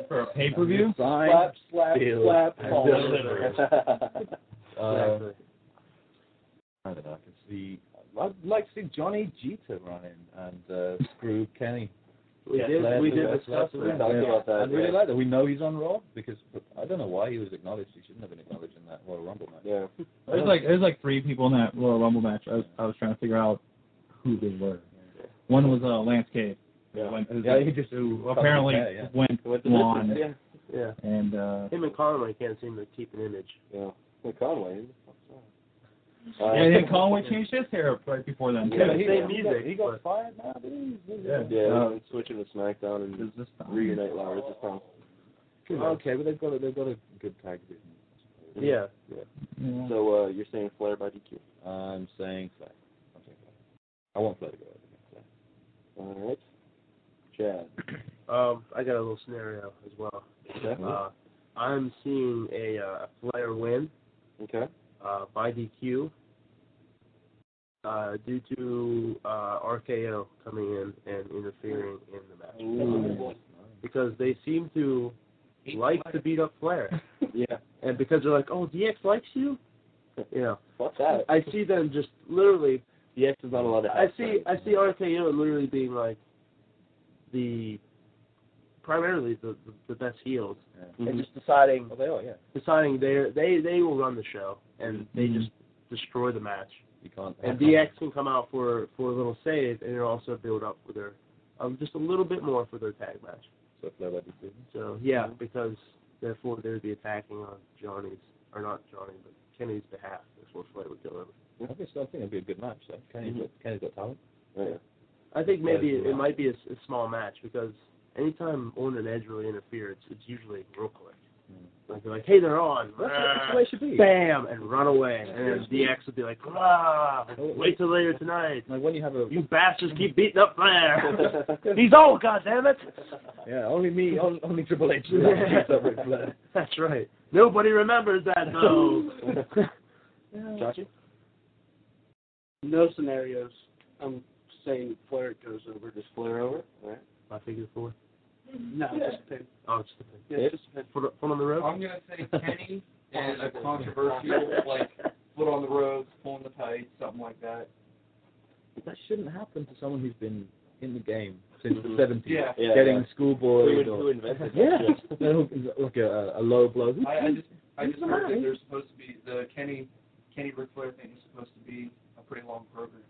Speaker 5: For a pay per view?
Speaker 3: Sign,
Speaker 13: Slap, slap,
Speaker 3: Bill
Speaker 13: slap,
Speaker 3: and
Speaker 13: fall.
Speaker 3: deliver. Uh,
Speaker 6: Exactly.
Speaker 3: I don't know. I can see. I'd like to see Johnny Jeter run in and uh, screw Kenny.
Speaker 6: We
Speaker 3: Yeah,
Speaker 6: did.
Speaker 3: Flair
Speaker 6: We
Speaker 3: to
Speaker 6: did
Speaker 3: Ric
Speaker 6: discuss
Speaker 3: Flair.
Speaker 6: that.
Speaker 8: Talked about that,
Speaker 3: I'd really
Speaker 8: yeah.
Speaker 3: like that. We know he's on Raw because but I don't know why he was acknowledged. He shouldn't have been acknowledged in that Royal Rumble match.
Speaker 8: Yeah.
Speaker 5: There's like there's like three people in that Royal Rumble match. I was, I was trying to figure out who they were. One was uh, Lance Cage.
Speaker 8: Yeah.
Speaker 5: Went- who-
Speaker 3: Yeah, he just-
Speaker 5: who apparently
Speaker 3: Yeah, yeah.
Speaker 5: went
Speaker 8: Went the
Speaker 5: blonde
Speaker 8: distance, Yeah.
Speaker 6: Yeah.
Speaker 5: and uh,
Speaker 6: Him and Conway can't seem to keep an image.
Speaker 8: Yeah. Well, Conway. who the fuck's that? Uh,
Speaker 5: yeah, then Conway changed his hair up right before then.
Speaker 8: Yeah,
Speaker 5: too.
Speaker 8: he-
Speaker 6: Same
Speaker 8: he
Speaker 6: music.
Speaker 3: He
Speaker 6: but-
Speaker 3: got fired now, did he?
Speaker 5: Yeah.
Speaker 8: Yeah,
Speaker 5: Uh,
Speaker 8: they've been switching to SmackDown and
Speaker 5: Is this the-
Speaker 8: reunite Lawler at this time.
Speaker 3: Okay, but they've got a, they've got a good tag division.
Speaker 6: yeah.
Speaker 5: Yeah.
Speaker 8: So uh, you're saying Flair by DQ.
Speaker 3: I'm saying Flair. I'm saying Flair. I want Flair to go over there.
Speaker 8: All right. Chad.
Speaker 6: Um, I got a little scenario as well.
Speaker 8: Okay.
Speaker 6: Uh, I'm seeing a uh, Flair win
Speaker 8: Okay.
Speaker 6: uh, by DQ uh, due to uh, RKO coming in and interfering in the match because they seem to like to beat up Flair,
Speaker 8: Yeah.
Speaker 6: and because they're like, "Oh, DX likes you," you know.
Speaker 8: Fuck that.
Speaker 6: I see them just literally
Speaker 8: DX is not allowed to.
Speaker 6: I
Speaker 8: have
Speaker 6: see
Speaker 8: friends.
Speaker 6: I see RKO literally being like the primarily the the, the best heels and
Speaker 8: Mhm.
Speaker 6: just deciding
Speaker 3: Well, they are, yeah.
Speaker 6: deciding they they they will run the show and they
Speaker 3: Mm-hmm.
Speaker 5: Mhm.
Speaker 6: just destroy the match
Speaker 3: You can't.
Speaker 6: and DX can come out for for a little save and it'll also build up with their um just a little bit more for their tag match
Speaker 3: So Flair by DQ.
Speaker 6: so yeah because therefore they would be attacking on Johnny's or not Johnny but Kenny's behalf that's what Flair would do over.
Speaker 3: I think so. I think it'd be a good match. Though. Kenny's,
Speaker 8: Mhm.
Speaker 3: got, Kenny's got talent.
Speaker 8: Yeah.
Speaker 6: I think maybe it,
Speaker 3: Yeah.
Speaker 6: it might be a, s- a small match because anytime on and edge really interfere, it's, it's usually real quick. Like they're like, hey, they're on.
Speaker 3: Mm.
Speaker 6: Ah,
Speaker 3: That's, what- that's the way it should be.
Speaker 6: Bam and run away, and then DX would be like, ah,
Speaker 3: Oh,
Speaker 6: wait till later tonight.
Speaker 3: Like when you have a
Speaker 6: You bastards keep beating up Flair. He's old, goddammit.
Speaker 3: yeah, only me, only, only Triple H.
Speaker 6: That's right. Nobody remembers that though.
Speaker 8: Chachi?
Speaker 13: No scenarios. I'm saying Flair goes over.
Speaker 8: Just flare over. All right.
Speaker 6: My figure four.
Speaker 13: No, just a pin.
Speaker 6: Oh, it's the
Speaker 13: Yeah,
Speaker 8: Yep.
Speaker 13: just a pin.
Speaker 6: Foot, foot on the road.
Speaker 9: I'm gonna say Kenny and a controversial like foot on the road, pulling the tights, something like that.
Speaker 3: That shouldn't happen to someone who's been in the game since
Speaker 6: Mm-hmm.
Speaker 3: the 70s.
Speaker 9: Yeah.
Speaker 8: Yeah,
Speaker 3: Getting
Speaker 8: yeah. Who,
Speaker 3: schoolboy.
Speaker 8: in- who invented that
Speaker 3: Yeah.
Speaker 8: shit?
Speaker 3: No, like a, a low blow.
Speaker 9: I, I just I just heard that there's supposed to be the Kenny Kenny Ric Flair thing is supposed to be a pretty long program,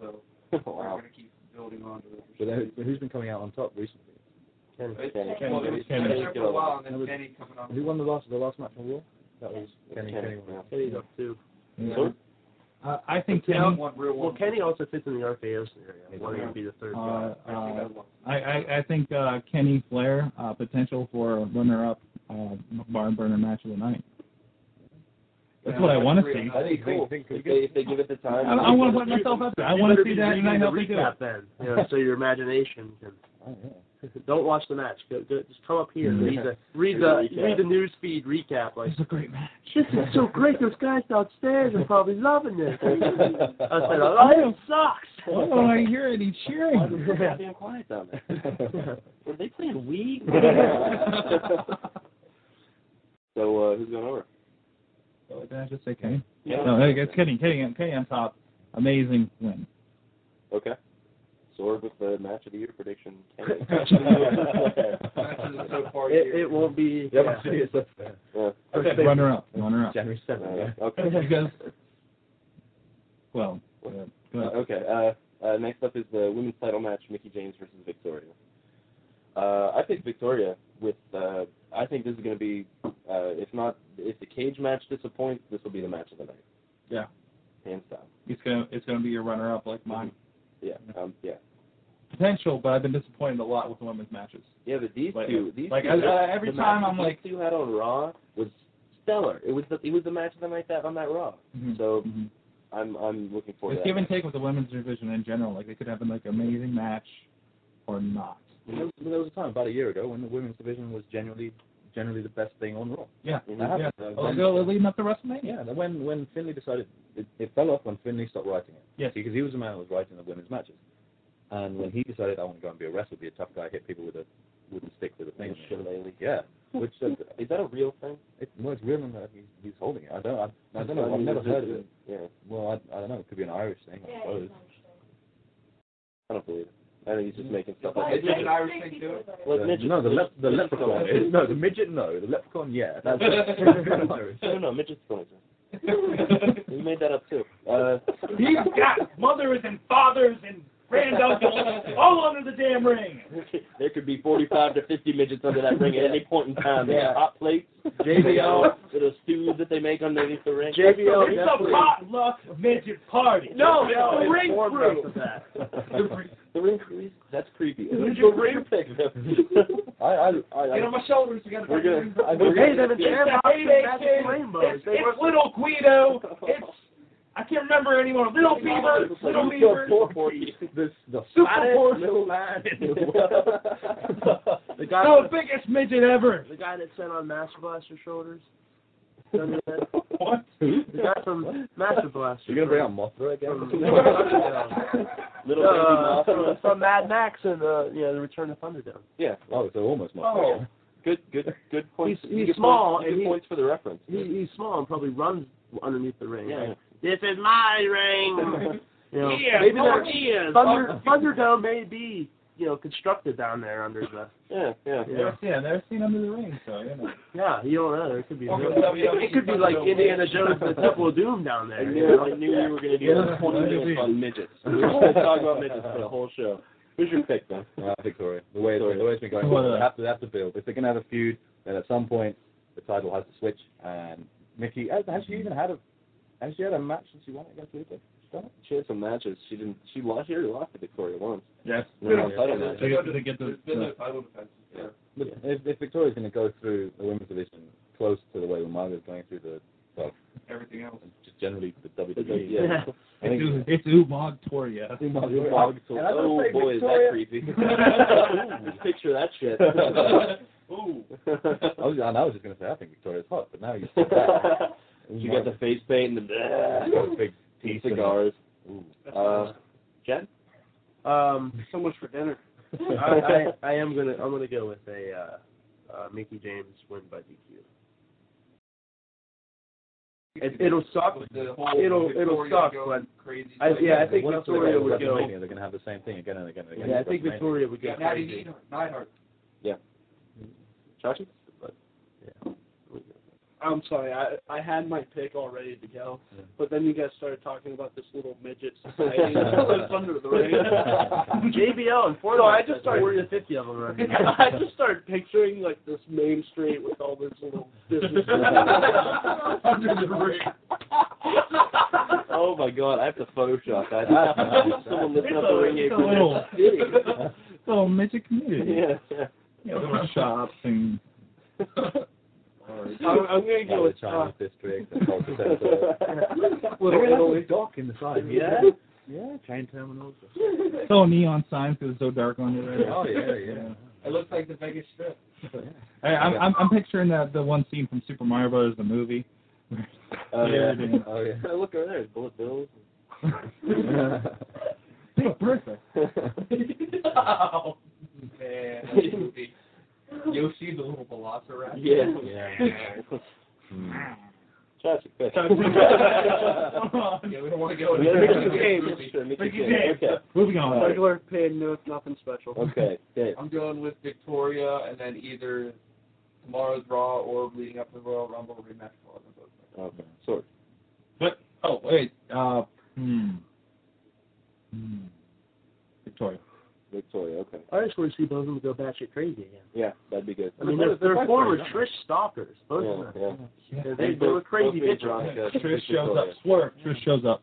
Speaker 9: so we're
Speaker 8: wow.
Speaker 9: gonna keep building on to it.
Speaker 3: But then who's been coming out on top recently?
Speaker 9: It's-
Speaker 8: Kenny,
Speaker 9: well, it was Kenny there for a while, and
Speaker 3: That
Speaker 9: then
Speaker 3: was-
Speaker 9: Kenny coming up.
Speaker 3: Who won the last the last match on Raw? That was Kenny.
Speaker 8: Kenny,
Speaker 3: Kenny.
Speaker 8: yeah.
Speaker 6: Kenny's up too.
Speaker 5: Yeah. Uh, I think
Speaker 9: Kenny
Speaker 5: Kenny.
Speaker 9: won real
Speaker 6: Well,
Speaker 9: one.
Speaker 6: Kenny also fits in the RKO scenario.
Speaker 3: Yeah.
Speaker 6: One would be the third
Speaker 5: Uh,
Speaker 6: guy.
Speaker 5: uh,
Speaker 9: Kenny won.
Speaker 5: I, I, I think uh, Kenny Flair uh, potential for a runner-up uh, barn burner match of the night. That's
Speaker 9: Yeah,
Speaker 5: what I
Speaker 9: that's
Speaker 5: want to
Speaker 9: great.
Speaker 5: see.
Speaker 9: I think-
Speaker 8: Cool.
Speaker 3: think-
Speaker 8: If they, if they give it the
Speaker 5: I,
Speaker 8: time.
Speaker 5: I want to put myself up there. I want to see that, and I hope we do.
Speaker 6: recap then, you know, so your imagination can.
Speaker 3: Oh, yeah.
Speaker 6: Don't watch the match. Go, go, just come up here and read the read
Speaker 8: Read
Speaker 6: the
Speaker 8: the recap.
Speaker 6: read the news feed recap. Like
Speaker 5: It's a great match.
Speaker 6: this is so great. Those guys downstairs are probably loving this. I said, "Oh, I love it
Speaker 5: Why
Speaker 6: sucks.
Speaker 5: don't Oh, I hear any
Speaker 8: Why the
Speaker 5: cheering?
Speaker 8: fuck goddamn quiet down there? Were they playing Wii? so uh, who's going over?
Speaker 5: Did I just say Kenny?
Speaker 8: Yeah.
Speaker 5: No, hey, it's Kenny. Kenny, Kenny on top. Amazing win.
Speaker 8: Okay. Sword with the match of the year prediction.
Speaker 9: Matches are so far
Speaker 6: It,
Speaker 9: here.
Speaker 6: it won't be.
Speaker 3: Yeah,
Speaker 6: yeah.
Speaker 3: but see, it's up there.
Speaker 8: yeah.
Speaker 6: Okay.
Speaker 5: Runner up. Runner up.
Speaker 3: January 7th.
Speaker 8: Uh,
Speaker 3: Yeah.
Speaker 8: okay.
Speaker 5: Because, well, uh, go
Speaker 8: Uh,
Speaker 5: ahead.
Speaker 8: okay. Uh, uh, next up is the women's title match: Mickey James versus Victoria. Uh, I picked Victoria with. Uh, I think this is going to be, uh, if not, if the cage match disappoints, this will be the match of the night.
Speaker 5: Yeah.
Speaker 8: Hands down.
Speaker 5: it's gonna it's gonna be your runner up
Speaker 8: Mm-hmm.
Speaker 5: like mine.
Speaker 8: Yeah. Um, yeah.
Speaker 5: Potential, but I've been disappointed a lot with the women's matches.
Speaker 8: Yeah, but these
Speaker 5: Like-
Speaker 8: two, these
Speaker 5: like,
Speaker 8: two,
Speaker 5: I- I- every
Speaker 8: the
Speaker 5: time
Speaker 8: match
Speaker 5: I'm
Speaker 8: these
Speaker 5: like-
Speaker 8: two had on Raw was stellar. It was the, it was the match of the night that on that Raw. So-
Speaker 5: Mhm.
Speaker 8: I'm I'm looking forward
Speaker 5: it's
Speaker 8: to
Speaker 5: give and
Speaker 8: that.
Speaker 5: take with the women's division in general. Like they could have an like amazing match or not.
Speaker 3: There was, there was a time about a year ago when the women's division was generally generally the best thing on Raw.
Speaker 5: Yeah.
Speaker 8: Mhm.
Speaker 3: That
Speaker 5: Yeah.
Speaker 3: happened. Uh,
Speaker 5: Oh,
Speaker 3: when-
Speaker 5: go leading up to WrestleMania.
Speaker 3: yeah, the- when when Finley decided it, it fell off when Finley stopped writing it.
Speaker 5: Yes.
Speaker 3: Because he was the man who was writing the women's matches. And when he decided I want to go and be a wrestler, be a tough guy, hit people with a wooden stick with a thing.
Speaker 8: With a shillelagh.
Speaker 3: Yeah. Which uh,
Speaker 8: Is that a real thing?
Speaker 3: it was real and that he's, he's holding it. I don't I, I don't know. I've
Speaker 8: mean,
Speaker 3: never
Speaker 8: is this-
Speaker 3: heard of it.
Speaker 8: Yeah,
Speaker 3: Well, I, I don't know. It could be an Irish thing, I suppose.
Speaker 8: I don't believe it. I think he's just making stuff up.
Speaker 9: It's an Irish thing too.
Speaker 8: Well,
Speaker 3: Uh,
Speaker 8: midget-
Speaker 3: no, the lep- the
Speaker 8: midget's
Speaker 3: leprechaun.
Speaker 8: going
Speaker 3: Is. No, the midget. No, the leprechaun. Yeah, that's Irish.
Speaker 8: No, no, midget's going to. We made that up too. Uh,
Speaker 5: got mothers and fathers and granduncles all under the damn ring.
Speaker 8: there could be 45 to 50 midgets under that ring at any point in time. They
Speaker 3: Yeah.
Speaker 8: got hot plates,
Speaker 6: JBL.
Speaker 8: little stews that they make underneath the ring.
Speaker 6: JBL definitely.
Speaker 5: potluck midget party.
Speaker 6: No, no,
Speaker 5: The
Speaker 6: it
Speaker 5: ring
Speaker 6: formed
Speaker 5: crew.
Speaker 6: us of that.
Speaker 8: The ring crew, that's creepy.
Speaker 6: Who's
Speaker 8: The
Speaker 6: your
Speaker 8: ring pick.
Speaker 3: I, I, I,
Speaker 9: Get on
Speaker 3: I,
Speaker 9: my shoulders, we gotta
Speaker 8: We're gonna-
Speaker 9: find
Speaker 8: I'm
Speaker 9: the
Speaker 8: gonna-
Speaker 9: ring.
Speaker 6: Hey, them it's
Speaker 8: It's
Speaker 6: Jam
Speaker 5: the
Speaker 6: Hawkins,
Speaker 5: Heyday
Speaker 6: Magic
Speaker 5: Kid.
Speaker 6: Rainbows.
Speaker 5: It's,
Speaker 6: They were-
Speaker 5: it's little Guido. It's I can't remember anyone. Little Beaver. Little Beaver.
Speaker 3: this the
Speaker 5: Super
Speaker 3: fattest
Speaker 5: horse.
Speaker 3: little man in the world.
Speaker 6: the guy,
Speaker 5: The biggest midget ever.
Speaker 6: the guy that sent on Master Blaster shoulders. Remember that?
Speaker 5: What?
Speaker 6: The guy from Master Blaster.
Speaker 3: You're gonna bring out Mothra again?
Speaker 6: From- No.
Speaker 8: Little baby
Speaker 6: uh,
Speaker 8: Mothra.
Speaker 6: from, from Mad Max and uh, you know, the Return of Thunderdome.
Speaker 8: Yeah.
Speaker 3: oh, so almost Mothra.
Speaker 9: Oh.
Speaker 3: again.
Speaker 8: Good, good, good points.
Speaker 6: He's- he's
Speaker 8: good
Speaker 6: small
Speaker 8: Points, good
Speaker 6: and he-
Speaker 8: points for the reference.
Speaker 6: He, he's small and probably runs underneath the ring.
Speaker 8: Yeah.
Speaker 6: Like, this is my ring. you know,
Speaker 5: Yeah,
Speaker 6: maybe
Speaker 5: fuck
Speaker 6: that Thunder, Thunderdome may be you know constructed down there under the.
Speaker 8: Yeah, yeah.
Speaker 6: Yeah.
Speaker 5: Never seen, never seen under the ring, so you know.
Speaker 6: Yeah, you don't know. There could be.
Speaker 9: Welcome to WWE.
Speaker 6: It could be like Indiana Jones and the Temple of Doom down
Speaker 8: I
Speaker 6: there. you
Speaker 8: knew,
Speaker 6: know?
Speaker 8: I knew we were going to do
Speaker 5: Yeah.
Speaker 8: 20 minutes on midgets. We were going to talk about midgets for the whole show. Who's your pick, then?
Speaker 3: Uh, Victoria. The way,
Speaker 8: Victoria.
Speaker 3: the way it's been going,
Speaker 5: Well, uh,
Speaker 3: they have to they have to build. If they're gonna have a feud, then at some point the title has to switch. And Mickey, has, has she even had a has she had a match since she won it against Luther?
Speaker 8: She had some matches. She didn't. She lost. She already lost to Victoria once.
Speaker 5: Yes.
Speaker 8: No, no, title match.
Speaker 5: They get- they get the-
Speaker 9: There's been no title defense.
Speaker 8: Yeah.
Speaker 3: But if, if Victoria's gonna go through the women's division close to the way Umaga is going through the
Speaker 9: Everything else.
Speaker 3: just generally the WWE,
Speaker 8: Yeah.
Speaker 3: I think-
Speaker 5: It's, it's Umag Toria.
Speaker 3: Umaga-
Speaker 8: So,
Speaker 3: and I
Speaker 8: oh
Speaker 3: don't think
Speaker 8: boy, is that
Speaker 3: Victoria-
Speaker 8: creepy. Just picture that shit.
Speaker 9: Ooh.
Speaker 3: I was, and I was just gonna say I think Victoria's hot, but now you said that.
Speaker 8: you got the face paint and the
Speaker 3: She's got a big
Speaker 8: Two
Speaker 3: piece
Speaker 8: cigars.
Speaker 3: Ooh.
Speaker 8: Uh, Jen?
Speaker 6: Um,
Speaker 13: so much for dinner.
Speaker 6: I, I, I am gonna I'm gonna go with a uh, uh, Mickey James win by DQ. It, it'll suck.
Speaker 9: With the whole
Speaker 6: it'll it'll
Speaker 9: Victoria
Speaker 6: suck,
Speaker 9: going
Speaker 6: but
Speaker 9: crazy
Speaker 6: I,
Speaker 9: thing.
Speaker 6: yeah, I think
Speaker 3: What else are they
Speaker 6: Victoria
Speaker 3: gonna
Speaker 6: would
Speaker 3: do
Speaker 6: go.
Speaker 3: at WrestleMania? They're going to have the same thing again and again and again.
Speaker 6: Yeah, I think
Speaker 3: WrestleMania.
Speaker 6: Victoria would go
Speaker 9: Yeah, Natty
Speaker 6: crazy.
Speaker 9: Neidhart- Neidhart.
Speaker 8: Chachi?
Speaker 13: I'm sorry, I I had my pick all ready to go, but then you guys started talking about this little midget
Speaker 6: uh,
Speaker 13: society that lives under the ring.
Speaker 6: JBL and four.
Speaker 13: No, I just started-
Speaker 6: forty to fifty of them. Right
Speaker 13: I just started picturing like this main street with all this little business.
Speaker 9: Under the ring.
Speaker 8: Oh my god, I have to Photoshop that. I have to have someone lifting up the ring
Speaker 5: It's a
Speaker 8: apron.
Speaker 5: little- Oh, magic community.
Speaker 8: Yeah, yeah.
Speaker 5: You know, little shops and
Speaker 13: I'm, I'm gonna
Speaker 3: That
Speaker 13: go
Speaker 3: was
Speaker 13: with
Speaker 3: China
Speaker 13: uh,
Speaker 3: district. and culture center.
Speaker 13: Little
Speaker 3: Maybe that's
Speaker 13: Italy.
Speaker 3: a dock in the side.
Speaker 8: Yeah?
Speaker 3: Yeah, train terminals.
Speaker 5: so neon signs because it's so dark on there.
Speaker 3: Oh yeah, yeah.
Speaker 9: It looks like the Vegas Strip.
Speaker 5: Hey, I'm, I'm I'm picturing the the one scene from Super Mario Bros. the movie.
Speaker 8: Oh yeah.
Speaker 5: Yeah.
Speaker 8: Oh yeah. Look over there, it's Bullet Bills.
Speaker 5: Big Bertha.
Speaker 9: oh, man. that would be- Yoshi the little velociraptor.
Speaker 8: Yeah.
Speaker 9: Yeah.
Speaker 6: Hmm.
Speaker 8: Chachi, quick.
Speaker 9: yeah, we don't want to go
Speaker 8: Yeah,
Speaker 9: into
Speaker 8: Mickey's
Speaker 9: the
Speaker 13: game.
Speaker 9: movie.
Speaker 8: Mickey's
Speaker 9: Mickey's
Speaker 8: game.
Speaker 9: game.
Speaker 8: Okay.
Speaker 5: Moving on.
Speaker 13: regular pin, no, nothing special.
Speaker 8: Okay. Dave.
Speaker 9: I'm going with Victoria and then either tomorrow's Raw or leading up to the Royal Rumble rematch for all of those.
Speaker 8: Okay. Sword.
Speaker 5: But oh wait, uh, hmm. Hmm. Victoria.
Speaker 8: Victoria. Okay.
Speaker 6: I just want to see both of them go batshit crazy again.
Speaker 8: Yeah, that'd be good.
Speaker 6: I mean, they're, they're former Trish stalkers.
Speaker 8: Yeah,
Speaker 6: Both of them.
Speaker 8: yeah.
Speaker 6: They, they were crazy
Speaker 8: Both
Speaker 6: bitches.
Speaker 8: Veronica,
Speaker 5: Trish shows up.
Speaker 8: Victoria.
Speaker 5: Swerve. Trish shows up.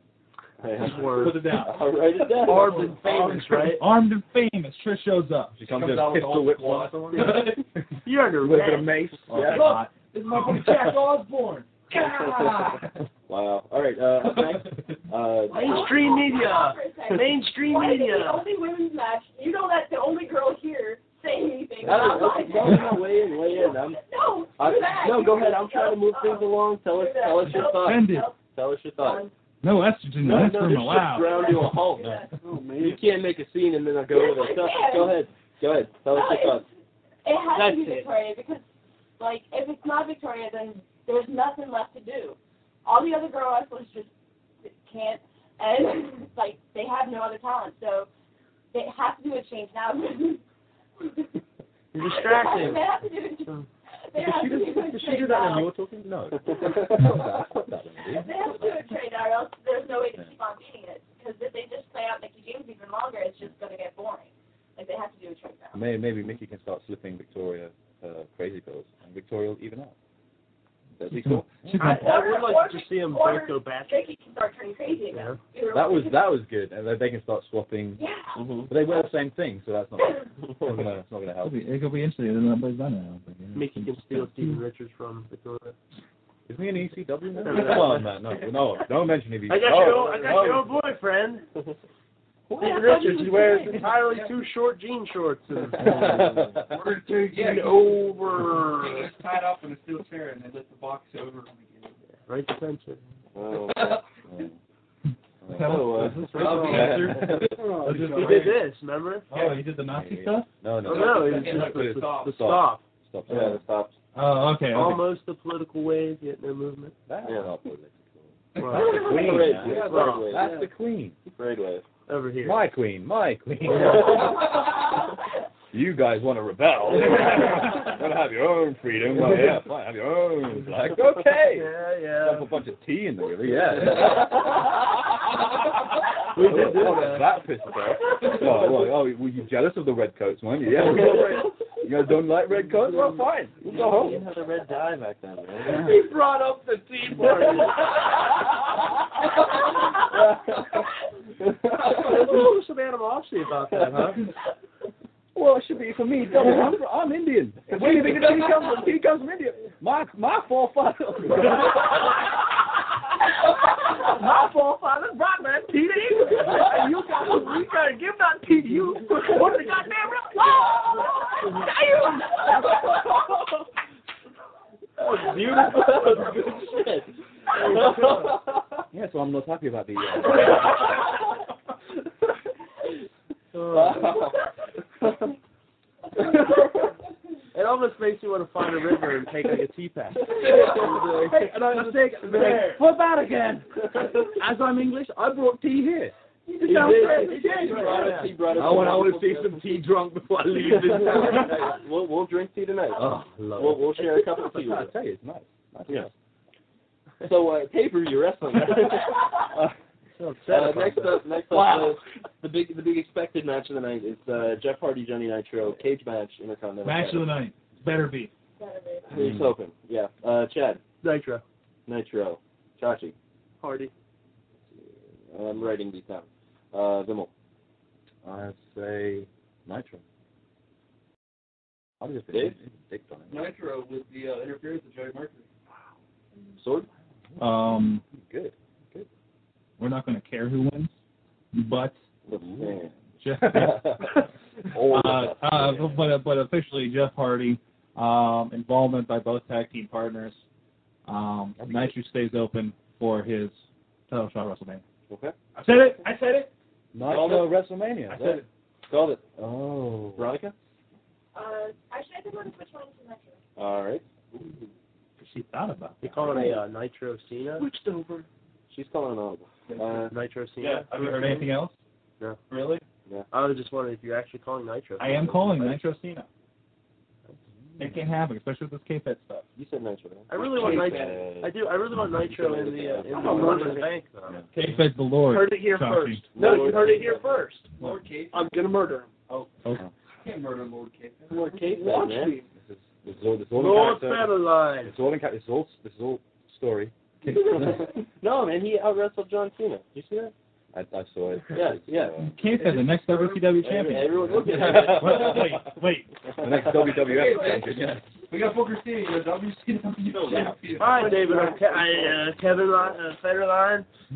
Speaker 8: Yeah.
Speaker 6: Were
Speaker 5: Put it down.
Speaker 8: I'll write it down.
Speaker 6: armed and famous, right?
Speaker 5: Armed and famous. Trish shows up.
Speaker 3: She
Speaker 9: comes out with the whole squad.
Speaker 6: You're under arrest.
Speaker 3: mace.
Speaker 5: Oh,
Speaker 8: Yeah.
Speaker 5: God.
Speaker 9: It's my boy Jack Osborne. God.
Speaker 8: Wow. All right. Uh, up next, uh,
Speaker 6: Mainstream media.
Speaker 12: For a second.
Speaker 6: Mainstream
Speaker 12: Why is it the
Speaker 6: media.
Speaker 12: only women's match? You know that's the only girl here saying anything
Speaker 8: no,
Speaker 12: about
Speaker 8: no,
Speaker 12: mine.
Speaker 8: no, no, weigh in, weigh in. I'm,
Speaker 12: No,
Speaker 8: I,
Speaker 12: do that.
Speaker 8: no, go ahead. I'm trying to move things
Speaker 12: Oh,
Speaker 8: along. Tell us,
Speaker 12: do that.
Speaker 8: tell us your
Speaker 12: No,
Speaker 8: thoughts.
Speaker 5: Send it.
Speaker 12: no,
Speaker 8: Tell us your thoughts.
Speaker 5: No estrogen
Speaker 8: No,
Speaker 5: in this
Speaker 8: no,
Speaker 5: room
Speaker 8: this shit's
Speaker 5: allowed.
Speaker 8: ground to a halt.
Speaker 12: do that.
Speaker 13: Oh man.
Speaker 8: You can't make a scene and then I go
Speaker 12: Yes,
Speaker 8: with it.
Speaker 12: I
Speaker 8: Tell-
Speaker 12: can.
Speaker 8: Go ahead. Go ahead. Tell us
Speaker 12: No,
Speaker 8: your
Speaker 12: it's-
Speaker 8: thoughts.
Speaker 12: It has
Speaker 8: That's
Speaker 12: to be
Speaker 8: it.
Speaker 12: Victoria because, like, if it's not Victoria, then there's nothing left to do. All the other girl wrestlers just can't, and like they have no other talent, so they have to do a change now.
Speaker 6: You're distracting.
Speaker 12: They have to do. They have to do a trade now.
Speaker 3: talking? No.
Speaker 12: They have to do a trade now, or else there's no way to keep on beating it. Because if they just play out Mickey James even longer, it's just gonna get boring. Like they have to do a trade now.
Speaker 3: Maybe, maybe Mickey can start slipping Victoria uh, crazy pills, and Victoria will even out. That'd be cool.
Speaker 5: She's
Speaker 6: I,
Speaker 5: like,
Speaker 6: I would like to see them both go batshit.
Speaker 12: Mickey can start turning crazy again.
Speaker 3: That was that was good, and then they can start swapping.
Speaker 12: Yeah.
Speaker 8: Mhm.
Speaker 3: But they wear the same thing, so that's not it's not gonna, it's not gonna
Speaker 5: it'll
Speaker 3: help.
Speaker 5: be, it'll be interesting. Nobody's done it. I don't think.
Speaker 6: Mickey can steal Steven Richards from Dakota.
Speaker 3: Is he an ECW? now? Come on, man. No, no, don't mention ECW.
Speaker 6: I got
Speaker 3: no,
Speaker 6: your own, I got
Speaker 3: no.
Speaker 6: your own boyfriend. Steven
Speaker 12: that's what
Speaker 6: Richards
Speaker 12: he was
Speaker 6: wears
Speaker 12: saying.
Speaker 6: entirely too short jean shorts. And,
Speaker 9: We're taking
Speaker 6: yeah,
Speaker 9: He
Speaker 6: over.
Speaker 9: was tied up in a steel chair and they lift the box over him again.
Speaker 6: Right defensive.
Speaker 8: Oh,
Speaker 5: Is that what- is this
Speaker 9: Oh,
Speaker 5: right?
Speaker 9: yeah.
Speaker 5: Is Oh, this
Speaker 6: He
Speaker 5: the-
Speaker 6: did this, remember?
Speaker 5: Oh, you did the Nazi stuff?
Speaker 3: No,
Speaker 6: No,
Speaker 3: no,
Speaker 6: no, it was
Speaker 9: Yeah,
Speaker 6: just the,
Speaker 9: stop.
Speaker 6: the stop.
Speaker 3: Stop. Stop.
Speaker 8: yeah, the stops.
Speaker 5: Oh, okay. okay.
Speaker 6: Almost the political wave, yet no movement.
Speaker 3: That's
Speaker 8: Yeah.
Speaker 3: not political.
Speaker 6: Well,
Speaker 3: Queen,
Speaker 8: Parade,
Speaker 3: man.
Speaker 8: yeah,
Speaker 6: Well,
Speaker 8: parade
Speaker 3: That's
Speaker 8: wave.
Speaker 3: the queen.
Speaker 8: Parade wave.
Speaker 6: over here.
Speaker 3: My queen. My queen.
Speaker 12: That's
Speaker 3: you guys want to rebel? want to have your own freedom? Well, yeah, fine. Have your own flag. Okay.
Speaker 6: Yeah,
Speaker 3: Dump
Speaker 6: yeah.
Speaker 3: a bunch of tea in the river. Yeah.
Speaker 6: We did do
Speaker 3: oh,
Speaker 6: that.
Speaker 3: that pissed us off. Oh, well, oh, were you jealous of the redcoats, weren't you? Yeah. You guys don't like redcoats? Well, fine. We'll go
Speaker 8: You
Speaker 3: home.
Speaker 8: had a red dye back then, man.
Speaker 3: He brought up the tea party.
Speaker 6: There's always some animosity about that, huh?
Speaker 3: well, it should be for me. Double. I'm, I'm Indian. Where do you think the tea comes from? Tea comes from India. My my forefathers. my forefathers brought that tea to England. And you got you got to give that tea to you. What the goddamn real? Oh, damn. Beautiful.
Speaker 8: Good shit.
Speaker 3: Yeah, so I'm not happy about the.
Speaker 6: Oh. It almost makes me want to find a river and take like a tea pack.
Speaker 13: Hey,
Speaker 6: and I just take
Speaker 13: There.
Speaker 6: flip out again. As I'm English, I brought tea here. You just don't drink the tea.
Speaker 8: I
Speaker 6: want- I
Speaker 8: want
Speaker 6: to see some
Speaker 8: tea drunk before I
Speaker 6: leave this town.
Speaker 8: we'll, we'll drink tea tonight.
Speaker 3: Oh, love
Speaker 8: we'll,
Speaker 3: it.
Speaker 8: we'll share a cup of tea.
Speaker 3: I
Speaker 8: With
Speaker 3: tell you, it's nice. nice
Speaker 8: you. Yeah. So uh, pay per view wrestling. uh,
Speaker 6: So upset
Speaker 8: uh,
Speaker 6: about
Speaker 8: next
Speaker 6: that.
Speaker 8: up, next up,
Speaker 6: Wow.
Speaker 8: uh, the big the big expected match of the night is uh, Jeff Hardy Johnny Nitro cage match Intercontinental.
Speaker 5: Match of the night. Better be.
Speaker 8: Please open. Yeah. Uh, Chad
Speaker 6: Nitro.
Speaker 8: Nitro Chachi.
Speaker 6: Hardy.
Speaker 8: I'm writing these down. Uh, Vimal.
Speaker 3: I say Nitro. I'll just
Speaker 8: Dave?
Speaker 3: dicked on it.
Speaker 9: Nitro with the uh, interference of Joey Mercury.
Speaker 8: Sword.
Speaker 5: Um,
Speaker 3: Good.
Speaker 5: we're not going to care who wins, but
Speaker 8: The man.
Speaker 5: Jeff,
Speaker 8: Oh,
Speaker 5: uh, uh, but but officially Jeff Hardy um, involvement by both tag team partners. Um, Nitro stays open for his title shot at WrestleMania.
Speaker 8: Okay.
Speaker 5: I said it. I said it.
Speaker 3: Nitro WrestleMania.
Speaker 5: I
Speaker 3: is
Speaker 5: said
Speaker 3: that-
Speaker 5: it.
Speaker 8: Called it.
Speaker 3: Oh.
Speaker 8: Veronica.
Speaker 12: Uh, actually, I think we're going to switch one to next one.
Speaker 8: All right.
Speaker 5: She thought about
Speaker 6: They
Speaker 5: it.
Speaker 6: call it a uh, Nitro Cena.
Speaker 13: Switched over.
Speaker 8: She's calling on. Uh,
Speaker 6: Nitro Cena.
Speaker 5: Have you heard anything else?
Speaker 6: No.
Speaker 5: Really?
Speaker 6: I was just wondering if you're actually calling Nitro.
Speaker 5: I am calling Nitro Cena. It can happen, especially with this KFED stuff.
Speaker 8: you said Nitro. right?
Speaker 6: I really want Nitro.
Speaker 8: Uh,
Speaker 6: I do. I really want Nitro in the uh, in the,
Speaker 8: I'm not
Speaker 6: in the bank though.
Speaker 5: KFED the Lord.
Speaker 6: Heard it here
Speaker 5: Chachi.
Speaker 6: first. No, you
Speaker 8: Lord
Speaker 6: heard it here first.
Speaker 9: Lord Cape.
Speaker 13: I'm gonna murder him.
Speaker 5: Okay.
Speaker 9: I can't murder Lord Cape.
Speaker 13: Lord Kate,
Speaker 8: Kate,
Speaker 13: watch
Speaker 8: man.
Speaker 13: me.
Speaker 3: This is this is all this is all
Speaker 6: Lord
Speaker 3: in character.
Speaker 6: Federline.
Speaker 3: It's all in character. It's all this is all story.
Speaker 8: no, man, he out wrestled John Cena. You see that?
Speaker 3: I, I saw it.
Speaker 8: Yeah, yeah.
Speaker 5: KFED, the next WCW
Speaker 8: Every-
Speaker 5: champion.
Speaker 8: Everyone look at
Speaker 5: Wait,
Speaker 8: him.
Speaker 5: wait, wait.
Speaker 3: The next WWF champion. Yeah.
Speaker 9: We got Booker T, your WCW champion.
Speaker 6: Fine, David. Arque- I, uh, Kevin Ly- uh, Federline.
Speaker 13: E.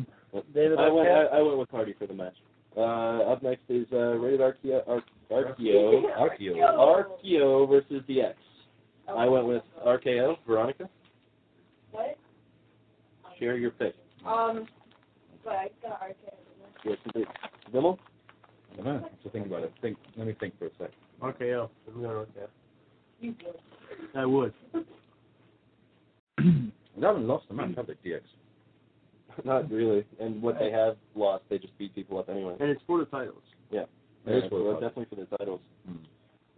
Speaker 6: David
Speaker 8: I went. I,
Speaker 6: Arquette.
Speaker 8: I went with Hardy for the match. Uh, up next is uh, Rated Archeo, Ar- Archeo,
Speaker 3: Archeo.
Speaker 8: Archeo versus DX. I went with RKO. Veronica,
Speaker 12: What?
Speaker 8: share your pick.
Speaker 12: Um, but I got arcade.
Speaker 8: Your complete. Vimal,
Speaker 3: I don't know. So think about it. Think. Let me think for a sec.
Speaker 6: RKO. I'm going RKO.
Speaker 12: You would.
Speaker 6: I would.
Speaker 3: They haven't lost the match, have they? DX.
Speaker 8: not really. And what they have lost, they just beat people up anyway.
Speaker 6: And it's for the titles.
Speaker 3: Yeah,
Speaker 8: Yeah,
Speaker 3: that's what it
Speaker 8: well,
Speaker 3: was.
Speaker 8: definitely for the titles.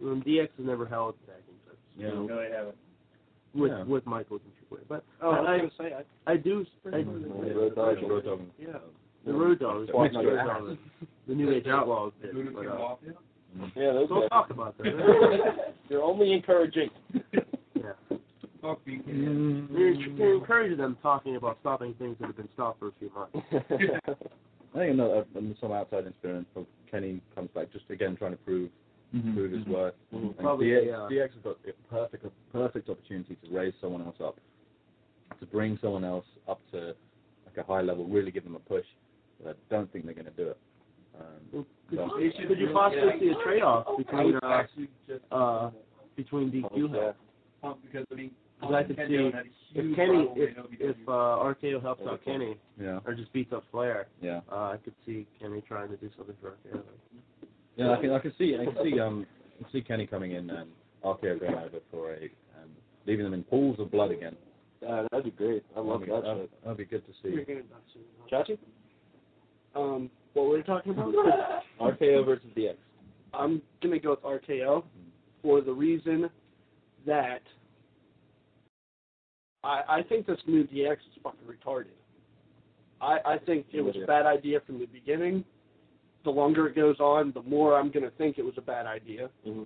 Speaker 6: Um, DX has never held tag team titles.
Speaker 3: Yeah.
Speaker 5: No, they haven't.
Speaker 6: With
Speaker 3: Yeah.
Speaker 6: with Michael and Triple H. But
Speaker 13: Oh, I
Speaker 6: I,
Speaker 13: was gonna say I
Speaker 6: I do. I,
Speaker 8: Yeah, Road Dogg.
Speaker 3: Road Dogg.
Speaker 13: yeah.
Speaker 6: the Road Dogs.
Speaker 3: Yeah.
Speaker 6: Mixed Road Dogs. The New Age Outlaws. Did,
Speaker 9: Lunatic
Speaker 6: but, uh,
Speaker 9: Mafia.
Speaker 8: Yeah, those
Speaker 6: don't
Speaker 8: guys.
Speaker 6: talk about that.
Speaker 8: They're only encouraging.
Speaker 6: yeah.
Speaker 9: Fuck BK.
Speaker 3: Mm.
Speaker 6: They're,
Speaker 3: Mm-hmm.
Speaker 6: they're encouraging them talking about stopping things that have been stopped for a few months.
Speaker 3: I think another and some outside interference from Kenny comes back just again trying to prove
Speaker 5: Mhm.
Speaker 3: prove his worth.
Speaker 8: Mhm.
Speaker 3: And
Speaker 6: Probably,
Speaker 3: DX,
Speaker 6: yeah.
Speaker 3: DX has got a perfect perfect opportunity to raise someone else up, to bring someone else up to like a high level, really give them a push. But I don't think they're going to do it. Um,
Speaker 6: Could
Speaker 3: so-
Speaker 6: you, could you possibly see a trade-off
Speaker 9: I
Speaker 6: between
Speaker 9: was
Speaker 6: uh,
Speaker 9: actually just
Speaker 6: uh, between DQ help?
Speaker 8: Yeah.
Speaker 9: pumped because I mean,
Speaker 6: Because I could
Speaker 9: Kenny
Speaker 6: see
Speaker 9: had a
Speaker 6: if
Speaker 9: huge
Speaker 6: Kenny,
Speaker 9: rivalry
Speaker 6: if
Speaker 9: in OVW.
Speaker 6: if uh, RKO helps
Speaker 8: That'd
Speaker 6: out
Speaker 8: be cool.
Speaker 6: Kenny
Speaker 3: yeah,
Speaker 6: or just beats up Flair,
Speaker 3: yeah,
Speaker 6: uh, I could see Kenny trying to do something for RKO.
Speaker 3: yeah. I can I can see I can see um I can see Kenny coming in and RKO going over for a um, leaving them in pools of blood again.
Speaker 8: Uh, that'd be great. I love
Speaker 3: that'd,
Speaker 8: that
Speaker 3: be, that'd, that'd be good to see.
Speaker 13: You're gonna die soon.
Speaker 8: shit. Chachi,
Speaker 13: Um, what were we talking about?
Speaker 8: RKO versus DX.
Speaker 13: I'm gonna go with RKO for the reason that I I think this new DX is fucking retarded. I I think it was a bad idea from the beginning. The longer it goes on, the more I'm gonna think it was a bad idea.
Speaker 8: Mm-hmm.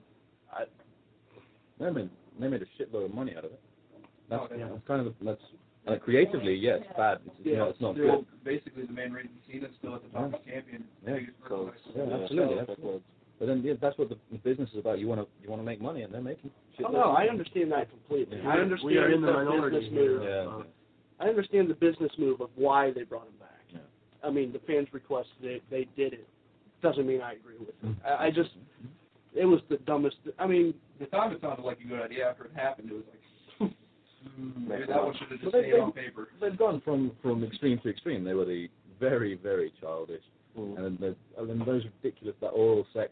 Speaker 3: They made, they made a shitload of money out of it. That's,
Speaker 9: Oh, yeah.
Speaker 3: that's kind of that's like creatively, yeah, it's bad. It's, it's
Speaker 13: Yeah,
Speaker 3: not, it's not
Speaker 9: They're
Speaker 3: good.
Speaker 9: all basically the main reason Cena's still at the top of the champion.
Speaker 3: Yeah.
Speaker 9: Biggest
Speaker 8: So,
Speaker 9: person.
Speaker 3: Yeah, absolutely. absolutely. But then yeah, that's what the business is about. You want to you want to make money, and they're making.
Speaker 13: Oh
Speaker 3: shitloads
Speaker 13: no,
Speaker 3: of
Speaker 13: I
Speaker 3: money.
Speaker 13: understand that completely.
Speaker 3: Yeah.
Speaker 13: I understand
Speaker 6: we are in the
Speaker 13: business
Speaker 6: minority
Speaker 13: move.
Speaker 6: here.
Speaker 3: Yeah.
Speaker 6: Uh,
Speaker 13: I understand the business move of why they brought him back.
Speaker 3: Yeah.
Speaker 13: I mean, the fans requested it; they did it. Doesn't mean I agree with it. I, I just, it was the dumbest. I mean,
Speaker 9: The time it sounded like a good idea after it happened, it was like, hmm, maybe that one should have just
Speaker 3: Well, they-
Speaker 9: stayed on paper.
Speaker 3: They've gone from from extreme to extreme. They were the very very childish
Speaker 8: Mm.
Speaker 3: And the, and then those ridiculous that oral sex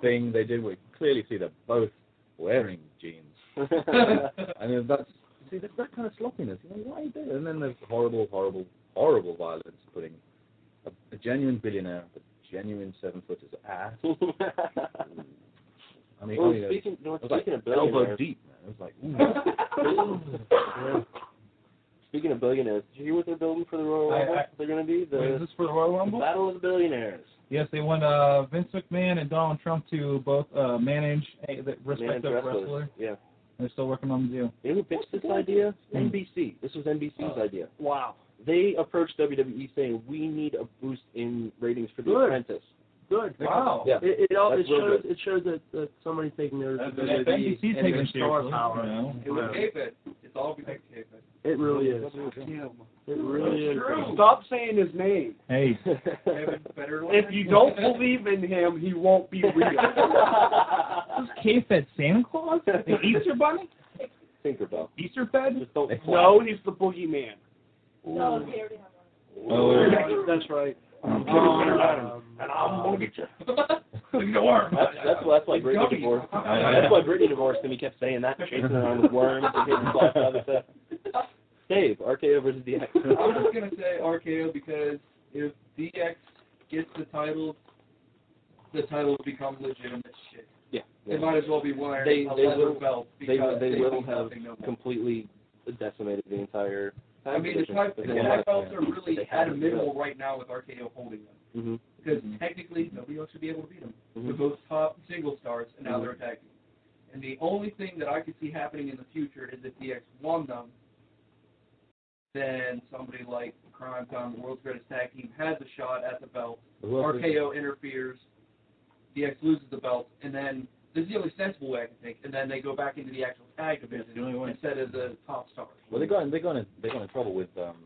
Speaker 3: thing they did, we clearly see they're both wearing jeans. and then that's see that's that kind of sloppiness. You know, why you do it? And then there's horrible, horrible, horrible violence putting a, a genuine billionaire, a genuine seven footer's ass. I mean,
Speaker 8: Well,
Speaker 3: I mean,
Speaker 8: speaking- no,
Speaker 3: it was like
Speaker 8: speaking of
Speaker 3: elbow
Speaker 8: billionaires-
Speaker 3: deep, man. It was like, ooh.
Speaker 8: Speaking of billionaires, did you hear what they're building for the Royal
Speaker 5: I-
Speaker 8: Rumble?
Speaker 5: I-
Speaker 8: they're going to be the,
Speaker 5: Wait, is this for the Royal
Speaker 8: the
Speaker 5: Rumble?
Speaker 8: Battle of the Billionaires.
Speaker 5: Yes, they want uh, Vince McMahon and Donald Trump to both uh, manage a, the
Speaker 8: Managed
Speaker 5: respective
Speaker 8: wrestlers.
Speaker 5: wrestler.
Speaker 8: Yeah.
Speaker 5: They're still working on the deal.
Speaker 8: You know who pitched this idea?
Speaker 5: Hmm.
Speaker 8: NBC. This was NBC's idea.
Speaker 13: Wow.
Speaker 8: They approached WWE saying we need a boost in ratings for The
Speaker 6: Good.
Speaker 8: Apprentice.
Speaker 6: Good.
Speaker 5: Wow.
Speaker 8: Yeah.
Speaker 6: It, it, all,
Speaker 8: That's
Speaker 6: it
Speaker 8: real
Speaker 6: shows it shows that, that somebody's taking their
Speaker 9: That's-
Speaker 6: their-
Speaker 9: that's
Speaker 6: their- and
Speaker 5: NBC taking
Speaker 6: their
Speaker 5: it
Speaker 6: star
Speaker 5: seriously,
Speaker 6: power.
Speaker 5: you know.
Speaker 9: It was David. It's all because of David.
Speaker 6: It really is. It really is.
Speaker 13: Stop saying his name.
Speaker 5: Hey,
Speaker 9: David's better
Speaker 13: If you don't believe in him, he won't be real.
Speaker 5: this kid fed Santa Claus? The Easter Bunny?
Speaker 8: Tinkerbell.
Speaker 5: Easter fed?
Speaker 8: Just don't
Speaker 13: no, he's the boogeyman.
Speaker 12: No, we Oh, already have
Speaker 3: Oh,
Speaker 12: one.
Speaker 13: That's right.
Speaker 6: Um,
Speaker 9: And I'm gonna get you. the worm.
Speaker 8: That's, that's, why- that's why Britney
Speaker 9: Gummy.
Speaker 8: divorced. That's why Britney divorced him. He kept saying that, chasing around with worms and getting caught by other stuff. Dave, RKO versus
Speaker 9: I was
Speaker 8: DX.
Speaker 9: just gonna say RKO because if DX gets the title, the title will become legitimate shit.
Speaker 8: yeah.
Speaker 9: They might as well be wearing
Speaker 8: They-
Speaker 9: a
Speaker 8: they
Speaker 9: leather
Speaker 8: will-
Speaker 9: belt
Speaker 8: They,
Speaker 9: because
Speaker 8: they will
Speaker 9: mean
Speaker 8: have
Speaker 9: nothing no more.
Speaker 8: completely decimated the entire.
Speaker 9: I mean, the type the
Speaker 8: They won't
Speaker 9: black
Speaker 8: have-
Speaker 9: belts are really
Speaker 8: they
Speaker 9: at a
Speaker 8: haven't
Speaker 9: minimal right now with RKO holding them
Speaker 8: Mhm.
Speaker 9: because technically nobody else should be able to beat them. They're
Speaker 8: Mhm.
Speaker 9: both top single stars, and now they're attacking. And the only thing that I could see happening in the future is if DX won them, then somebody like Crime Time, the world's greatest tag team, has a shot at the belt.
Speaker 3: Who else is-
Speaker 9: RKO interferes, DX loses the belt, and then this is the only sensible way I can think. And then they go back into the actual tag division instead of the top stars.
Speaker 3: Well, they got in, they got in, they got in trouble with um,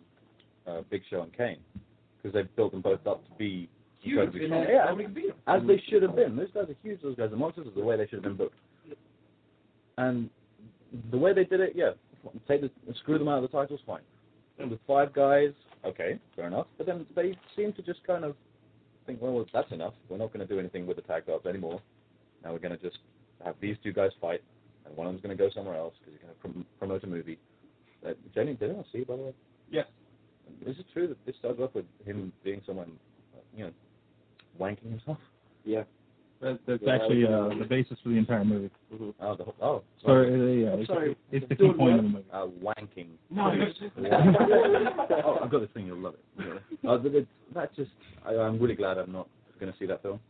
Speaker 3: uh, Big Show and Kane because they built them both up to be
Speaker 9: Huge,
Speaker 3: incredibly
Speaker 9: and
Speaker 3: strong.
Speaker 9: then
Speaker 3: Yeah,
Speaker 9: nobody can beat them.
Speaker 3: as they should have been. Those guys are huge. Those guys are monsters. Is the way they should have been booked. And the way they did it, yeah, take the, screw them out of the titles, fine. And with five guys, okay, fair enough. But then they seem to just kind of think, well, that's enough. We're not going to do anything with the tag belts anymore. Now we're going to just have these two guys fight, and one of them's going to go somewhere else because he's going to prom- promote a movie. Uh, Jenny, did anyone see, by the way?
Speaker 9: Yes.
Speaker 3: Is it true that this started off with him being someone, uh, you know, wanking himself?
Speaker 8: Yeah.
Speaker 5: That, that's
Speaker 8: Yeah,
Speaker 5: actually uh, the basis for the entire movie.
Speaker 3: Oh, the whole, oh,
Speaker 5: So, uh, yeah, it's,
Speaker 13: sorry.
Speaker 5: it's the key
Speaker 13: Doing
Speaker 5: point
Speaker 13: what?
Speaker 5: of the movie.
Speaker 3: uh, wanking.
Speaker 13: Nice.
Speaker 3: oh, I've got this thing. You'll love it. Uh, but it- that just, I, I'm really glad I'm not going to see that film.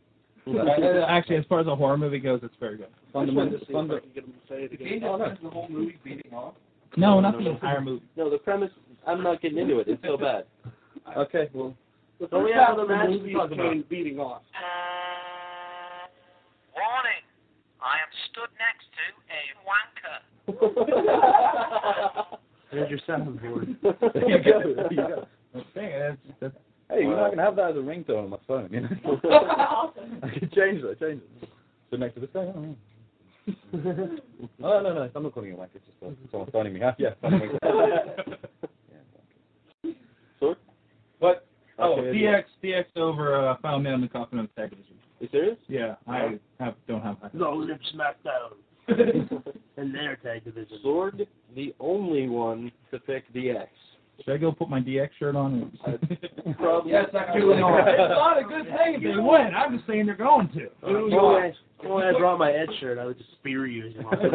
Speaker 5: Uh, Actually, as far as a horror movie goes, it's very good.
Speaker 13: I just wanted to see
Speaker 3: Fundamental,
Speaker 13: if I
Speaker 3: funda-
Speaker 13: could get him to say it
Speaker 9: If
Speaker 13: again.
Speaker 9: they just spend the whole movie beating off,
Speaker 5: No, not the entire movie.
Speaker 8: No, the premise. I'm not getting into it. It's so bad.
Speaker 3: okay, well,
Speaker 13: The
Speaker 6: Don't we
Speaker 13: first
Speaker 6: have
Speaker 13: half of the
Speaker 6: another
Speaker 13: match
Speaker 6: movie to talk
Speaker 13: is
Speaker 6: about?
Speaker 13: Kane beating off.
Speaker 4: Warning! I am stood next to a wanker.
Speaker 6: There's your soundboard.
Speaker 3: there you go. There you go.
Speaker 5: Dang, that's, that's,
Speaker 3: Hey, you know, I can have that as a ringtone on my phone, you know? I can change that, change it. So next to this guy, oh, yeah. oh, no, no, I'm not calling you a wanker. It's just uh, someone phoning me. Yeah, phoning me.
Speaker 8: Sorry?
Speaker 5: But oh,
Speaker 8: Okay,
Speaker 5: DX DX over uh, Final Man in the Coffin of the Tag Division.
Speaker 8: You serious?
Speaker 5: Yeah, I have don't have that.
Speaker 6: No, Live SmackDown. and their tag division.
Speaker 8: Sword, the only one to pick DX.
Speaker 5: Should I go put my DX shirt on? And...
Speaker 8: Probably.
Speaker 9: yes, I can do it all.
Speaker 5: it's not a good thing if they win. I'm just saying they're going to.
Speaker 6: If only- if only I brought my Ed shirt, I would just spear you. as you walk in.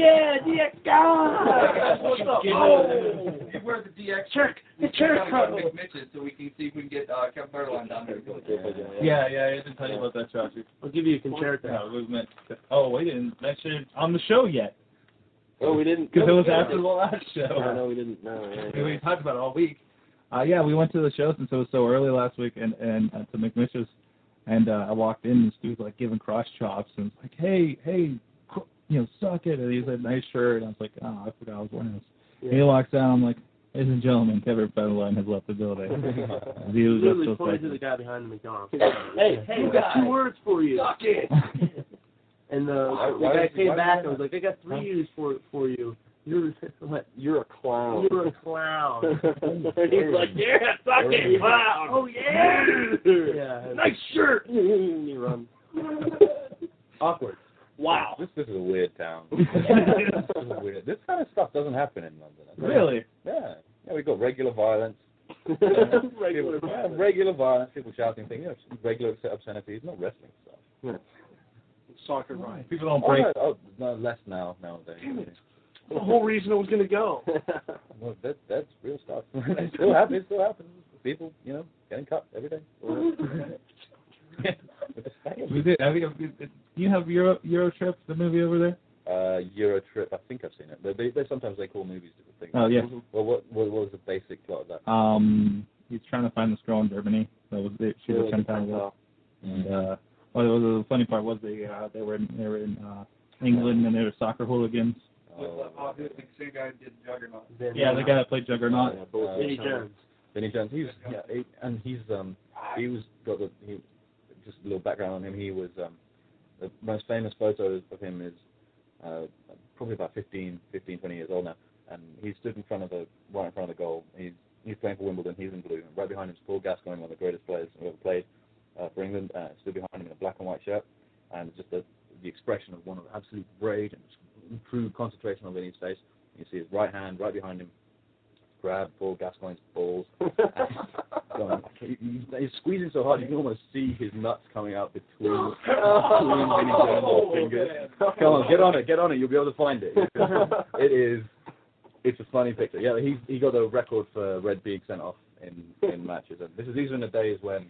Speaker 6: yeah, DX guy. What's up? Oh.
Speaker 9: You wear the DX
Speaker 6: Jerk. The
Speaker 9: We
Speaker 6: jerk.
Speaker 9: gotta go to McMitch's so we can see if we can get uh, Kevin Federline down there.
Speaker 5: Yeah, yeah, I didn't tell you about that, Josh.
Speaker 6: I'll give you a concerto.
Speaker 5: No, it was meant. To... Oh, we didn't mention it on the show yet
Speaker 8: Oh, we didn't.
Speaker 5: because it was
Speaker 8: no,
Speaker 5: after the last
Speaker 8: No,
Speaker 5: show.
Speaker 8: no, we didn't. No, yeah, yeah.
Speaker 5: We talked about it all week. Uh, yeah, we went to the show since it was so early last week, and and uh, to McMitch's, and uh, I walked in and Stu's like giving cross chops and it's like, hey, hey, cr- you know, suck it. And he said, nice shirt. And I was like, oh, I forgot I was wearing this. He walks out. I'm like, ladies and gentlemen, Kevin Federline has left the building. He was just
Speaker 6: Literally
Speaker 5: so
Speaker 6: pointed to the
Speaker 5: sexy.
Speaker 6: guy behind the McDonald's.
Speaker 8: Hey, hey,
Speaker 6: I've got
Speaker 8: guys.
Speaker 6: two words for you.
Speaker 5: it.
Speaker 6: And the,
Speaker 3: Why-
Speaker 6: the
Speaker 3: why
Speaker 6: guy
Speaker 3: is- why
Speaker 6: came
Speaker 3: is
Speaker 6: back
Speaker 3: that?
Speaker 6: and was like, I got three U's for for you. You're what?
Speaker 8: You're a clown.
Speaker 6: You're a clown.
Speaker 8: And
Speaker 13: he's like, yeah, fucking clown.
Speaker 6: Oh yeah. yeah.
Speaker 13: Nice shirt.
Speaker 8: you run.
Speaker 3: Awkward.
Speaker 13: Wow.
Speaker 3: This, this is a weird town. this, is weird. this kind of stuff doesn't happen in London. I think.
Speaker 5: Really?
Speaker 3: Yeah. Yeah, we've got regular violence.
Speaker 13: Regular.
Speaker 3: people, yeah, regular violence, people shouting things, you know, regular obscenities, not wrestling stuff.
Speaker 13: Soccer right.
Speaker 5: People don't
Speaker 3: Oh,
Speaker 5: break.
Speaker 3: no, oh, no, less now nowadays.
Speaker 13: Damn it. The whole reason I was gonna go.
Speaker 3: Well, that that's real stuff. it still happens. It still happens. People, you know, getting cut every day.
Speaker 5: We did. Have you, do you have Euro Euro Trip, the movie over there?
Speaker 3: uh, Euro trip. I think I've seen it. They, they, they sometimes they call movies different things.
Speaker 5: Oh yeah.
Speaker 3: Well, what, what what was the basic plot of that?
Speaker 5: Um, he's trying to find this girl in Germany. That was it. She was
Speaker 8: Really
Speaker 5: ten pounds
Speaker 8: depends
Speaker 5: up. And uh, well, it was, the funny part was they uh, they were in, they were in uh, England and they were soccer hooligans.
Speaker 9: With,
Speaker 3: Oh,
Speaker 9: uh, the same guy who did Juggernaut.
Speaker 5: Yeah, the guy that played Juggernaut.
Speaker 8: Yeah,
Speaker 3: Uh,
Speaker 8: both of
Speaker 6: Vinny
Speaker 8: them.
Speaker 6: Jones.
Speaker 3: Vinny Jones. He was
Speaker 9: Yeah.
Speaker 3: yeah, he, and he's um he was got the he, just a little background on him. He was um the most famous photo of him is uh probably about 15, 15, 20 years old now, and he stood in front of the right in front of the goal. He's he's playing for Wimbledon. He's in blue, and right behind him is Paul Gascoigne, one of the greatest players who ever played uh, for England. Uh, stood behind him in a black and white shirt, and just the the expression of one of absolute rage and true concentration on Vinny's face. You see his right hand right behind him grab Paul Gascoigne's balls going. He- he- He's squeezing so hard you can almost see his nuts coming out between, between Vinny Jones' fingers. Come on, get on it, get on it. You'll be able to find it. it is. It's a funny picture. Yeah, he he got a record for red being sent off in in matches, and this is these are in the days when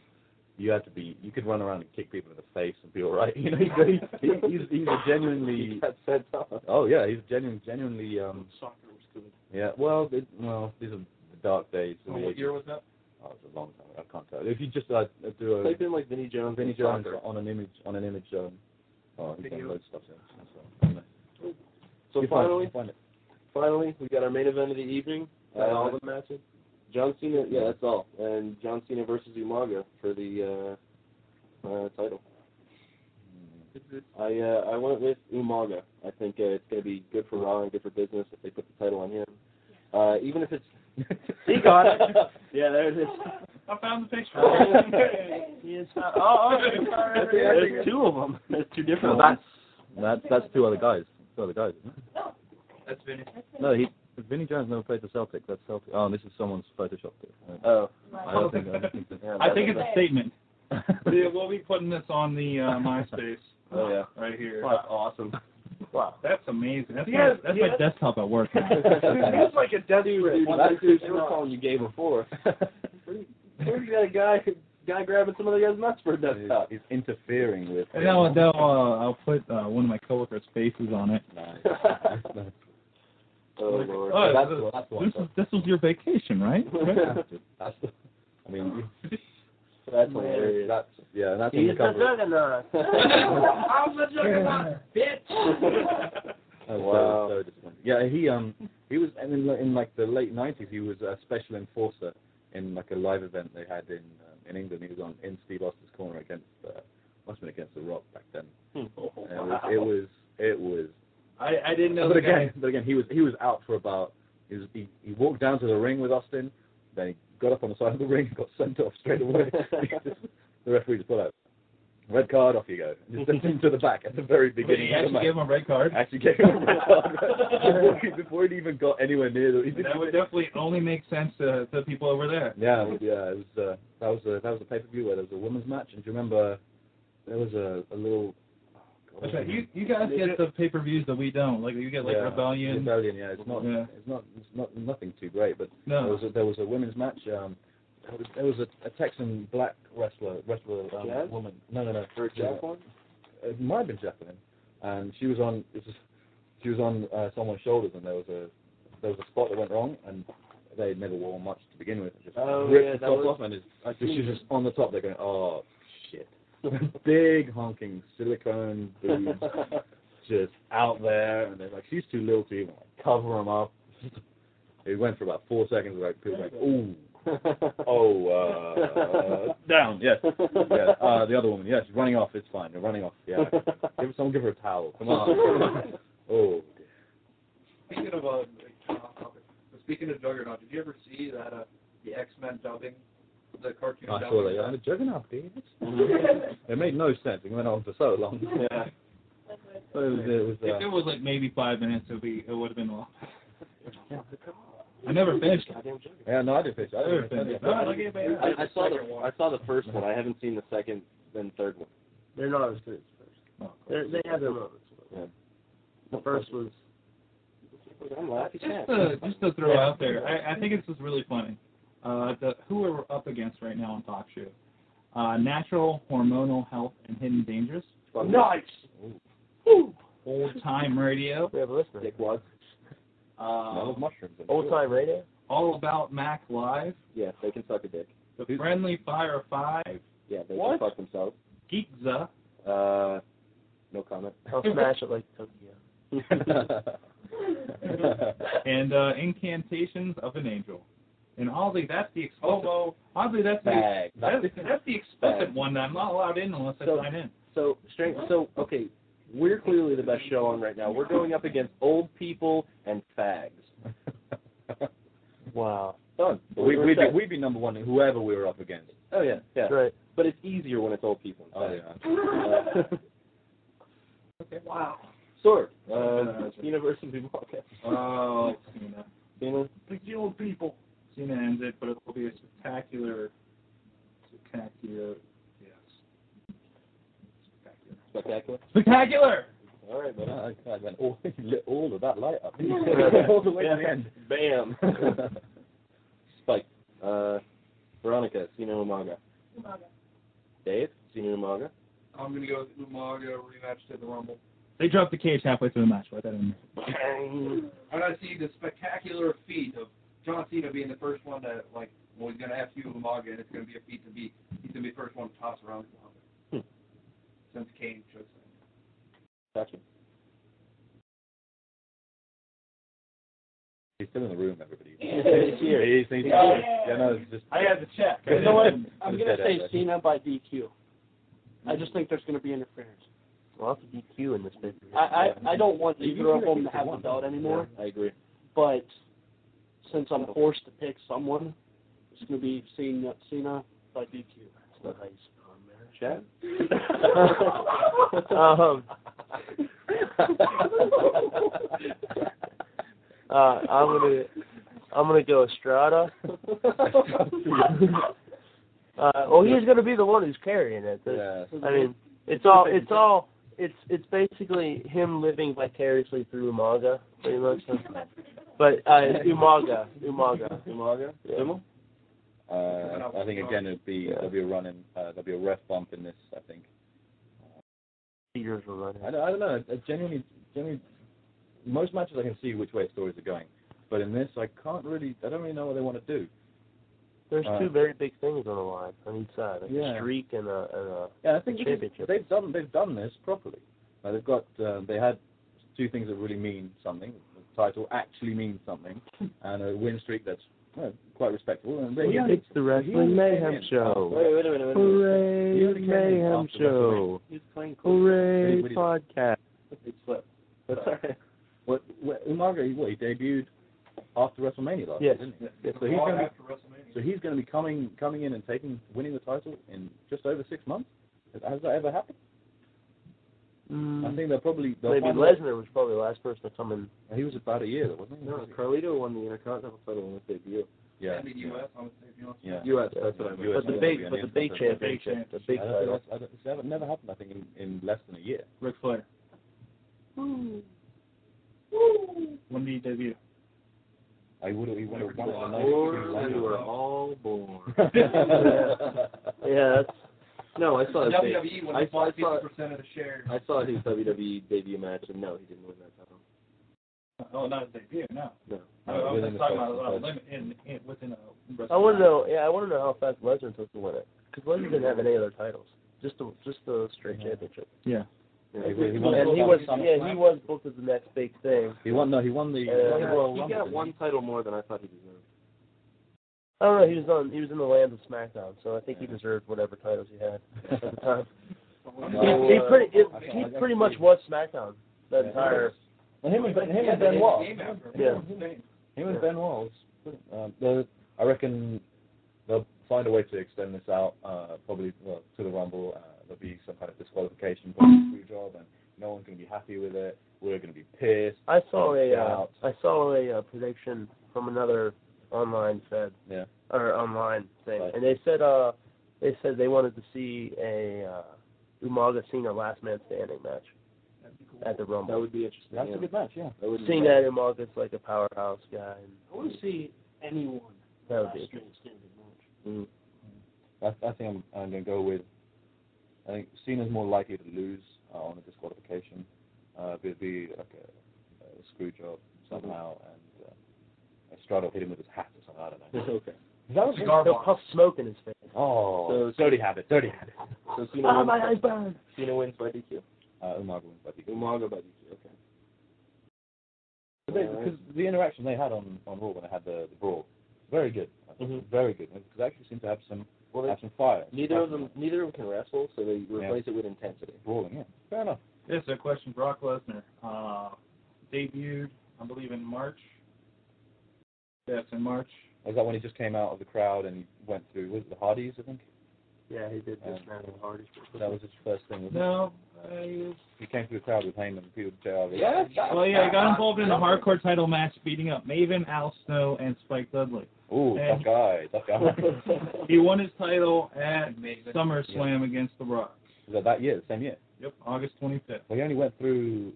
Speaker 3: you had to be you could run around and kick people in the face and be all right. You know, he, he, he's he's a genuinely
Speaker 8: That's set up.
Speaker 3: oh yeah, he's genuine genuinely um
Speaker 13: Soccer was good.
Speaker 3: yeah. Well, it, well, these are the dark days. of
Speaker 9: Oh,
Speaker 3: the
Speaker 9: what
Speaker 3: 80s.
Speaker 9: year was that?
Speaker 3: Oh, it's a long time. ago. I can't tell. If you just uh, do a
Speaker 8: Type in like Vinny Jones.
Speaker 3: Vinnie
Speaker 8: and
Speaker 3: Jones
Speaker 8: soccer.
Speaker 3: on an image on an image. Um, oh, he's done
Speaker 9: Video.
Speaker 3: loads of stuff. since, So, anyway.
Speaker 8: So
Speaker 3: You find it,
Speaker 8: finally,
Speaker 3: you find it.
Speaker 8: finally, we got our main event of the evening.
Speaker 3: Uh, all
Speaker 8: the matches. John Cena, yeah, that's all. And John Cena versus Umaga for the uh, uh, title. I uh, I went with Umaga. I think uh, it's going to be good for Raw and good for business if they put the title on him. Uh, even if it's he got it. yeah, there it is.
Speaker 9: I found the picture.
Speaker 8: Oh,
Speaker 9: There's
Speaker 8: two of them. There's two
Speaker 3: No,
Speaker 8: different
Speaker 3: that's that's that's two other guys. Two other guys. Isn't it?
Speaker 9: That's Vinny.
Speaker 3: No, he. Vinnie Jones never played the Celtic. That's Celtic. Oh, and this is someone's photoshopped it. Uh,
Speaker 8: Oh,
Speaker 3: I don't think. I don't think that-
Speaker 8: yeah,
Speaker 5: I think it's
Speaker 8: that's-
Speaker 5: a statement. Yeah, we'll be putting this on the uh, MySpace
Speaker 8: Oh yeah.
Speaker 5: right here.
Speaker 8: That's awesome.
Speaker 5: That's amazing. That's
Speaker 13: Yeah,
Speaker 5: my, that's
Speaker 13: yeah.
Speaker 5: my desktop at work. now.
Speaker 13: It's like a death grip.
Speaker 8: That's who they were calling you gay before. Where you got a guy guy grabbing some other guy's nuts for a
Speaker 3: He's,
Speaker 8: desktop?
Speaker 3: he's interfering with.
Speaker 5: And now, now uh, I'll put uh, one of my coworkers' faces on it.
Speaker 3: Nice.
Speaker 8: Oh lord.
Speaker 5: Oh,
Speaker 3: that's
Speaker 5: this-
Speaker 3: that's one.
Speaker 5: This is this was your vacation, right?
Speaker 3: That's, I mean,
Speaker 8: That's hilarious.
Speaker 3: that's yeah, and that's on
Speaker 6: He's
Speaker 3: the
Speaker 6: a
Speaker 3: cover.
Speaker 6: juggernaut. I'm a juggernaut, bitch.
Speaker 3: That was
Speaker 8: Wow.
Speaker 3: so, so disappointing. Yeah, he um he was and in in like the late nineties he was a special enforcer in like a live event they had in um, in England. He was on in Steve Austin's corner against uh, must have been against the Rock back then. And it, was, it was it was
Speaker 13: I, I didn't know
Speaker 3: but
Speaker 13: the
Speaker 3: again
Speaker 13: guy.
Speaker 3: but again he was he was out for about he was, he, he walked down to the ring with Austin, then he got up on the side of the ring and got sent off straight away. the referee just pulled out. Red card, off you go. And just sent him to the back at the very beginning.
Speaker 5: he
Speaker 3: of the
Speaker 5: actually
Speaker 3: match
Speaker 5: gave him a red card.
Speaker 3: actually gave him a red card before, he, before he even got anywhere near the. He didn't
Speaker 5: That would
Speaker 3: even-
Speaker 5: definitely only make sense to to people over there.
Speaker 3: yeah, it was- yeah. It was uh, that was a that was a pay per view where there was a women's match, and do you remember there was a, a little. oh, God,
Speaker 5: That's right. You you guys get the pay per views that we don't. Like you get like
Speaker 3: yeah,
Speaker 5: Rebellion.
Speaker 3: Rebellion, yeah. It's not,
Speaker 5: Yeah.
Speaker 3: it's not, it's not nothing too great, but there
Speaker 5: No.
Speaker 3: was a, there was a women's match. Um, there was, there was a, a Texan black wrestler, wrestler um,
Speaker 8: Jazz?
Speaker 3: woman. No, no, no.
Speaker 8: For
Speaker 3: Yeah. uh, it might have been Jacqueline, and she was on it was, she was on uh, someone's shoulders, and there was a there was a spot that went wrong, and they never wore much to begin with. It Just
Speaker 8: Oh,
Speaker 3: ripped
Speaker 8: yeah,
Speaker 3: the
Speaker 8: that
Speaker 3: top
Speaker 8: was-
Speaker 3: off, and it's, she's just on the top. They're going, oh shit, big honking silicone boobs just out there, and they're like, she's too little to even like, cover them up. It went for about four seconds, like people were like, ooh, oh, uh, down, yes, yeah, uh, the other woman. Yeah, she's running off. It's fine. They're running off. Yeah. give someone give her a towel. Come on. Come on. Oh. dear.
Speaker 9: Speaking of uh, off topic, but speaking of Juggernaut, did you ever see that uh, the X Men dubbing, the cartoon
Speaker 3: I
Speaker 9: dubbing?
Speaker 3: saw that. I'm a juggernaut, dude. It made no sense. It went on for so long.
Speaker 8: Yeah.
Speaker 3: But it was, it was,
Speaker 5: If it
Speaker 3: uh,
Speaker 5: was like maybe five minutes, it would be it would have been long. I never finished. it.
Speaker 3: yeah, no, I didn't finish. it. I
Speaker 5: I never
Speaker 3: didn't finish.
Speaker 5: finished.
Speaker 3: it.
Speaker 5: it. No, I gave it-
Speaker 8: I, I saw the I saw the first one. I haven't seen the second and third one.
Speaker 6: They're not as good as
Speaker 5: Oh,
Speaker 6: the first. They they have their moments.
Speaker 8: Yeah.
Speaker 6: The first was
Speaker 8: I'm laughing.
Speaker 5: Just to, just to throw out there, I, I think this is really funny. Uh, the, who we're up against right now on Talk Show? Uh, natural hormonal health and hidden dangers.
Speaker 13: Nice.
Speaker 5: Old time radio.
Speaker 6: we have a listener.
Speaker 8: Dickwads.
Speaker 5: Uh,
Speaker 3: No mushrooms. in it.
Speaker 6: Um, Old time radio.
Speaker 5: all about Mac Live.
Speaker 8: Yeah, they can suck a dick.
Speaker 5: The
Speaker 3: Who's-
Speaker 5: friendly fire five.
Speaker 8: Yeah, they
Speaker 13: What?
Speaker 8: can fuck themselves.
Speaker 5: Geekza.
Speaker 8: Uh, no comment.
Speaker 6: I'll smash it like Tokyo.
Speaker 5: and uh, Incantations of an Angel. And oddly, that's the explicit.
Speaker 9: Homo.
Speaker 5: Oddly, that's the,
Speaker 8: Bag.
Speaker 5: that's, that's the explicit
Speaker 8: Bag.
Speaker 5: one that I'm not allowed in unless I
Speaker 8: So-
Speaker 5: sign in.
Speaker 8: So strange. So okay, we're clearly the best show on right now. We're going up against old people and fags.
Speaker 6: Wow.
Speaker 8: Done.
Speaker 3: we, we'd, be,
Speaker 8: We're set.
Speaker 3: we'd be number one whoever we were up against.
Speaker 8: oh yeah, yeah.
Speaker 6: That's right.
Speaker 8: But it's easier when it's old people.
Speaker 3: Oh, yeah.
Speaker 8: Uh,
Speaker 9: Wow.
Speaker 8: Sword. Uh, University Podcast.
Speaker 5: Oh, Cena.
Speaker 8: You know,
Speaker 5: The old people. Cena ends it, but it will be a spectacular, spectacular, yes. Spectacular.
Speaker 8: spectacular.
Speaker 5: Spectacular!
Speaker 8: All right, buddy.
Speaker 3: I, I went all, lit all of that light up. all the way to the
Speaker 8: Yeah.
Speaker 3: end.
Speaker 8: Bam. Spike. Uh, Veronica, Sino Umaga. Dave, Sino Umaga.
Speaker 9: I'm gonna go with Umaga rematch to the Rumble.
Speaker 5: They dropped the cage halfway through the match. Let that in.
Speaker 9: I gotta see the spectacular feat of John Cena being the first one to like. Well, he's gonna have to Umaga, and it's gonna be a feat to be. He's gonna be the first one to toss around Umaga. Since Kane chose him.
Speaker 8: Gotcha.
Speaker 3: He's still in the room, everybody.
Speaker 8: Here.
Speaker 3: He's, he's,
Speaker 13: Yeah.
Speaker 3: yeah, no, it's just.
Speaker 13: I had to check. You know what? I'm gonna say Cena by DQ. I just think there's gonna be interference.
Speaker 6: Lots of DQ in this picture.
Speaker 13: I I, I don't want
Speaker 3: You
Speaker 13: either of
Speaker 3: can
Speaker 13: them to have the
Speaker 3: one.
Speaker 13: belt anymore,
Speaker 8: I agree.
Speaker 13: but since
Speaker 8: Oh.
Speaker 13: I'm forced to pick someone, it's gonna be Cena Cena by DQ.
Speaker 6: That's not how you spell it, man.
Speaker 8: Chad?
Speaker 6: Um, uh, I'm gonna I'm gonna go Estrada. uh, well, he's gonna be the one who's carrying it.
Speaker 3: Yeah.
Speaker 6: I mean, it's all it's all it's it's basically him living vicariously through Umaga, pretty much. But uh, Umaga, Umaga.
Speaker 8: Umaga?
Speaker 6: Yeah.
Speaker 8: Simmel?
Speaker 3: Uh, I think again it'd be
Speaker 6: Yeah.
Speaker 3: there'll be a run in uh, there'll be a ref bump in this. I think.
Speaker 6: Peter's will run
Speaker 3: I
Speaker 6: it.
Speaker 3: don't, I don't know. I genuinely, genuinely, most matches I can see which way stories are going, but in this I can't really. I don't really know what they want to do.
Speaker 6: There's
Speaker 3: uh,
Speaker 6: two very big things on the line on each side, like
Speaker 3: Yeah.
Speaker 6: a streak and a and a.
Speaker 3: Yeah, I think
Speaker 6: The
Speaker 3: it is-
Speaker 6: championship.
Speaker 3: they've done they've done this properly. Now, they've got uh, they had two things that really mean something. The title actually means something, and a win streak that's uh, quite respectable. And they only-
Speaker 6: the
Speaker 3: Wrestling only came Mayhem in.
Speaker 6: Oh.
Speaker 3: Show.
Speaker 8: Wait, wait a minute, wait a minute.
Speaker 3: He only came in after WrestleMania.
Speaker 8: He's playing cool.
Speaker 6: Hooray
Speaker 3: Anybody-
Speaker 6: podcast.
Speaker 8: It slipped. That's all right.
Speaker 3: What, what Umaga? he- What he debuted after WrestleMania
Speaker 5: Oh,
Speaker 3: last
Speaker 6: Yes.
Speaker 3: year, didn't he?
Speaker 6: Yes.
Speaker 3: So he's gonna be-
Speaker 9: after WrestleMania.
Speaker 3: So he's going to be coming coming in and taking winning the title in just over six months. Has- Has that ever happened? I
Speaker 6: Mm,
Speaker 3: think they'll probably they'll
Speaker 6: maybe
Speaker 3: find-
Speaker 6: Lesnar was probably the last person to come in.
Speaker 3: He was about a year, wasn't he?
Speaker 8: No, Carlito won the Intercontinental title in his debut.
Speaker 3: Yeah.
Speaker 9: And the US, I would say, if you want.
Speaker 3: Yeah.
Speaker 8: US, that's
Speaker 3: Yeah,
Speaker 8: what I meant.
Speaker 3: US.
Speaker 6: But the
Speaker 3: Yeah,
Speaker 6: big,
Speaker 3: yeah,
Speaker 6: but
Speaker 3: yeah,
Speaker 6: the big
Speaker 3: yeah.
Speaker 6: championship, the big
Speaker 3: I don't think
Speaker 6: title.
Speaker 3: that's- I don't- it's never, never happened. I think in, in less than a year.
Speaker 5: Ric Flair. When did he debut?
Speaker 3: I would have. He would have won it in
Speaker 8: Or
Speaker 3: 1991.
Speaker 8: we were all born.
Speaker 6: Yeah, that's
Speaker 8: No, I saw his debut.
Speaker 9: WWE when
Speaker 8: I
Speaker 9: they
Speaker 8: saw- I
Speaker 9: bought
Speaker 8: saw-
Speaker 9: 50% of E the shares.
Speaker 8: I saw his WWE debut match, and no, he didn't win that title.
Speaker 5: Oh, not his debut. No.
Speaker 8: No.
Speaker 5: I, I was
Speaker 3: Within the
Speaker 5: talking
Speaker 3: first-
Speaker 5: about uh, limit in, in within a.
Speaker 6: I want to know. Yeah, I want to know how fast Lesnar took to win it. Because Lesnar didn't have any other titles, just the just the straight championship.
Speaker 5: Yeah.
Speaker 3: Yeah, he won- he won
Speaker 6: And he
Speaker 3: the
Speaker 6: was
Speaker 3: Summer-
Speaker 6: yeah he was booked as the next big thing.
Speaker 3: He won. No, he won the.
Speaker 6: Uh,
Speaker 3: he won the Royal
Speaker 8: He
Speaker 3: Rumble,
Speaker 8: got
Speaker 3: didn't
Speaker 8: one title more than I thought he deserved.
Speaker 6: I don't know. He was on he was in the lands of SmackDown, so I think he deserved whatever titles he had at the time.
Speaker 3: he?
Speaker 6: He, he
Speaker 3: Uh,
Speaker 6: pretty it,
Speaker 3: I- I-
Speaker 6: he pretty much was SmackDown that entire
Speaker 3: And him and Ben, him
Speaker 9: Yeah,
Speaker 3: and
Speaker 9: they
Speaker 3: Ben
Speaker 9: named-
Speaker 3: Walls.
Speaker 9: named after him.
Speaker 3: Yeah.
Speaker 9: His name.
Speaker 3: Him and Ben Walls. Um, the, I reckon they'll find a way to extend this out. Uh, probably well, to the Rumble. Uh, there'll be some kind of disqualification for the job, and no one's going to be happy with it. We're going to be pissed.
Speaker 6: I saw a uh,
Speaker 3: Shout.
Speaker 6: I saw a uh, prediction from another online fed
Speaker 3: Yeah.
Speaker 6: or online thing,
Speaker 3: Right.
Speaker 6: and they said uh they said they wanted to see a uh, Umaga Cena last man standing match at the Rumble.
Speaker 8: That would be interesting.
Speaker 3: That's
Speaker 8: yeah.
Speaker 3: a good match. Yeah.
Speaker 8: That would be
Speaker 6: Seeing
Speaker 8: bad.
Speaker 6: that Umaga's like a powerhouse guy, and
Speaker 13: I want to see anyone
Speaker 6: that would
Speaker 13: last
Speaker 6: be
Speaker 13: man standing match.
Speaker 8: Mm.
Speaker 3: I, I think I'm, I'm going to go with. I think Cena's more likely to lose uh, on a disqualification. Uh, it'd be like a, a screw job somehow, and uh, Estrada will hit him with his hat or something. I don't know.
Speaker 8: okay.
Speaker 3: That was
Speaker 9: Cigar
Speaker 6: He'll
Speaker 9: box.
Speaker 6: puff smoke in his face.
Speaker 3: Oh,
Speaker 8: So-
Speaker 3: dirty habit, dirty habit.
Speaker 8: So Cena
Speaker 6: Ah,
Speaker 8: wins,
Speaker 6: my eyes burn.
Speaker 8: Cena wins by DQ.
Speaker 3: Uh, Umaga wins by DQ.
Speaker 8: Umaga by DQ. Okay.
Speaker 3: But they- Because the interaction they had on, on Raw when they had the, the brawl, very good. I think.
Speaker 8: Mhm.
Speaker 3: Very good. Because they actually seem to have some
Speaker 8: Well,
Speaker 3: have
Speaker 8: they,
Speaker 3: some fire.
Speaker 8: neither of them neither of them can wrestle, so they
Speaker 3: Yeah.
Speaker 8: replace it with intensity.
Speaker 3: brawling. Yeah, fair enough.
Speaker 14: This is a question. Brock Lesnar uh, debuted, I believe, in March. Yes, in March.
Speaker 3: Was that when he just came out of the crowd and he went through? Was it the Hardys? I think
Speaker 6: Yeah, he did this
Speaker 3: Um,
Speaker 6: man with Hardy.
Speaker 3: that was his first thing. wasn't it?
Speaker 14: No. I,
Speaker 3: He came through the crowd with Heyman, Peter J.R.
Speaker 14: well, yeah, he got involved in the hardcore title match, beating up Maven, Al Snow, and Spike Dudley.
Speaker 3: Ooh, tough guy, tough guy.
Speaker 14: He won his title at
Speaker 9: Amazing.
Speaker 14: SummerSlam against The Rock.
Speaker 3: Was that that year, the same year?
Speaker 14: Yep, August 25th.
Speaker 3: Well, he only went through,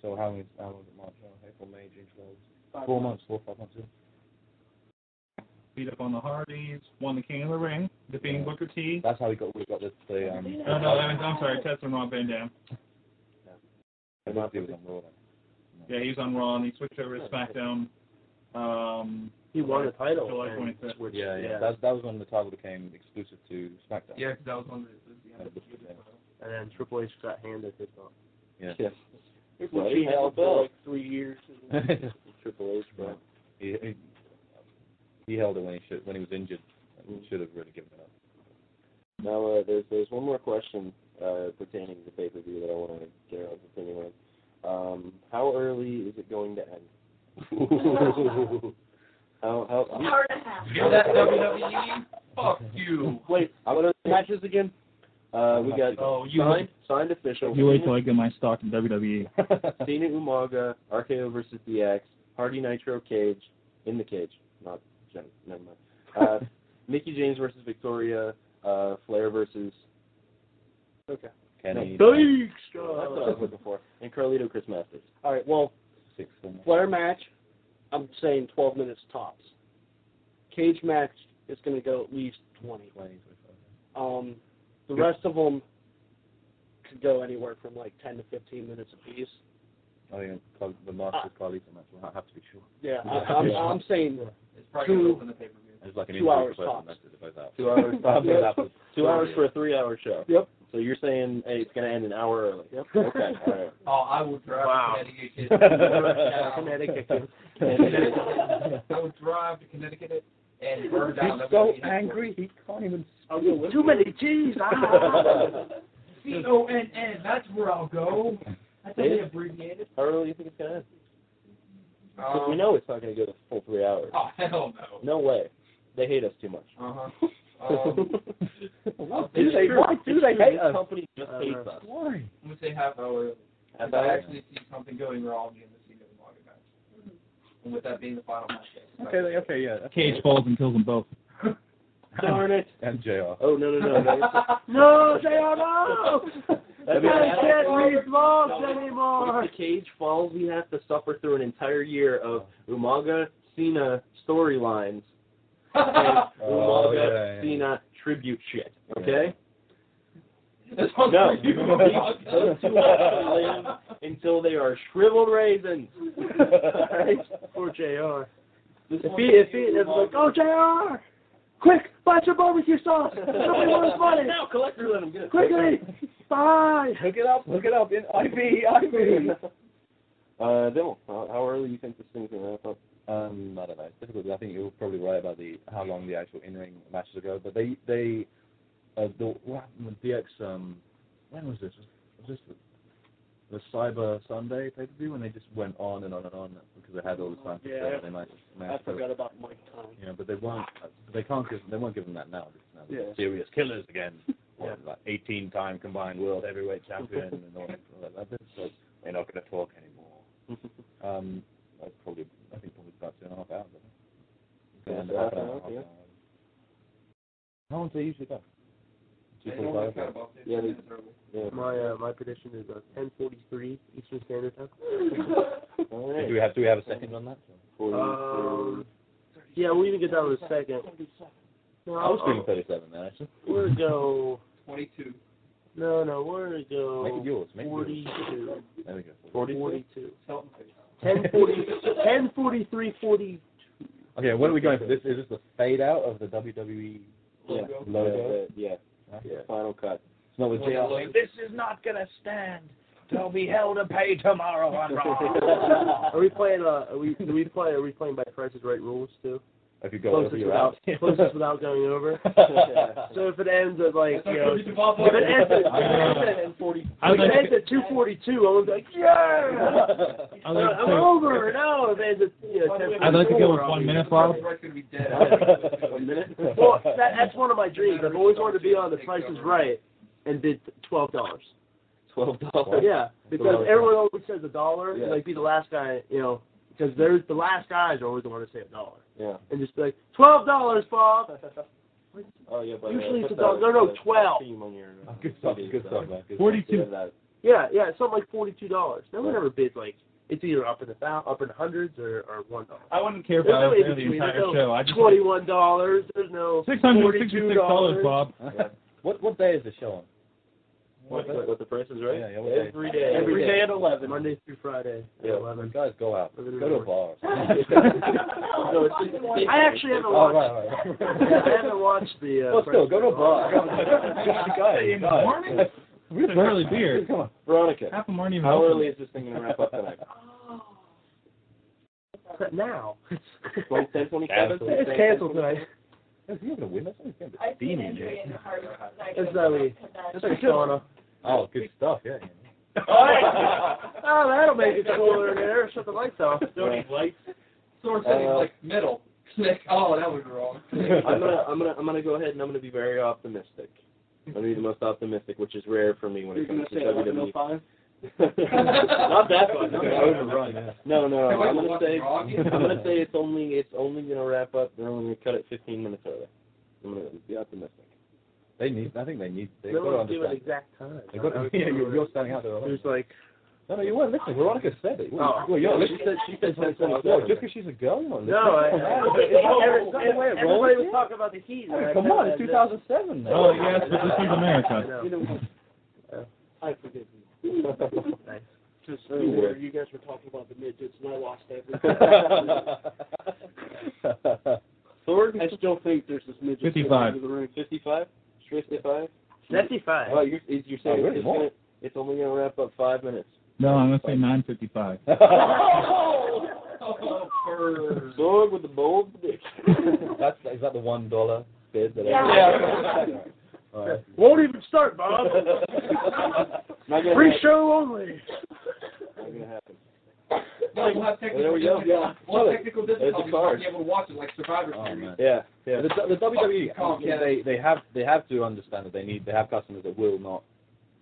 Speaker 3: so how many, how long was it, March, oh, April, May, June, July? Four months, four, five months. yeah.
Speaker 14: Beat up on the Hardys, won the King of the Ring, defeating
Speaker 3: Yeah.
Speaker 14: Booker T.
Speaker 3: That's how we got, we got this, the, um...
Speaker 14: No, no, that was, I'm sorry, Test and Ron Van Dam.
Speaker 3: I don't think it was on Raw then.
Speaker 14: Yeah, he was on Raw, and he switched over to SmackDown. Um,
Speaker 6: He won the title.
Speaker 14: July
Speaker 6: and
Speaker 14: 25th.
Speaker 6: switched-
Speaker 3: Yeah, yeah, that, that was when the title became exclusive to SmackDown. Uh,
Speaker 9: Yeah, 'cause that was on the, it was the end of the
Speaker 3: Yeah.
Speaker 6: And then Triple H got handed his belt.
Speaker 3: Yeah.
Speaker 8: Yeah.
Speaker 13: Triple
Speaker 8: Right.
Speaker 13: H held
Speaker 8: Hell,
Speaker 13: for
Speaker 8: Bill.
Speaker 13: like three years.
Speaker 8: Triple H, bro.
Speaker 3: he, he, he held it when he should, when he was injured. He should have really given it up.
Speaker 8: Now, uh, there's there's one more question uh, pertaining to pay per view that I want to get your opinion on. Um, how early is it going to end? how how?
Speaker 12: Hour and a half.
Speaker 9: Give that WWE. Fuck you.
Speaker 8: Wait, what are the matches again? Uh, we got
Speaker 9: Oh, you.
Speaker 8: signed signed official.
Speaker 5: You wait till I get my stock in
Speaker 14: E.
Speaker 5: WWE.
Speaker 8: Cena Umaga, RKO versus DX, Hardy Nitro Cage, in the cage, not Jen, never mind. Uh, Mickey James versus Victoria, uh, Flair versus,
Speaker 3: Kenny,
Speaker 13: Thanks,
Speaker 8: that's
Speaker 13: Oh,
Speaker 8: what I was looking for, and Carlito Chris Masters.
Speaker 13: All right, well,
Speaker 3: six, seven,
Speaker 13: Flair match, I'm saying 12 minutes tops. Cage match is going to go at least 20.
Speaker 3: 20, 25.
Speaker 13: Um, the
Speaker 3: Yep.
Speaker 13: rest of them could go anywhere from like 10 to 15 minutes apiece.
Speaker 3: I think it's Car- the Masters
Speaker 8: Uh,
Speaker 3: Carlito match. We'll have to be sure.
Speaker 13: Yeah, I, I'm,
Speaker 3: Yeah.
Speaker 13: I'm saying
Speaker 9: It's probably gonna
Speaker 13: Two.
Speaker 9: open the pay per view.
Speaker 3: It's like an
Speaker 13: Two
Speaker 3: injury
Speaker 13: hours
Speaker 3: for both of them,
Speaker 13: tops.
Speaker 3: that's it, they're both out.
Speaker 8: Two hours
Speaker 3: I think that was-
Speaker 8: Two hours for a three-hour show.
Speaker 13: Yep.
Speaker 8: So you're saying hey, it's going to end an hour early.
Speaker 13: Yep.
Speaker 8: Okay. All right.
Speaker 9: Oh, I would drive
Speaker 6: Wow.
Speaker 9: to Connecticut. I
Speaker 6: Connecticut.
Speaker 9: would drive to Connecticut and burn down.
Speaker 3: He's so
Speaker 9: WWE headquarters.
Speaker 3: angry he can't even
Speaker 6: Too many cheese. Ah.
Speaker 9: C O N N. That's where I'll go. That's how they abbreviate it.
Speaker 8: How early do you think it's going to end? 'Cause we
Speaker 9: Um,
Speaker 8: know it's not going to go the full three hours.
Speaker 9: Oh hell no.
Speaker 8: No way. They hate us too much.
Speaker 9: Uh huh. Um,
Speaker 3: Why
Speaker 8: It's
Speaker 3: they-
Speaker 8: true.
Speaker 3: why do they
Speaker 8: It's true.
Speaker 3: hate
Speaker 8: This
Speaker 3: us?
Speaker 8: company just
Speaker 6: I
Speaker 8: hates
Speaker 6: don't know.
Speaker 8: us.
Speaker 3: Why?
Speaker 9: I'm gonna say half hour.
Speaker 8: Half
Speaker 9: If I
Speaker 8: hour?
Speaker 9: actually see something going wrong in the scene of the manga match, and with that being the final match. I
Speaker 3: Okay, they- okay, yeah. that's-
Speaker 5: Cage falls and kills them both.
Speaker 13: darn it.
Speaker 3: And JR.
Speaker 8: Oh no no no no!
Speaker 6: no, they are no.
Speaker 8: That'd be
Speaker 6: I
Speaker 8: bad.
Speaker 6: can't be involved
Speaker 8: If
Speaker 6: anymore.
Speaker 8: the cage falls, we have to suffer through an entire year of Umaga Cena storylines and
Speaker 9: expected.
Speaker 3: Oh,
Speaker 8: Umaga
Speaker 3: yeah, yeah.
Speaker 8: Cena tribute shit. Okay?
Speaker 9: That's what
Speaker 8: No.
Speaker 9: you
Speaker 8: Those two have to live until they are shriveled raisins.
Speaker 6: Poor Jr.
Speaker 8: This
Speaker 6: If
Speaker 8: one-
Speaker 6: he, if he, it's like, oh Jr. Quick, buy some barbecue sauce. Somebody wants money.
Speaker 8: No, collector, let him get it.
Speaker 6: Quickly, bye.
Speaker 3: Look it up, look it up. In IV, IV.
Speaker 8: Uh, Dimmel, how, how early do you think this thing's gonna wrap up?
Speaker 3: Um, I don't know. It's difficult. I think you're probably right about the how long the actual in-ring matches ago, but they they uh, the what happened with DX um when was this? Was this the, the Cyber Sunday pay per view, and they just went on and on and on because they had all the time
Speaker 14: Oh,
Speaker 3: to
Speaker 13: Yeah.
Speaker 3: show and they managed,
Speaker 13: I
Speaker 3: managed to-
Speaker 13: forgot about Mike Time.
Speaker 3: You know, but they won't. They can't give. They won't give them that now. because now they're
Speaker 13: Yeah.
Speaker 3: Serious killers again. What, Like 18-time combined world heavyweight champion and all that. all that rubbish. So they're not going to talk anymore. um, that's probably. I think probably about two and a half hours. I think.
Speaker 8: Yeah,
Speaker 3: And
Speaker 8: so
Speaker 3: half
Speaker 8: half an
Speaker 3: an hour,
Speaker 8: hour,
Speaker 3: half an
Speaker 8: yeah.
Speaker 3: hour. How long do they usually go?
Speaker 9: They
Speaker 3: 2:45?
Speaker 9: normally cut about
Speaker 8: Yeah,
Speaker 9: fifteen
Speaker 8: they-
Speaker 9: minutes early.
Speaker 8: Yeah.
Speaker 6: My uh, my prediction is uh, 10:43 Eastern Standard Time.
Speaker 8: All right.
Speaker 3: Do we have? Do we have
Speaker 5: Uh,
Speaker 3: a second on that?
Speaker 8: Forty-
Speaker 6: Um, yeah, we'll even get down to the second. No,
Speaker 3: I was thinking
Speaker 6: uh,
Speaker 3: 37, man. Actually.
Speaker 6: We're gonna go.
Speaker 9: Twenty-two.
Speaker 6: No, no, we're gonna
Speaker 5: uh,
Speaker 6: go.
Speaker 3: Make it yours. Make it yours.
Speaker 6: 42.
Speaker 3: There we go.
Speaker 6: 42.
Speaker 9: Tell them.
Speaker 6: 10:40 10:43, 40.
Speaker 3: Okay, what are we going for? This is this the fade out of the E WWE
Speaker 8: Yeah.
Speaker 9: Logo.
Speaker 3: logo?
Speaker 8: Uh, yeah.
Speaker 3: Huh?
Speaker 8: yeah. Final cut.
Speaker 3: It's not with
Speaker 9: Well,
Speaker 3: JR.
Speaker 9: like-
Speaker 14: This is not gonna stand. They'll be held to pay tomorrow on
Speaker 6: Are we playing? Uh, are we do we play? Are we playing by Price is Right rules too?
Speaker 3: If you go over,
Speaker 6: Closest
Speaker 3: you're
Speaker 6: without
Speaker 3: out.
Speaker 6: closest without going over. So if it ends at like
Speaker 9: That's
Speaker 6: you
Speaker 9: our
Speaker 6: know,
Speaker 9: Kirby Duval
Speaker 6: if it
Speaker 9: vote.
Speaker 6: ends at, if it ends at 40, if it ends at 242, I was like, yeah,
Speaker 5: I'd like
Speaker 6: I'm
Speaker 5: to,
Speaker 6: over. No, if it ends at you know, 10
Speaker 5: I'd like to go with
Speaker 6: I'll
Speaker 5: one
Speaker 6: be-
Speaker 5: minute, Bob.
Speaker 9: Price is Right's gonna be dead.
Speaker 3: One minute.
Speaker 6: Well, that, that's one of my dreams. I've always wanted to be on The Price is Right and bid twelve dollars.
Speaker 8: Twelve dollars.
Speaker 6: Yeah, because everyone always says a dollar,
Speaker 8: Yeah.
Speaker 6: and like be the last guy, you know, because there's the last guys are always the one to say a dollar,
Speaker 8: Yeah.
Speaker 6: and just be like twelve dollars, Bob.
Speaker 8: Oh yeah, but uh,
Speaker 6: Usually it's
Speaker 8: put
Speaker 6: a dog-
Speaker 8: that-
Speaker 6: no, no,
Speaker 8: that
Speaker 6: 12.
Speaker 8: team on your-
Speaker 3: Oh, good stuff, good stuff, man.
Speaker 8: You
Speaker 3: Good
Speaker 5: 42.
Speaker 8: have that.
Speaker 6: Yeah, yeah, something like forty-two dollars. No one ever bids like it's either up in the thou- up in the hundreds or or one dollar.
Speaker 5: I wouldn't care if
Speaker 6: There's
Speaker 5: I
Speaker 6: no
Speaker 5: was
Speaker 6: in
Speaker 5: there the
Speaker 6: between.
Speaker 5: entire
Speaker 6: There's no
Speaker 5: show. I just
Speaker 6: twenty-one dollars. There's no
Speaker 5: six hundred sixty-six
Speaker 6: $42.
Speaker 5: dollars, Bob.
Speaker 3: stuff. Yeah. What what day is the show on?
Speaker 8: What, what, what the price is right?
Speaker 3: Yeah, yeah, what day?
Speaker 6: every day.
Speaker 13: Every day at 11.
Speaker 6: Monday through Friday at
Speaker 8: Yeah.
Speaker 6: eleven.
Speaker 3: Guys, go out. Go to a bar. or something.
Speaker 8: no, it's just,
Speaker 6: I actually haven't
Speaker 3: Oh,
Speaker 6: watched.
Speaker 3: right, right.
Speaker 6: Yeah, I haven't watched the. Uh,
Speaker 3: Well, still,
Speaker 6: Price
Speaker 3: go to a
Speaker 6: Right.
Speaker 3: bar. Guys, guys.
Speaker 5: It's an early beer.
Speaker 3: Come on.
Speaker 8: Veronica,
Speaker 5: Half of them aren't even
Speaker 8: how
Speaker 5: open.
Speaker 8: early is this thing gonna wrap up tonight?
Speaker 6: But now.
Speaker 8: Twelve ten twenty seven.
Speaker 6: It's canceled tonight.
Speaker 3: Is he gonna win? That's what he's gonna be.
Speaker 12: I've seen
Speaker 3: Steaming,
Speaker 12: Andrea
Speaker 3: Jake.
Speaker 12: in the hard rock, and I
Speaker 6: It's
Speaker 12: couldn't
Speaker 6: not me.
Speaker 12: put that-
Speaker 6: That's sauna.
Speaker 3: Oh, good stuff. Yeah. yeah.
Speaker 6: Oh, that'll make it cooler in there. Shut the lights off.
Speaker 8: Right.
Speaker 9: Source said he's
Speaker 8: Uh,
Speaker 9: like middle. Click. Oh, that was wrong.
Speaker 8: I'm gonna I'm gonna I'm gonna go ahead and I'm gonna be very optimistic. I'm gonna be the most optimistic, which is rare for me when
Speaker 13: You're
Speaker 8: it comes
Speaker 13: gonna
Speaker 8: to E.
Speaker 13: say
Speaker 8: WWE.
Speaker 13: 11:05?
Speaker 8: Not that one.
Speaker 3: Gonna overrun, yeah.
Speaker 8: No, no,
Speaker 9: Hey,
Speaker 8: no.
Speaker 9: wait,
Speaker 8: I'm gonna
Speaker 9: what's
Speaker 8: say
Speaker 9: wrong?
Speaker 8: I'm gonna say it's only it's only gonna wrap up. They're only gonna cut it 15 minutes early. I'm gonna be optimistic.
Speaker 3: They need. I think they need. They
Speaker 6: No
Speaker 3: got to
Speaker 6: one's given
Speaker 3: understand.
Speaker 6: exact time.
Speaker 3: They got to, yeah, you're, you're standing out there.
Speaker 6: It was like,
Speaker 3: No, no, you weren't listening. Veronica said it.
Speaker 6: Oh.
Speaker 3: well, you're
Speaker 8: she
Speaker 3: listening.
Speaker 8: said she said
Speaker 3: Well,
Speaker 8: 10:27.
Speaker 3: just because she's a girl, you're not listening.
Speaker 6: no, I,
Speaker 3: Come
Speaker 6: I,
Speaker 3: on.
Speaker 6: everybody, everybody was
Speaker 3: Yeah.
Speaker 6: talking about the heat. and I
Speaker 3: Come on, it's
Speaker 6: said,
Speaker 3: 2007 now.
Speaker 5: Oh yes, but this is
Speaker 6: I
Speaker 5: America.
Speaker 6: know.
Speaker 13: I forgive you.
Speaker 6: Nice.
Speaker 13: Just earlier, you guys were talking about the midgets, and I lost everything.
Speaker 8: Sword
Speaker 13: I still think there's this midget.
Speaker 5: 55.
Speaker 13: sitting in The room.
Speaker 8: 55, 55.
Speaker 6: 75.
Speaker 8: Oh, you're is- you're saying
Speaker 3: Oh, really?
Speaker 8: it's, just
Speaker 3: More?
Speaker 8: gonna, it's only gonna wrap up five minutes.
Speaker 5: No, I'm gonna say nine fifty-five.
Speaker 8: Sword with the bold prediction.
Speaker 3: That's is that the one dollar bid that? Oh,
Speaker 12: Yeah.
Speaker 3: I- All right.
Speaker 6: Won't even start, Bob.
Speaker 8: Not gonna
Speaker 6: Free
Speaker 8: happen.
Speaker 6: show only.
Speaker 8: Not gonna happen.
Speaker 9: No, we'll have technical
Speaker 8: There we go,
Speaker 9: difficulties.
Speaker 8: yeah.
Speaker 9: We'll have technical
Speaker 8: There's the
Speaker 9: difficulties. We won't
Speaker 8: card.
Speaker 9: be able to watch it like Survivor
Speaker 3: Oh,
Speaker 9: Series.
Speaker 3: man.
Speaker 8: Yeah, yeah.
Speaker 3: The, E the
Speaker 8: E
Speaker 3: WWE,
Speaker 9: Fucking Comcast.
Speaker 3: they they have they have to understand that they need they have customers that will not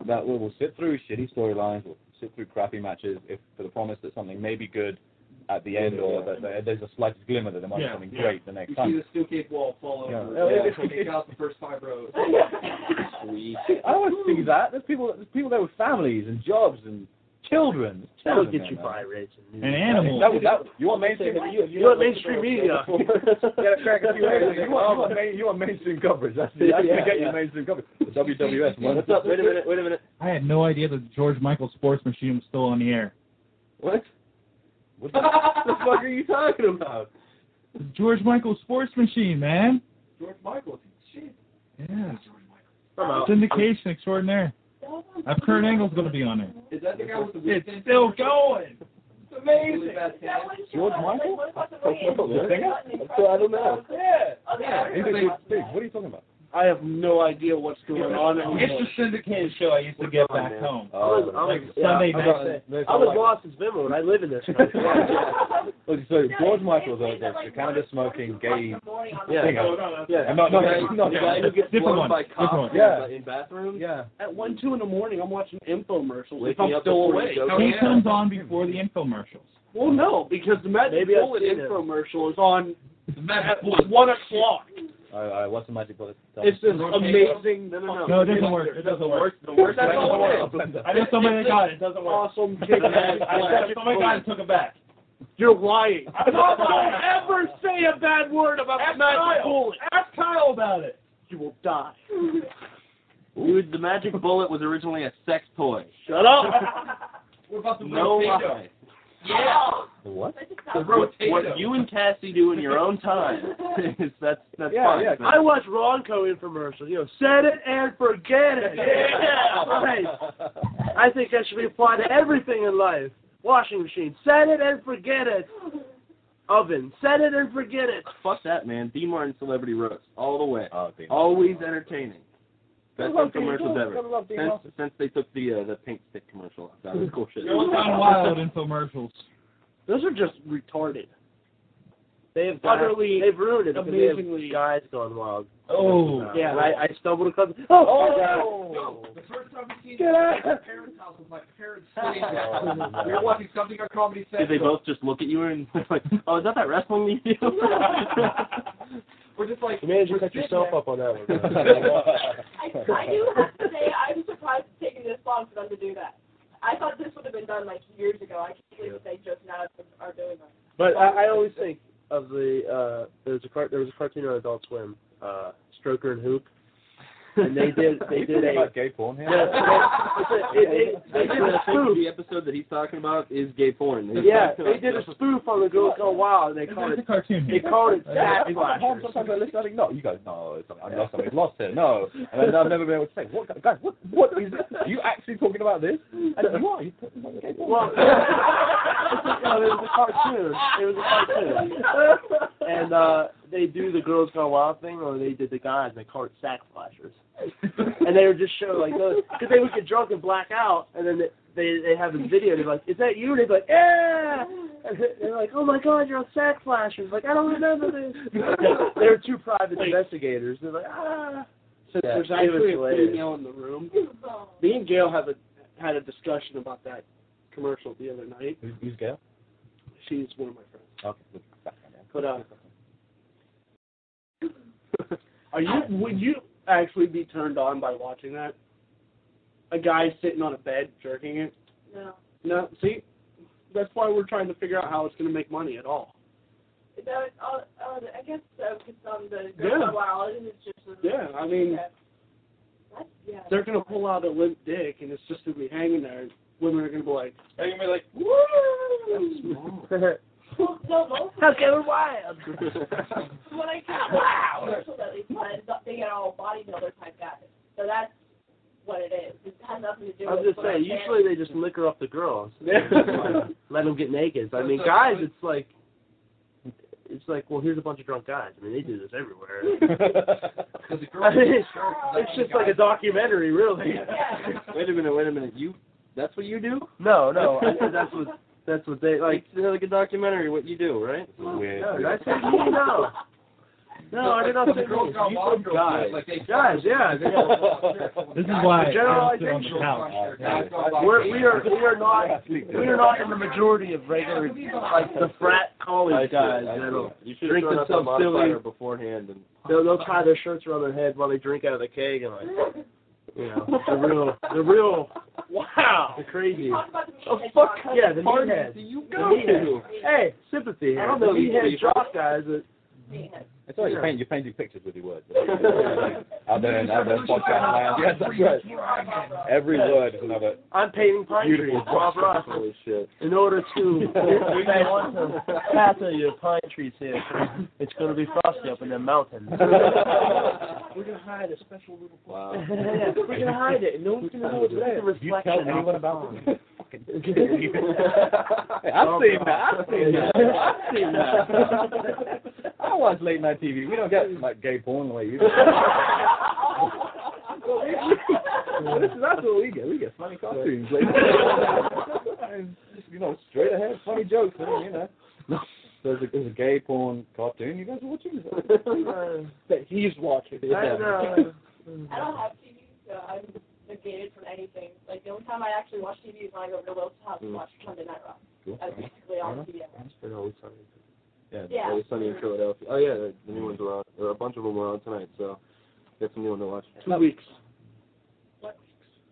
Speaker 3: that will, will sit through shitty storylines or sit through crappy matches if for the promise that something may be good at the end or that there- there's a slightest glimmer that there might be
Speaker 5: Yeah,
Speaker 3: something
Speaker 5: yeah.
Speaker 3: great the next
Speaker 9: You
Speaker 3: time.
Speaker 9: see the steel cage wall fall
Speaker 3: Yeah.
Speaker 9: over.
Speaker 3: Oh, yeah.
Speaker 9: It'll take out the first five rows.
Speaker 8: Sweet.
Speaker 3: I don't want to see that. There's people there's people there with families and jobs and children. There's
Speaker 6: That'll
Speaker 3: children
Speaker 6: get
Speaker 3: there,
Speaker 6: you
Speaker 3: man.
Speaker 6: by, Rich.
Speaker 5: An
Speaker 3: That,
Speaker 5: animal.
Speaker 3: that, that, you want mainstream? You,
Speaker 6: You want mainstream media. gotta crack a few eggs.
Speaker 3: you want, you want main, you want mainstream coverage. That's, the, that's gonna
Speaker 8: Yeah,
Speaker 3: get you
Speaker 8: yeah.
Speaker 3: mainstream coverage. The WWF. one.
Speaker 8: What's up? Wait a minute. Wait a minute.
Speaker 5: I had no idea that the George Michael Sports Machine was still on the air.
Speaker 8: What?
Speaker 3: What
Speaker 8: the fuck are you talking about?
Speaker 5: The George Michael Sports Machine, man.
Speaker 9: George Michael. Shit.
Speaker 5: Yeah.
Speaker 6: I'm out.
Speaker 5: Syndication extraordinaire. Uh, Kurt Angle's gonna be on it.
Speaker 9: Is that the guy with the weird
Speaker 5: It's still going.
Speaker 9: It's amazing. Really bad
Speaker 12: That
Speaker 9: tan?
Speaker 12: was
Speaker 3: George
Speaker 12: John.
Speaker 3: Michael?
Speaker 12: Like, what about the
Speaker 3: The
Speaker 12: wings?
Speaker 3: singer?
Speaker 12: Button in
Speaker 8: So I don't
Speaker 12: front
Speaker 8: know.
Speaker 12: of the- Okay, I
Speaker 3: He's
Speaker 12: remember
Speaker 3: like,
Speaker 12: watching
Speaker 3: dude,
Speaker 12: that.
Speaker 3: what are you talking about?
Speaker 13: I have no idea what's going on.
Speaker 14: It's the syndicated show I used to get back home.
Speaker 13: I
Speaker 6: Oh,
Speaker 13: was- I was-
Speaker 14: like
Speaker 13: yeah,
Speaker 14: Sunday
Speaker 13: I
Speaker 14: night.
Speaker 13: was- I was lost as Vimmer. I live in this. country.
Speaker 3: Look, so George Michael's over there, so cannabis smoking, gay.
Speaker 13: Yeah.
Speaker 3: Hang
Speaker 13: No, no,
Speaker 3: on.
Speaker 13: that's-
Speaker 3: yeah. I'm not, no,
Speaker 13: Yeah.
Speaker 3: no, no,
Speaker 13: Yeah.
Speaker 3: no,
Speaker 13: Who gets
Speaker 3: different
Speaker 13: blown
Speaker 3: one.
Speaker 13: by
Speaker 3: different
Speaker 13: cops
Speaker 3: one.
Speaker 13: in-
Speaker 3: Yeah.
Speaker 13: in
Speaker 8: bathrooms.
Speaker 3: Yeah.
Speaker 13: At one, two in the morning, I'm watching infomercials.
Speaker 3: Wake
Speaker 13: if I'm
Speaker 3: me up
Speaker 13: still
Speaker 3: before you
Speaker 13: awake.
Speaker 3: go to
Speaker 5: He comes on before the infomercials.
Speaker 13: Well, no, because the Magic
Speaker 3: Maybe I've
Speaker 13: Bullet
Speaker 3: seen it.
Speaker 13: infomercial is on
Speaker 9: at
Speaker 13: one o'clock.
Speaker 3: All right, all right, what's the magic bullet? Tell
Speaker 13: It's
Speaker 3: me.
Speaker 13: this amazing. No, no, no.
Speaker 5: No, it doesn't work. It doesn't work.
Speaker 13: The worst- That's all it is.
Speaker 5: I know somebody that got it. It doesn't work.
Speaker 13: Awesome.
Speaker 5: I
Speaker 13: Big
Speaker 5: know somebody got it and took it back.
Speaker 13: You're lying.
Speaker 5: I'm not lying.
Speaker 13: Don't ever say a bad word about the Magic Bullet.
Speaker 5: Ask Kyle about it.
Speaker 13: You will die.
Speaker 8: Dude, the magic bullet was originally a sex toy.
Speaker 13: Shut up.
Speaker 9: What about the
Speaker 8: No
Speaker 9: rotator?
Speaker 8: lie.
Speaker 9: Yeah.
Speaker 3: What?
Speaker 9: The
Speaker 8: What,
Speaker 9: rotator.
Speaker 8: what you and Cassie do in your own time is that's that's
Speaker 3: Yeah,
Speaker 8: fine.
Speaker 3: yeah.
Speaker 8: man.
Speaker 13: I watch Ronco infomercials. You know, set it and forget it. Yeah, right. I think that should be applied to everything in life. Washing machine, set it and forget it. Oven, set it and forget it.
Speaker 8: Fuck that, man. D Martin celebrity roast all the way.
Speaker 3: Oh, damn.
Speaker 8: Always entertaining. Best
Speaker 3: Gotta love
Speaker 8: commercials
Speaker 3: Dean.
Speaker 8: ever.
Speaker 3: Gotta love Dean.
Speaker 8: Since, since they took the uh, the pink stick commercial off, that was cool shit.
Speaker 5: Gone wild infomercials.
Speaker 13: Those are just retarded.
Speaker 6: They've
Speaker 13: Utterly
Speaker 6: they've ruined it. because they have
Speaker 13: amazingly-
Speaker 6: guys gone wild.
Speaker 5: Oh.
Speaker 13: Yeah.
Speaker 6: I, I stumbled across. Oh,
Speaker 9: No, the first time we seen it was at my parents' house with my parents sitting there. We were watching something on Comedy
Speaker 8: Did
Speaker 9: Central.
Speaker 8: they both just look at you and like, oh, is that that wrestling you do?
Speaker 9: We're just like,
Speaker 6: You managed to
Speaker 9: we're
Speaker 6: cut
Speaker 9: sitting
Speaker 6: yourself
Speaker 9: there.
Speaker 6: up on that one.
Speaker 12: I, I do have to say, I'm surprised it's taking this long for them to do that. I thought this would have been done like years ago. I can't believe that they just now are doing that.
Speaker 6: But I, I always think of the uh there's a car there was a cartoon on Adult Swim, uh Stroker and Hoop. And they did they did a
Speaker 3: About gay porn here?
Speaker 6: Yeah, it's a- it- it- they
Speaker 8: I
Speaker 6: did
Speaker 8: think-
Speaker 6: a
Speaker 8: I think
Speaker 6: spoof.
Speaker 8: the episode that he's talking about is gay porn. He's
Speaker 6: Yeah,
Speaker 8: talking
Speaker 6: they
Speaker 8: about
Speaker 6: did a
Speaker 8: stuff.
Speaker 6: spoof on the Girls Gone Wild and they called
Speaker 5: There's a
Speaker 6: it
Speaker 5: cartoon
Speaker 6: they
Speaker 5: here.
Speaker 6: called it
Speaker 3: Yeah,
Speaker 6: Sad
Speaker 3: it's like,
Speaker 6: Flashers.
Speaker 3: Hans, sometimes I listen, I think, no. You go, no, it's something, I've lost something, I've lost it, no. And then I've never been able to say, what, guys, what, what is this? Are you actually talking about this? And you are, you're talking about gay porn.
Speaker 6: Well, no, it was a cartoon. It was a cartoon. And uh they do the Girls Gone Wild thing or they did the guys and they called it Sack Flashers. and they would just show like those because they would get drunk and black out, and then they they have this video. They're like, "Is that you?" And they're like, "Yeah!" And they're like, "Oh my God, you're on sack flashers!" Like, I don't remember this. they were two private investigators. They're like, "Ah." So
Speaker 3: Yeah.
Speaker 13: There's
Speaker 6: it was
Speaker 13: actually a
Speaker 6: hilarious.
Speaker 13: female in the room. Me and Gail have a, had a discussion about that commercial the other night.
Speaker 3: Who's, who's gay?
Speaker 13: She's one of my friends.
Speaker 3: Okay, good.
Speaker 13: But uh, are you? Would you actually be turned on by watching that? A guy sitting on a bed jerking it.
Speaker 12: No,
Speaker 13: No, see, that's why we're trying to figure out how it's going to make money at all.
Speaker 12: that was all. Uh, I guess so, because um, the
Speaker 13: Yeah.
Speaker 12: girl while it's just a-
Speaker 13: Yeah, I mean,
Speaker 12: yeah. That's, yeah.
Speaker 13: they're going to pull out a limp dick, and it's just going to be hanging there. And women are going to be like,
Speaker 9: Are you gonna be like,
Speaker 13: "Woo!"
Speaker 12: Well, no, most of
Speaker 13: Okay, we're wild.
Speaker 12: when I got wow, at least when they get all bodybuilder type guys. So that's what it is. It has nothing to do
Speaker 6: I was
Speaker 12: with.
Speaker 6: just
Speaker 12: what
Speaker 6: saying.
Speaker 12: I'm
Speaker 6: Usually they just liquor up the girls, let them get naked. I mean,
Speaker 9: So-
Speaker 6: guys, it's like. It's like, well, here's a bunch of drunk guys. I mean, they do this everywhere.
Speaker 9: does the girl
Speaker 6: I mean, it's,
Speaker 9: shark?
Speaker 6: it's just like a documentary, really.
Speaker 8: Wait a minute, wait a minute. You, that's what you do?
Speaker 6: No, no, I, that's what that's what they like.
Speaker 8: It's like a documentary, what you do, right?
Speaker 3: Weird.
Speaker 6: No, did I say me? No. No, I did not say
Speaker 9: the girls
Speaker 6: me.
Speaker 9: got
Speaker 6: You
Speaker 9: wild
Speaker 6: said
Speaker 9: girls,
Speaker 6: guys.
Speaker 9: Like they
Speaker 6: Guys, yeah.
Speaker 9: They got wild girls.
Speaker 5: This is
Speaker 9: Guys
Speaker 5: why
Speaker 9: got
Speaker 5: I
Speaker 6: Generalization.
Speaker 5: sit on the couch.
Speaker 9: wild girls. Guys got wild
Speaker 6: We're,
Speaker 9: girls.
Speaker 6: we are we are not we are not in the majority of regular like the frat
Speaker 8: I
Speaker 6: college
Speaker 8: see,
Speaker 6: guys
Speaker 8: I see.
Speaker 6: that'll
Speaker 8: You should
Speaker 6: drink
Speaker 8: have thrown up
Speaker 6: themselves
Speaker 8: a
Speaker 6: silly.
Speaker 8: modifier beforehand and
Speaker 6: they'll, they'll tie their shirts around their head while they drink out of the keg and like you know the real the real wow the
Speaker 12: You
Speaker 6: crazy
Speaker 12: talk about the meat
Speaker 6: oh
Speaker 12: and
Speaker 6: fuck
Speaker 12: chocolate.
Speaker 6: yeah the
Speaker 8: Parties
Speaker 6: meatheads
Speaker 8: do you
Speaker 6: The
Speaker 8: go to?
Speaker 6: meatheads. hey sympathy here
Speaker 8: I don't
Speaker 6: the
Speaker 8: know these
Speaker 6: meathead
Speaker 8: people.
Speaker 6: jock guys that
Speaker 3: It's all right, you're painting, you're painting pictures with your words. out there in, out there in podcast land. Yes, that's right. Every word is another.
Speaker 6: I'm painting pine trees
Speaker 3: Beautiful.
Speaker 6: Bob Ross
Speaker 8: holy shit.
Speaker 6: in order to if they want to tackle your pine trees here it's going to be frosty up in the mountains
Speaker 13: We're going to hide a special little
Speaker 8: Wow.
Speaker 6: we're going to hide it and no one's going to know it's there
Speaker 3: You tell anyone about this? Fucking weird. Hey,
Speaker 6: Oh,
Speaker 3: I've seen
Speaker 6: God.
Speaker 3: that. I've seen that. I've seen that. I watch late night TV. We don't get like gay porn the way you do. Well, this is- that's what we get. We get funny cartoons. Like, and, you know, straight ahead, funny jokes. I mean, you know. There's a, there's a gay porn cartoon you guys are watching? that he's watching.
Speaker 12: I
Speaker 13: know.
Speaker 12: I don't have TV, so I'm negated from anything. Like the only time I actually watch TV is when I go over to Will's house and
Speaker 8: Mm.
Speaker 12: watch Monday Night Raw.
Speaker 8: Cool.
Speaker 12: That's basically all the TV I watch.
Speaker 8: Yeah,
Speaker 12: Yeah.
Speaker 8: Always Sunny in Philadelphia. Oh yeah, the, the new ones were on. Or a bunch of them were on tonight, so got some new one to watch.
Speaker 6: Two weeks.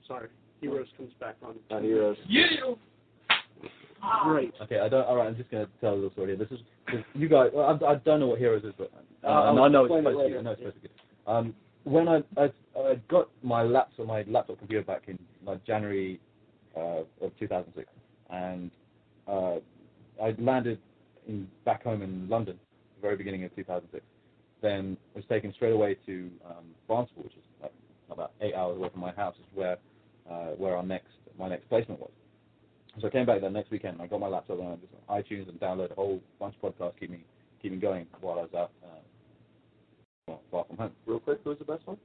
Speaker 6: Sorry. Heroes comes back on.
Speaker 3: Uh,
Speaker 8: Not uh, heroes.
Speaker 6: Great.
Speaker 3: Okay, I don't. All right, I'm just gonna tell the story. This is this, you guys. well, I, I don't know what Heroes is, but uh,
Speaker 8: Uh, I'll
Speaker 3: I know it's
Speaker 8: explain it
Speaker 3: supposed to be.
Speaker 8: later.
Speaker 3: I know it's supposed to be. Good. Um, when I, I I got my laptop my laptop computer back in like January uh, of 2006, and uh, I landed in back home in London, the very beginning of 2006. Then was taken straight away to um, Barnstable, which is like about eight hours away from my house, is where uh, where our next my next placement was. So I came back that next weekend and I got my laptop and I just went on iTunes and downloaded a whole bunch of podcasts, keep me keep me going while I was out uh, well, far from home.
Speaker 8: Real quick, who's the best one?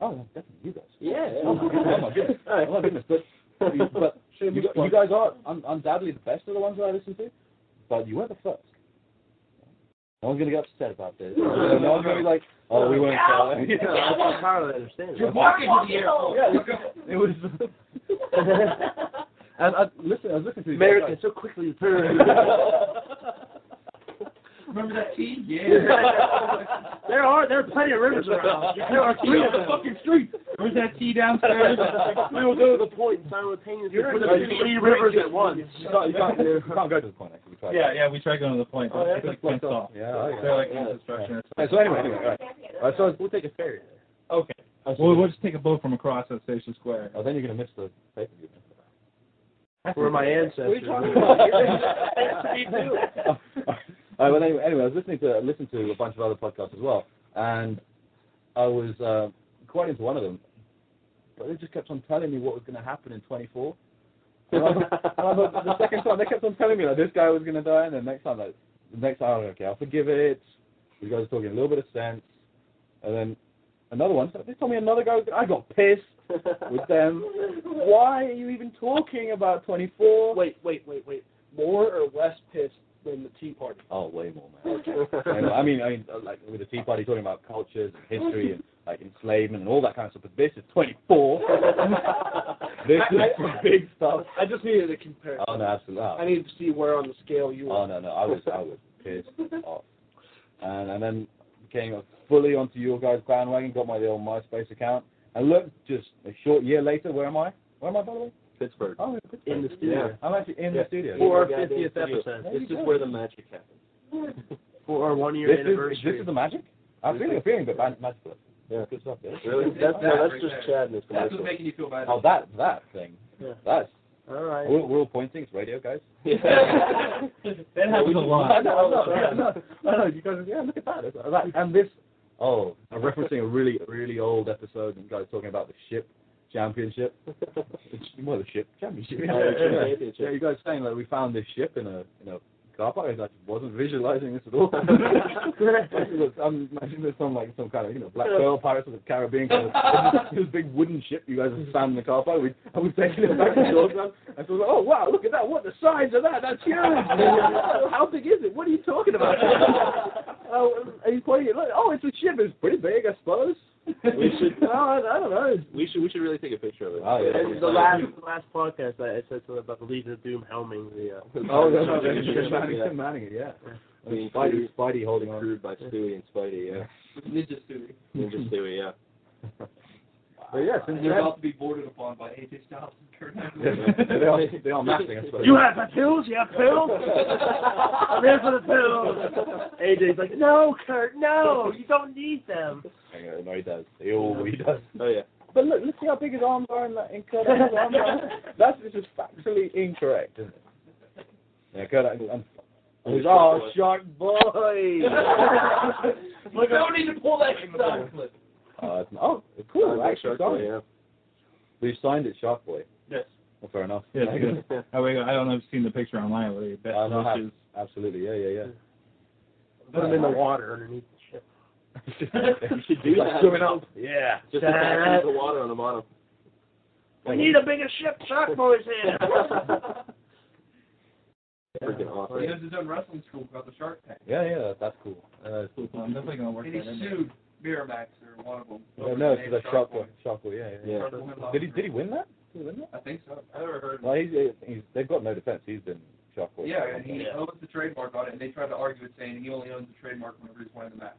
Speaker 3: Oh, that's definitely you guys.
Speaker 8: Yeah.
Speaker 3: Oh my goodness, oh my goodness. Oh my goodness. But, but you,
Speaker 8: Shameless plug.
Speaker 3: you guys are un- undoubtedly the best of the ones that I listen to, but you were the first. No one's gonna get upset about this. No one's gonna be like, "Oh, we weren't."
Speaker 6: Ow.
Speaker 3: there." You know,
Speaker 6: I don't entirely understand.
Speaker 3: You're
Speaker 6: that.
Speaker 3: walking to the airport. Yeah, it was. and I listen. I was listening to these
Speaker 6: American
Speaker 3: guys.
Speaker 6: so quickly to turn.
Speaker 9: Remember that team?
Speaker 6: there are there are plenty of rivers around. There are three of them.
Speaker 9: fucking street. Where's that tea downstairs?
Speaker 6: we will go to the point simultaneously.
Speaker 9: You're
Speaker 6: Put
Speaker 9: in
Speaker 6: them
Speaker 9: the
Speaker 6: in three rivers at once.
Speaker 3: You can't, you, can't, you can't go to the point. Actually, we tried.
Speaker 14: Yeah, yeah, we tried going to the point.
Speaker 3: Oh,
Speaker 14: but
Speaker 3: yeah,
Speaker 14: it's
Speaker 3: that's
Speaker 14: like fenced
Speaker 3: fucked
Speaker 14: off.
Speaker 3: up. Yeah, oh, yeah.
Speaker 14: They're like
Speaker 3: Yeah.
Speaker 14: construction.
Speaker 3: Yeah, so anyway, anyway, all right. All right, so we'll take a ferry.
Speaker 14: Okay.
Speaker 3: Oh, so
Speaker 14: Well, we'll just take a boat from across at Station Square.
Speaker 3: oh, then you're gonna miss the pay-per-view.
Speaker 6: Where my ancestors.
Speaker 3: What are you talking
Speaker 6: were.
Speaker 3: about?
Speaker 6: Me too.
Speaker 3: All right, well, anyway, anyway, I was listening to listened to a bunch of other podcasts as well, and I was uh, quite into one of them, but they just kept on telling me what was going to happen in 24. And I, and I thought the second time they kept on telling me like this guy was going to die, and then next time like the next time I was like, okay, I'll forgive it. You guys are talking a little bit of sense, and then another one. They told me another guy. Was, I got pissed with them. Why are you even talking about 24?
Speaker 13: Wait, wait, wait, wait. More or less pissed than the Tea Party.
Speaker 3: Oh, way more, man. Anyway, I mean, I mean, uh, like with the Tea Party talking about cultures and history and like enslavement and all that kind of stuff. But this is 24. this is big stuff.
Speaker 13: I just needed a comparison.
Speaker 3: Oh no, absolutely.
Speaker 13: I
Speaker 3: Oh,
Speaker 13: needed to see where on the scale you
Speaker 3: oh
Speaker 6: Uh,
Speaker 13: are.
Speaker 3: no, no, I was, I was pissed off, and and then came fully onto your guys' bandwagon. Got my little MySpace account, and look, just a short year later, where am I? Where am I by the way?
Speaker 8: Pittsburgh.
Speaker 3: Oh, it's
Speaker 6: In the
Speaker 8: Yeah.
Speaker 6: studio.
Speaker 3: I'm actually in
Speaker 8: Yeah.
Speaker 3: the studio.
Speaker 6: For our
Speaker 8: Yeah, goddamn
Speaker 6: 50th
Speaker 8: studio.
Speaker 6: episode.
Speaker 3: There
Speaker 8: This
Speaker 3: you
Speaker 8: is
Speaker 3: go.
Speaker 8: where the magic happens.
Speaker 6: For our one year
Speaker 3: This is
Speaker 6: anniversary.
Speaker 3: this is the magic. I'm
Speaker 8: This
Speaker 3: feeling
Speaker 8: is-
Speaker 3: a feeling, but mag- magical.
Speaker 8: Yeah.
Speaker 3: Good stuff. Yeah.
Speaker 8: Really? That's, no, that's just Chad and his
Speaker 9: That's what's
Speaker 8: commercial.
Speaker 9: making you feel bad.
Speaker 3: Oh, that that thing.
Speaker 6: Yeah.
Speaker 3: That's
Speaker 6: All right.
Speaker 3: we're, we're all pointing. It's radio, guys.
Speaker 8: Yeah.
Speaker 14: That happens a
Speaker 3: I
Speaker 14: lot.
Speaker 3: know, I know, I know, I know. You guys, yeah, look at that. It's- that- And this. Oh, I'm referencing a really really old episode. And you guys talking about the ship championship. It's more the ship championship.
Speaker 8: Oh, the ship championship.
Speaker 3: Yeah, you guys saying like we found this ship in a in a car park. I like, wasn't visualizing this at all. I'm imagining this on like some kind of you know Black Pearl Pirates of the Caribbean kind of this big wooden ship you guys have found in the car park. We I was taking it back to Georgetown and so I was like, oh wow, look at that! What the size of that? That's huge! How big is it? What are you talking about? oh, are you pointing it? Like, oh, it's a ship. It's pretty big, I suppose.
Speaker 8: We should-
Speaker 3: Oh, I, I don't know.
Speaker 8: We should we should really take a picture of it.
Speaker 3: Oh, yeah.
Speaker 6: And the last the last podcast I, I said something about the Legion of Doom helming the. Uh,
Speaker 3: Oh,
Speaker 8: yeah.
Speaker 3: no, no, no, Jim Manning, Jim Manning it, yeah.
Speaker 8: Being
Speaker 3: Spidey, Spidey holding on.
Speaker 8: Crewed by Stewie and Spidey, yeah.
Speaker 9: Ninja Stewie.
Speaker 8: Ninja Stewie, yeah.
Speaker 3: But yeah, since
Speaker 9: They're
Speaker 3: then,
Speaker 9: about to be boarded upon by AJ Styles and Kurt Angle.
Speaker 3: they are, they are mapping, I suppose.
Speaker 13: You have the pills? You have pills? I'm here for the pills.
Speaker 6: AJ's like, no, Kurt, no, you don't need them.
Speaker 3: Hang on, no, he does. He always does.
Speaker 8: Oh yeah.
Speaker 3: But look, let's see how big his arms are in, in Kurt Angle's arms. That's just factually incorrect, isn't it? Yeah, Kurt Angle. I'm, he's, oh, shark boy!
Speaker 9: You don't need to pull that stuff.
Speaker 3: Uh, it's- oh, cool, actually,
Speaker 8: Shark Boy,
Speaker 3: sorry.
Speaker 8: yeah.
Speaker 3: We've signed it, Shark Boy.
Speaker 9: Yes.
Speaker 3: Well, fair enough.
Speaker 14: Yeah, it's good. Oh, wait, I don't know if you've seen the picture online. Where they bet
Speaker 3: I know how-
Speaker 14: bushes.
Speaker 3: Absolutely, yeah, yeah, yeah.
Speaker 6: Put them in the water underneath the ship.
Speaker 8: You should do
Speaker 15: Like
Speaker 8: that.
Speaker 15: swimming up.
Speaker 8: Yeah. Just
Speaker 15: Da-
Speaker 8: attack the water on the bottom.
Speaker 6: We need a bigger ship, Shark Boys here.
Speaker 8: Freaking
Speaker 9: Well,
Speaker 8: awesome.
Speaker 9: he has his own wrestling school called the Shark Tank.
Speaker 3: Yeah, yeah, that's cool. Uh,
Speaker 5: I'm definitely gonna work
Speaker 9: And
Speaker 5: that
Speaker 9: he
Speaker 5: in. there.
Speaker 9: sued Miramax or one of them.
Speaker 3: no, no, it's the Shark Boy. Shark Boy, yeah, yeah.
Speaker 8: Yeah.
Speaker 3: Did he did he win that? Did he win that?
Speaker 9: I think so. I never heard.
Speaker 3: Well, he's, he's they've got no defense. He's been Shark Boy.
Speaker 9: Yeah, and he owns the trademark on it, and they tried to argue it, saying he only owns the trademark whenever he's wearing the mask.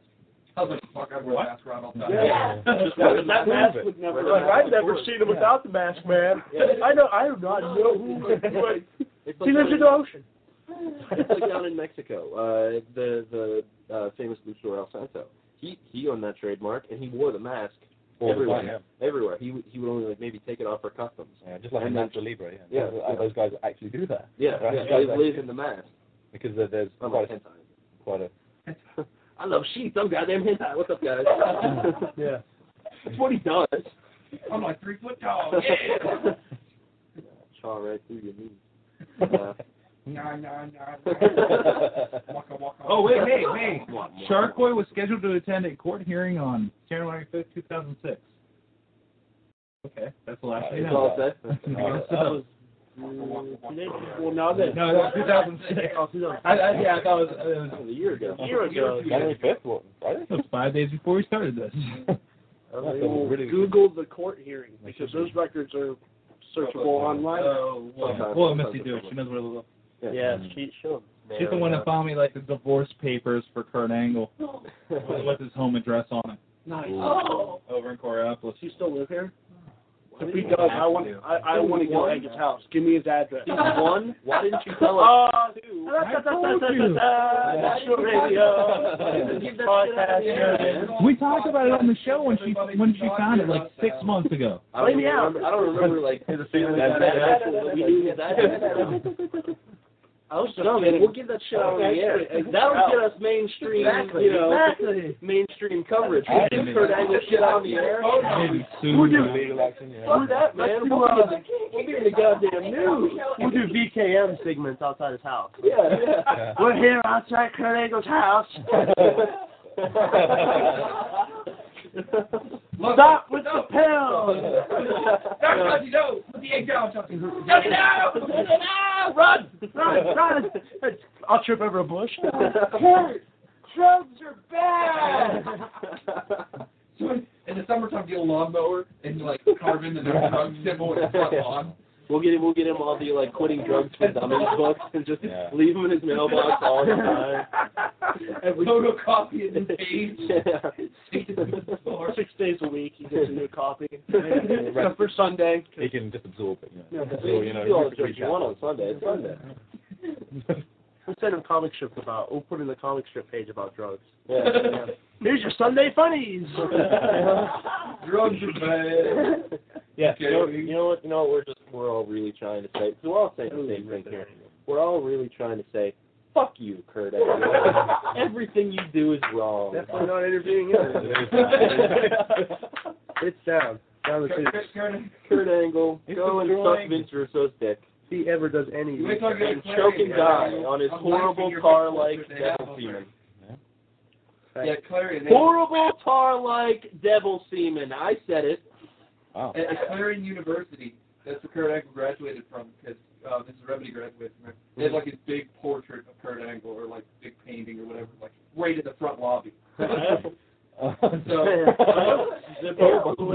Speaker 9: I was like, fuck, I wear a mask around all the time.
Speaker 6: Yeah. That,
Speaker 9: Just wear the
Speaker 6: that
Speaker 9: mask.
Speaker 6: mask would never. Like, I've never seen him without the mask, man. I know. I do not know who. would- who would-
Speaker 8: It's
Speaker 6: He lives in the ocean.
Speaker 8: it's like down in Mexico, uh, the the uh, famous luchador El Santo. He he owned that trademark, and he wore the mask
Speaker 3: All the
Speaker 8: everywhere.
Speaker 3: time,
Speaker 8: Everywhere, he would- he would only like maybe take it off for customs.
Speaker 3: Yeah, just like a
Speaker 8: And then-
Speaker 3: Natural Libre, yeah.
Speaker 8: Yeah,
Speaker 3: Those-
Speaker 8: yeah.
Speaker 3: Those guys actually do that.
Speaker 8: Yeah,
Speaker 3: Right?
Speaker 8: yeah,
Speaker 3: Yeah,
Speaker 8: he
Speaker 3: like-
Speaker 8: lives in the mask.
Speaker 3: Because there- there's
Speaker 6: Oh,
Speaker 8: Unlike
Speaker 3: quite a,
Speaker 8: hentai.
Speaker 3: quite a
Speaker 8: I love sheets. I'm goddamn hentai. What's up, guys?
Speaker 3: yeah.
Speaker 8: That's what he does.
Speaker 9: I'm like three foot tall. Oh, Yeah.
Speaker 8: Chaw right through your knees.
Speaker 9: nah, nah, nah, nah.
Speaker 8: Yeah.
Speaker 9: Waka, waka.
Speaker 5: Oh wait, wait, wait! Shark Boy was scheduled to attend a court hearing on January fifth, two thousand six. Okay, that's the last. I
Speaker 8: That's
Speaker 5: know.
Speaker 8: Uh, all it says.
Speaker 5: That's
Speaker 3: Uh,
Speaker 5: awesome.
Speaker 3: that was-
Speaker 6: Well, now that
Speaker 5: No, that was 2006.
Speaker 6: Oh, he's on-
Speaker 5: I, I, yeah, I thought it was,
Speaker 8: That was a year ago.
Speaker 6: Year ago.
Speaker 3: January fifth, what? Friday?
Speaker 5: it was five days before we started this.
Speaker 3: That's a really-
Speaker 6: Oh, Google the court hearing because those records are searchable online.
Speaker 9: Oh, well.
Speaker 5: Well, Missy do it. She knows where to look.
Speaker 6: Yeah, she showed.
Speaker 5: She's the one that found me like the divorce papers for Kurt Angle with with his home address on it
Speaker 6: Nice.
Speaker 12: Oh,
Speaker 5: over in Coriopolis.
Speaker 6: Does he still live here? If he does, I want I, I want to go to his house. Give me his address.
Speaker 8: One? Why didn't you tell us?
Speaker 6: Oh,
Speaker 5: I told you.
Speaker 6: National radio. Podcast. show.
Speaker 5: We talked about it on the show when she when she found it like six months ago.
Speaker 8: I don't
Speaker 6: Blame me
Speaker 8: even
Speaker 6: out.
Speaker 8: remember, I don't remember like
Speaker 3: Here's a feeling
Speaker 8: that,
Speaker 3: that-
Speaker 8: that
Speaker 3: that-
Speaker 8: actual we knew his address.
Speaker 6: I was just
Speaker 8: No, man,
Speaker 6: kidding.
Speaker 8: we'll get that shit out on the air. That'll get us mainstream,
Speaker 6: Exactly.
Speaker 8: you know,
Speaker 6: Exactly.
Speaker 8: mainstream coverage.
Speaker 5: I
Speaker 8: We'll
Speaker 5: didn't-
Speaker 8: get Kurt Angle shit out on the air.
Speaker 5: I didn't
Speaker 6: Who
Speaker 5: sue
Speaker 6: did-
Speaker 5: her.
Speaker 3: legal action, yeah.
Speaker 6: Fuck that, man.
Speaker 8: Let's do,
Speaker 6: We'll
Speaker 8: uh,
Speaker 6: be-
Speaker 8: We'll be in the goddamn news.
Speaker 6: We'll do VKM segments outside his house.
Speaker 8: Yeah, yeah.
Speaker 3: Yeah.
Speaker 6: We're here outside Kurt Angle's house. Stop with the pills.
Speaker 9: That's what you know. Put the egg down, Chelsea. Shut it down.
Speaker 6: Ah, run, run, run. I'll trip over a bush. Kurt, drugs are bad.
Speaker 9: In the summertime, get a lawnmower and like carve in the drug symbol in the front lawn.
Speaker 8: We'll get him. We'll get him all the like quitting drugs for dummies books and just
Speaker 3: Yeah.
Speaker 8: leave him in his mailbox all the time.
Speaker 9: Photocopy in the page.
Speaker 8: Yeah.
Speaker 6: Six days a week, he gets a new copy. Except for Sunday.
Speaker 3: He can just absorb it, you know.
Speaker 8: You
Speaker 3: Absorb, you
Speaker 8: can
Speaker 3: know,
Speaker 8: do all the
Speaker 3: just
Speaker 8: drugs
Speaker 3: reach
Speaker 8: you
Speaker 3: out.
Speaker 8: want on Sunday. It's Sunday.
Speaker 6: We'll send him comic strips about. We'll put in the comic strip page about drugs.
Speaker 8: Yeah, yeah.
Speaker 6: Here's your Sunday funnies.
Speaker 9: Drugs are bad.
Speaker 8: Yeah,
Speaker 9: Okay.
Speaker 8: you know, you know what? You know what? We're just we're all really trying to say. 'cause We're all saying the same thing here. We're all really trying to say, "Fuck you, Kurt." Angle. Everything you do is wrong.
Speaker 6: Definitely not interviewing him. It's down. Down the tube.
Speaker 8: Kurt Angle,
Speaker 3: He's
Speaker 8: go and
Speaker 3: destroying-
Speaker 8: suck Vince Russo's dick
Speaker 6: If he ever does any.
Speaker 9: You ain't talking
Speaker 8: and choke and die on his horrible tar-like devil semen.
Speaker 9: Yeah, Clary. They,
Speaker 8: Horrible tar-like devil semen. I said it.
Speaker 3: Wow.
Speaker 9: at, at Clarion University, that's where Kurt Angle graduated from, because uh, Mrs. Remedy graduated from. there. They had like his big portrait of Kurt Angle, or like big painting, or whatever, like right in the front lobby.
Speaker 6: Down.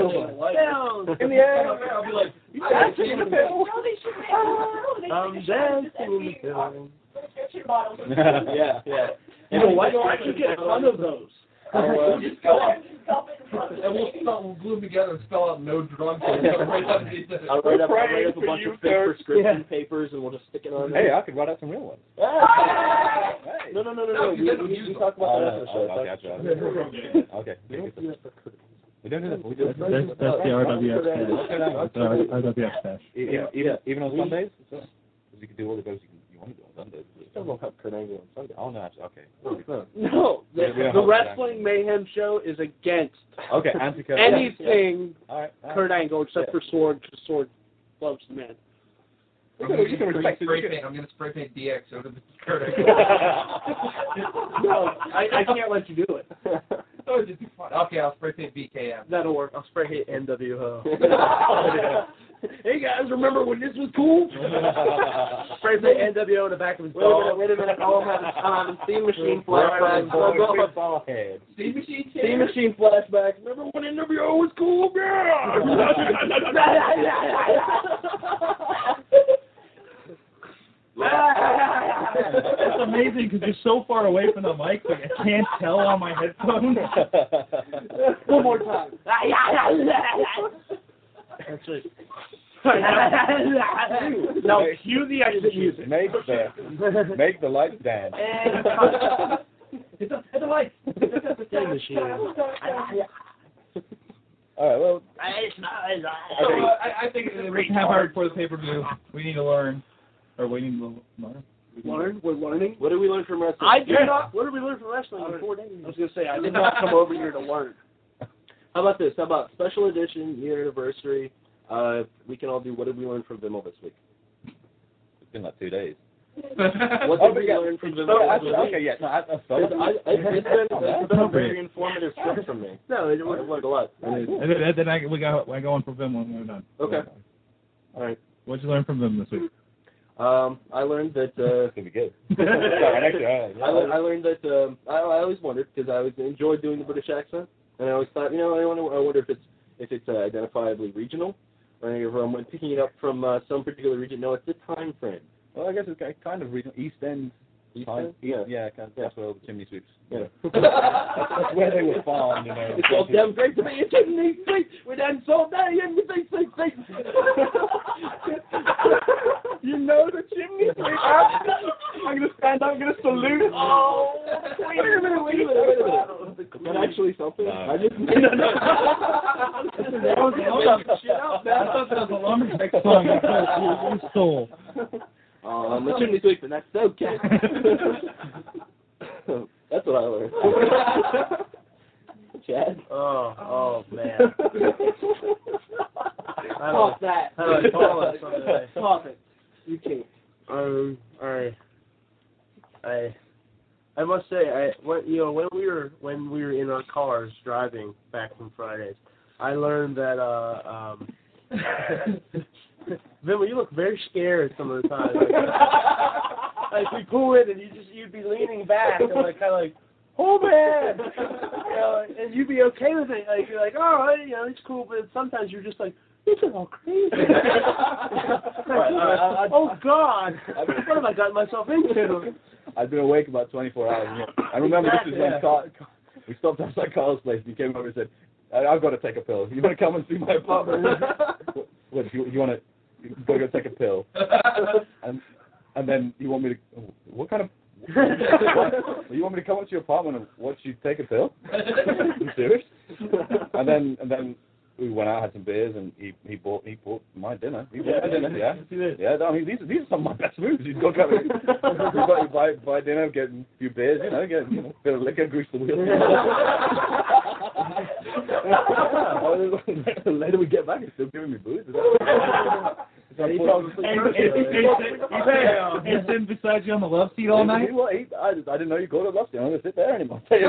Speaker 8: In the
Speaker 9: I'll be like,
Speaker 12: that's a good No, they should make no, they
Speaker 6: I'm
Speaker 12: should just
Speaker 6: dancing in the
Speaker 12: empty our
Speaker 6: film.
Speaker 12: prescription bottles.
Speaker 8: Yeah, yeah.
Speaker 6: You know what? I could get one of those.
Speaker 8: I'll, uh,
Speaker 9: just
Speaker 12: Go
Speaker 9: go out,
Speaker 12: ahead and dump it in front of
Speaker 9: and we'll,
Speaker 12: me.
Speaker 9: spell, we'll glue them together and spell out no drugs. And go right underneath the-
Speaker 8: I'll write up, I'll write up a bunch of fake prescription papers and we'll just stick it on
Speaker 3: Hey,
Speaker 8: there.
Speaker 3: I could write out some real ones.
Speaker 8: Ah!
Speaker 3: Hey.
Speaker 8: No, no, no, no,
Speaker 9: No,
Speaker 8: no.
Speaker 9: you
Speaker 8: We,
Speaker 9: didn't
Speaker 8: we,
Speaker 9: use
Speaker 8: we
Speaker 9: them.
Speaker 8: talk about
Speaker 6: Uh,
Speaker 8: that
Speaker 3: Oh,
Speaker 8: after the show.
Speaker 3: okay,
Speaker 8: That's-
Speaker 3: gotcha. Okay. We don't do that. We do that.
Speaker 5: That's, that's the RWF stash. That's the RWF stash.
Speaker 3: Even,
Speaker 8: Yeah.
Speaker 3: E, even, even on
Speaker 8: We-
Speaker 3: Sundays? Because you can do all the goes you, can, you want to do on Sundays.
Speaker 8: Still don't have Kurt Angle on Sunday.
Speaker 3: Oh, no, actually, okay.
Speaker 6: No,
Speaker 3: We don't- we
Speaker 6: the,
Speaker 3: don't
Speaker 6: the
Speaker 3: have that.
Speaker 6: Wrestling Mayhem show is against
Speaker 3: Okay, anti
Speaker 6: anything
Speaker 3: All right. all right.
Speaker 6: Kurt Angle except for Sword, because Sword loves the man.
Speaker 9: I'm
Speaker 3: You
Speaker 9: gonna
Speaker 3: can- you can
Speaker 9: spray
Speaker 3: respect it. You
Speaker 9: paint.
Speaker 3: can-
Speaker 9: I'm gonna spray paint DX over the Kurt Angle.
Speaker 6: no, I, I can't let you do it.
Speaker 9: always just too fun. Okay, I'll spray paint BKM.
Speaker 6: That'll work. I'll spray hate NWO. uh,
Speaker 9: Hey,
Speaker 6: guys, remember when this was cool? spray paint NWO in the back of his
Speaker 8: Wait a
Speaker 6: dog.
Speaker 8: minute, wait a minute. Oh, my- um, Steam Machine flashbacks.
Speaker 9: Steam Machine
Speaker 8: Steam Machine flashbacks. Remember when NWO was cool?
Speaker 5: It's amazing because you're so far away from the mic, but I can't tell on my headphones.
Speaker 6: One more time. That's it. now cue the exit music.
Speaker 3: Make the make the lights dance.
Speaker 6: Hit the, hit the lights. Steam machine.
Speaker 3: All right. Well, uh,
Speaker 9: So, uh, I, I think it's
Speaker 5: We can have art for the pay per view. We need to learn, or we need to learn.
Speaker 6: Learn. We're learning.
Speaker 8: What did we learn from wrestling?
Speaker 6: I did not. What did we learn from wrestling in four days? I was gonna say I did not come over here to learn.
Speaker 8: How about this? How about special edition, year anniversary? Uh, we can all do what did we learn from Vimmel this week?
Speaker 3: it's been like two days.
Speaker 8: What
Speaker 3: Oh,
Speaker 8: did
Speaker 3: but
Speaker 8: we
Speaker 3: yeah,
Speaker 8: learn from Vimmel
Speaker 3: so,
Speaker 8: this
Speaker 3: actually,
Speaker 8: week?
Speaker 3: okay, yeah, no, I, I, so,
Speaker 8: It's, I, it's been, it's been a very informative trip for me.
Speaker 6: No, it
Speaker 8: I've learned a lot.
Speaker 5: And then, then I, we got we're going for Vim when we're done.
Speaker 8: Okay. All right.
Speaker 5: What'd you learn from Vim this week?
Speaker 8: Um, I learned that. Uh,
Speaker 3: it's gonna be good.
Speaker 8: I,
Speaker 3: actually, all right,
Speaker 8: lear- I learned that. Um, I, I always wondered because I always enjoyed doing the British accent, and I always thought, you know, I wonder, I wonder if it's if it's uh, identifiably regional, or if I'm picking it up from uh, some particular region. No, it's the time frame.
Speaker 3: Well, I guess it's ki- kind of regional. East End.
Speaker 8: East
Speaker 3: Time-
Speaker 8: End? Yeah.
Speaker 3: Yeah, kind of, that's where all the chimney sweeps.
Speaker 8: Yeah.
Speaker 3: that's where they were farmed. You know.
Speaker 8: It's all damn great to me. It's in these streets. We're down so day and we think, think, think.
Speaker 6: You know the chimney sweep. I'm gonna stand up. I'm gonna salute. Oh,
Speaker 8: Wait a minute, wait a minute, wait a minute. Is that actually something?
Speaker 3: No.
Speaker 8: I just
Speaker 3: No, no, no.
Speaker 8: That was
Speaker 5: I thought that was a lumberjack song. I thought it was soul.
Speaker 8: Um, the chimney sweep, and that's okay. that's what I learned. Chad.
Speaker 6: oh man. I
Speaker 8: Fuck that.
Speaker 6: I don't call it something.
Speaker 8: Fuck it. You can't.
Speaker 6: Um, I, I, I must say, I when you know when we were when we were in our cars driving back from Fridays, I learned that uh um. Vimmer, you look very scared some of the time. Like, we pull in and you just you'd be leaning back and like kind of like, oh man, you know, and you'd be okay with it. Like you're like, all right, you know, it's cool. But sometimes you're just like, this is all crazy.
Speaker 3: Right, I- I-
Speaker 6: oh God, what have I gotten myself into?
Speaker 3: I've been awake about 24 hours. Yeah. I remember this is when
Speaker 6: Yeah.
Speaker 3: Carl, we stopped outside Carl's place. and He came over and said, I, "I've got to take a pill. You want to come and see my apartment? what, what, you, you want to? You got to go take a pill." And and then you want me to? What kind of? what, you want me to come up to your apartment and watch you take a pill? you serious? and then and then we went out, had some beers, and he he bought he bought my dinner. He bought my dinner. Yeah. Yeah, I mean, these are, these are some of my best moves. You've got to go you buy, you buy, buy dinner, get a few beers, you know, get you know, a bit of liquor, grease the wheels. Later we get back, he's still giving me booze. Is that- is that
Speaker 6: He
Speaker 3: bull-
Speaker 6: probably-
Speaker 5: And, and, and, and, and sitting beside you on the love seat all night.
Speaker 3: He- he- he- I, I didn't know you called it lust. I'm not going to sit there anymore.
Speaker 6: Yeah,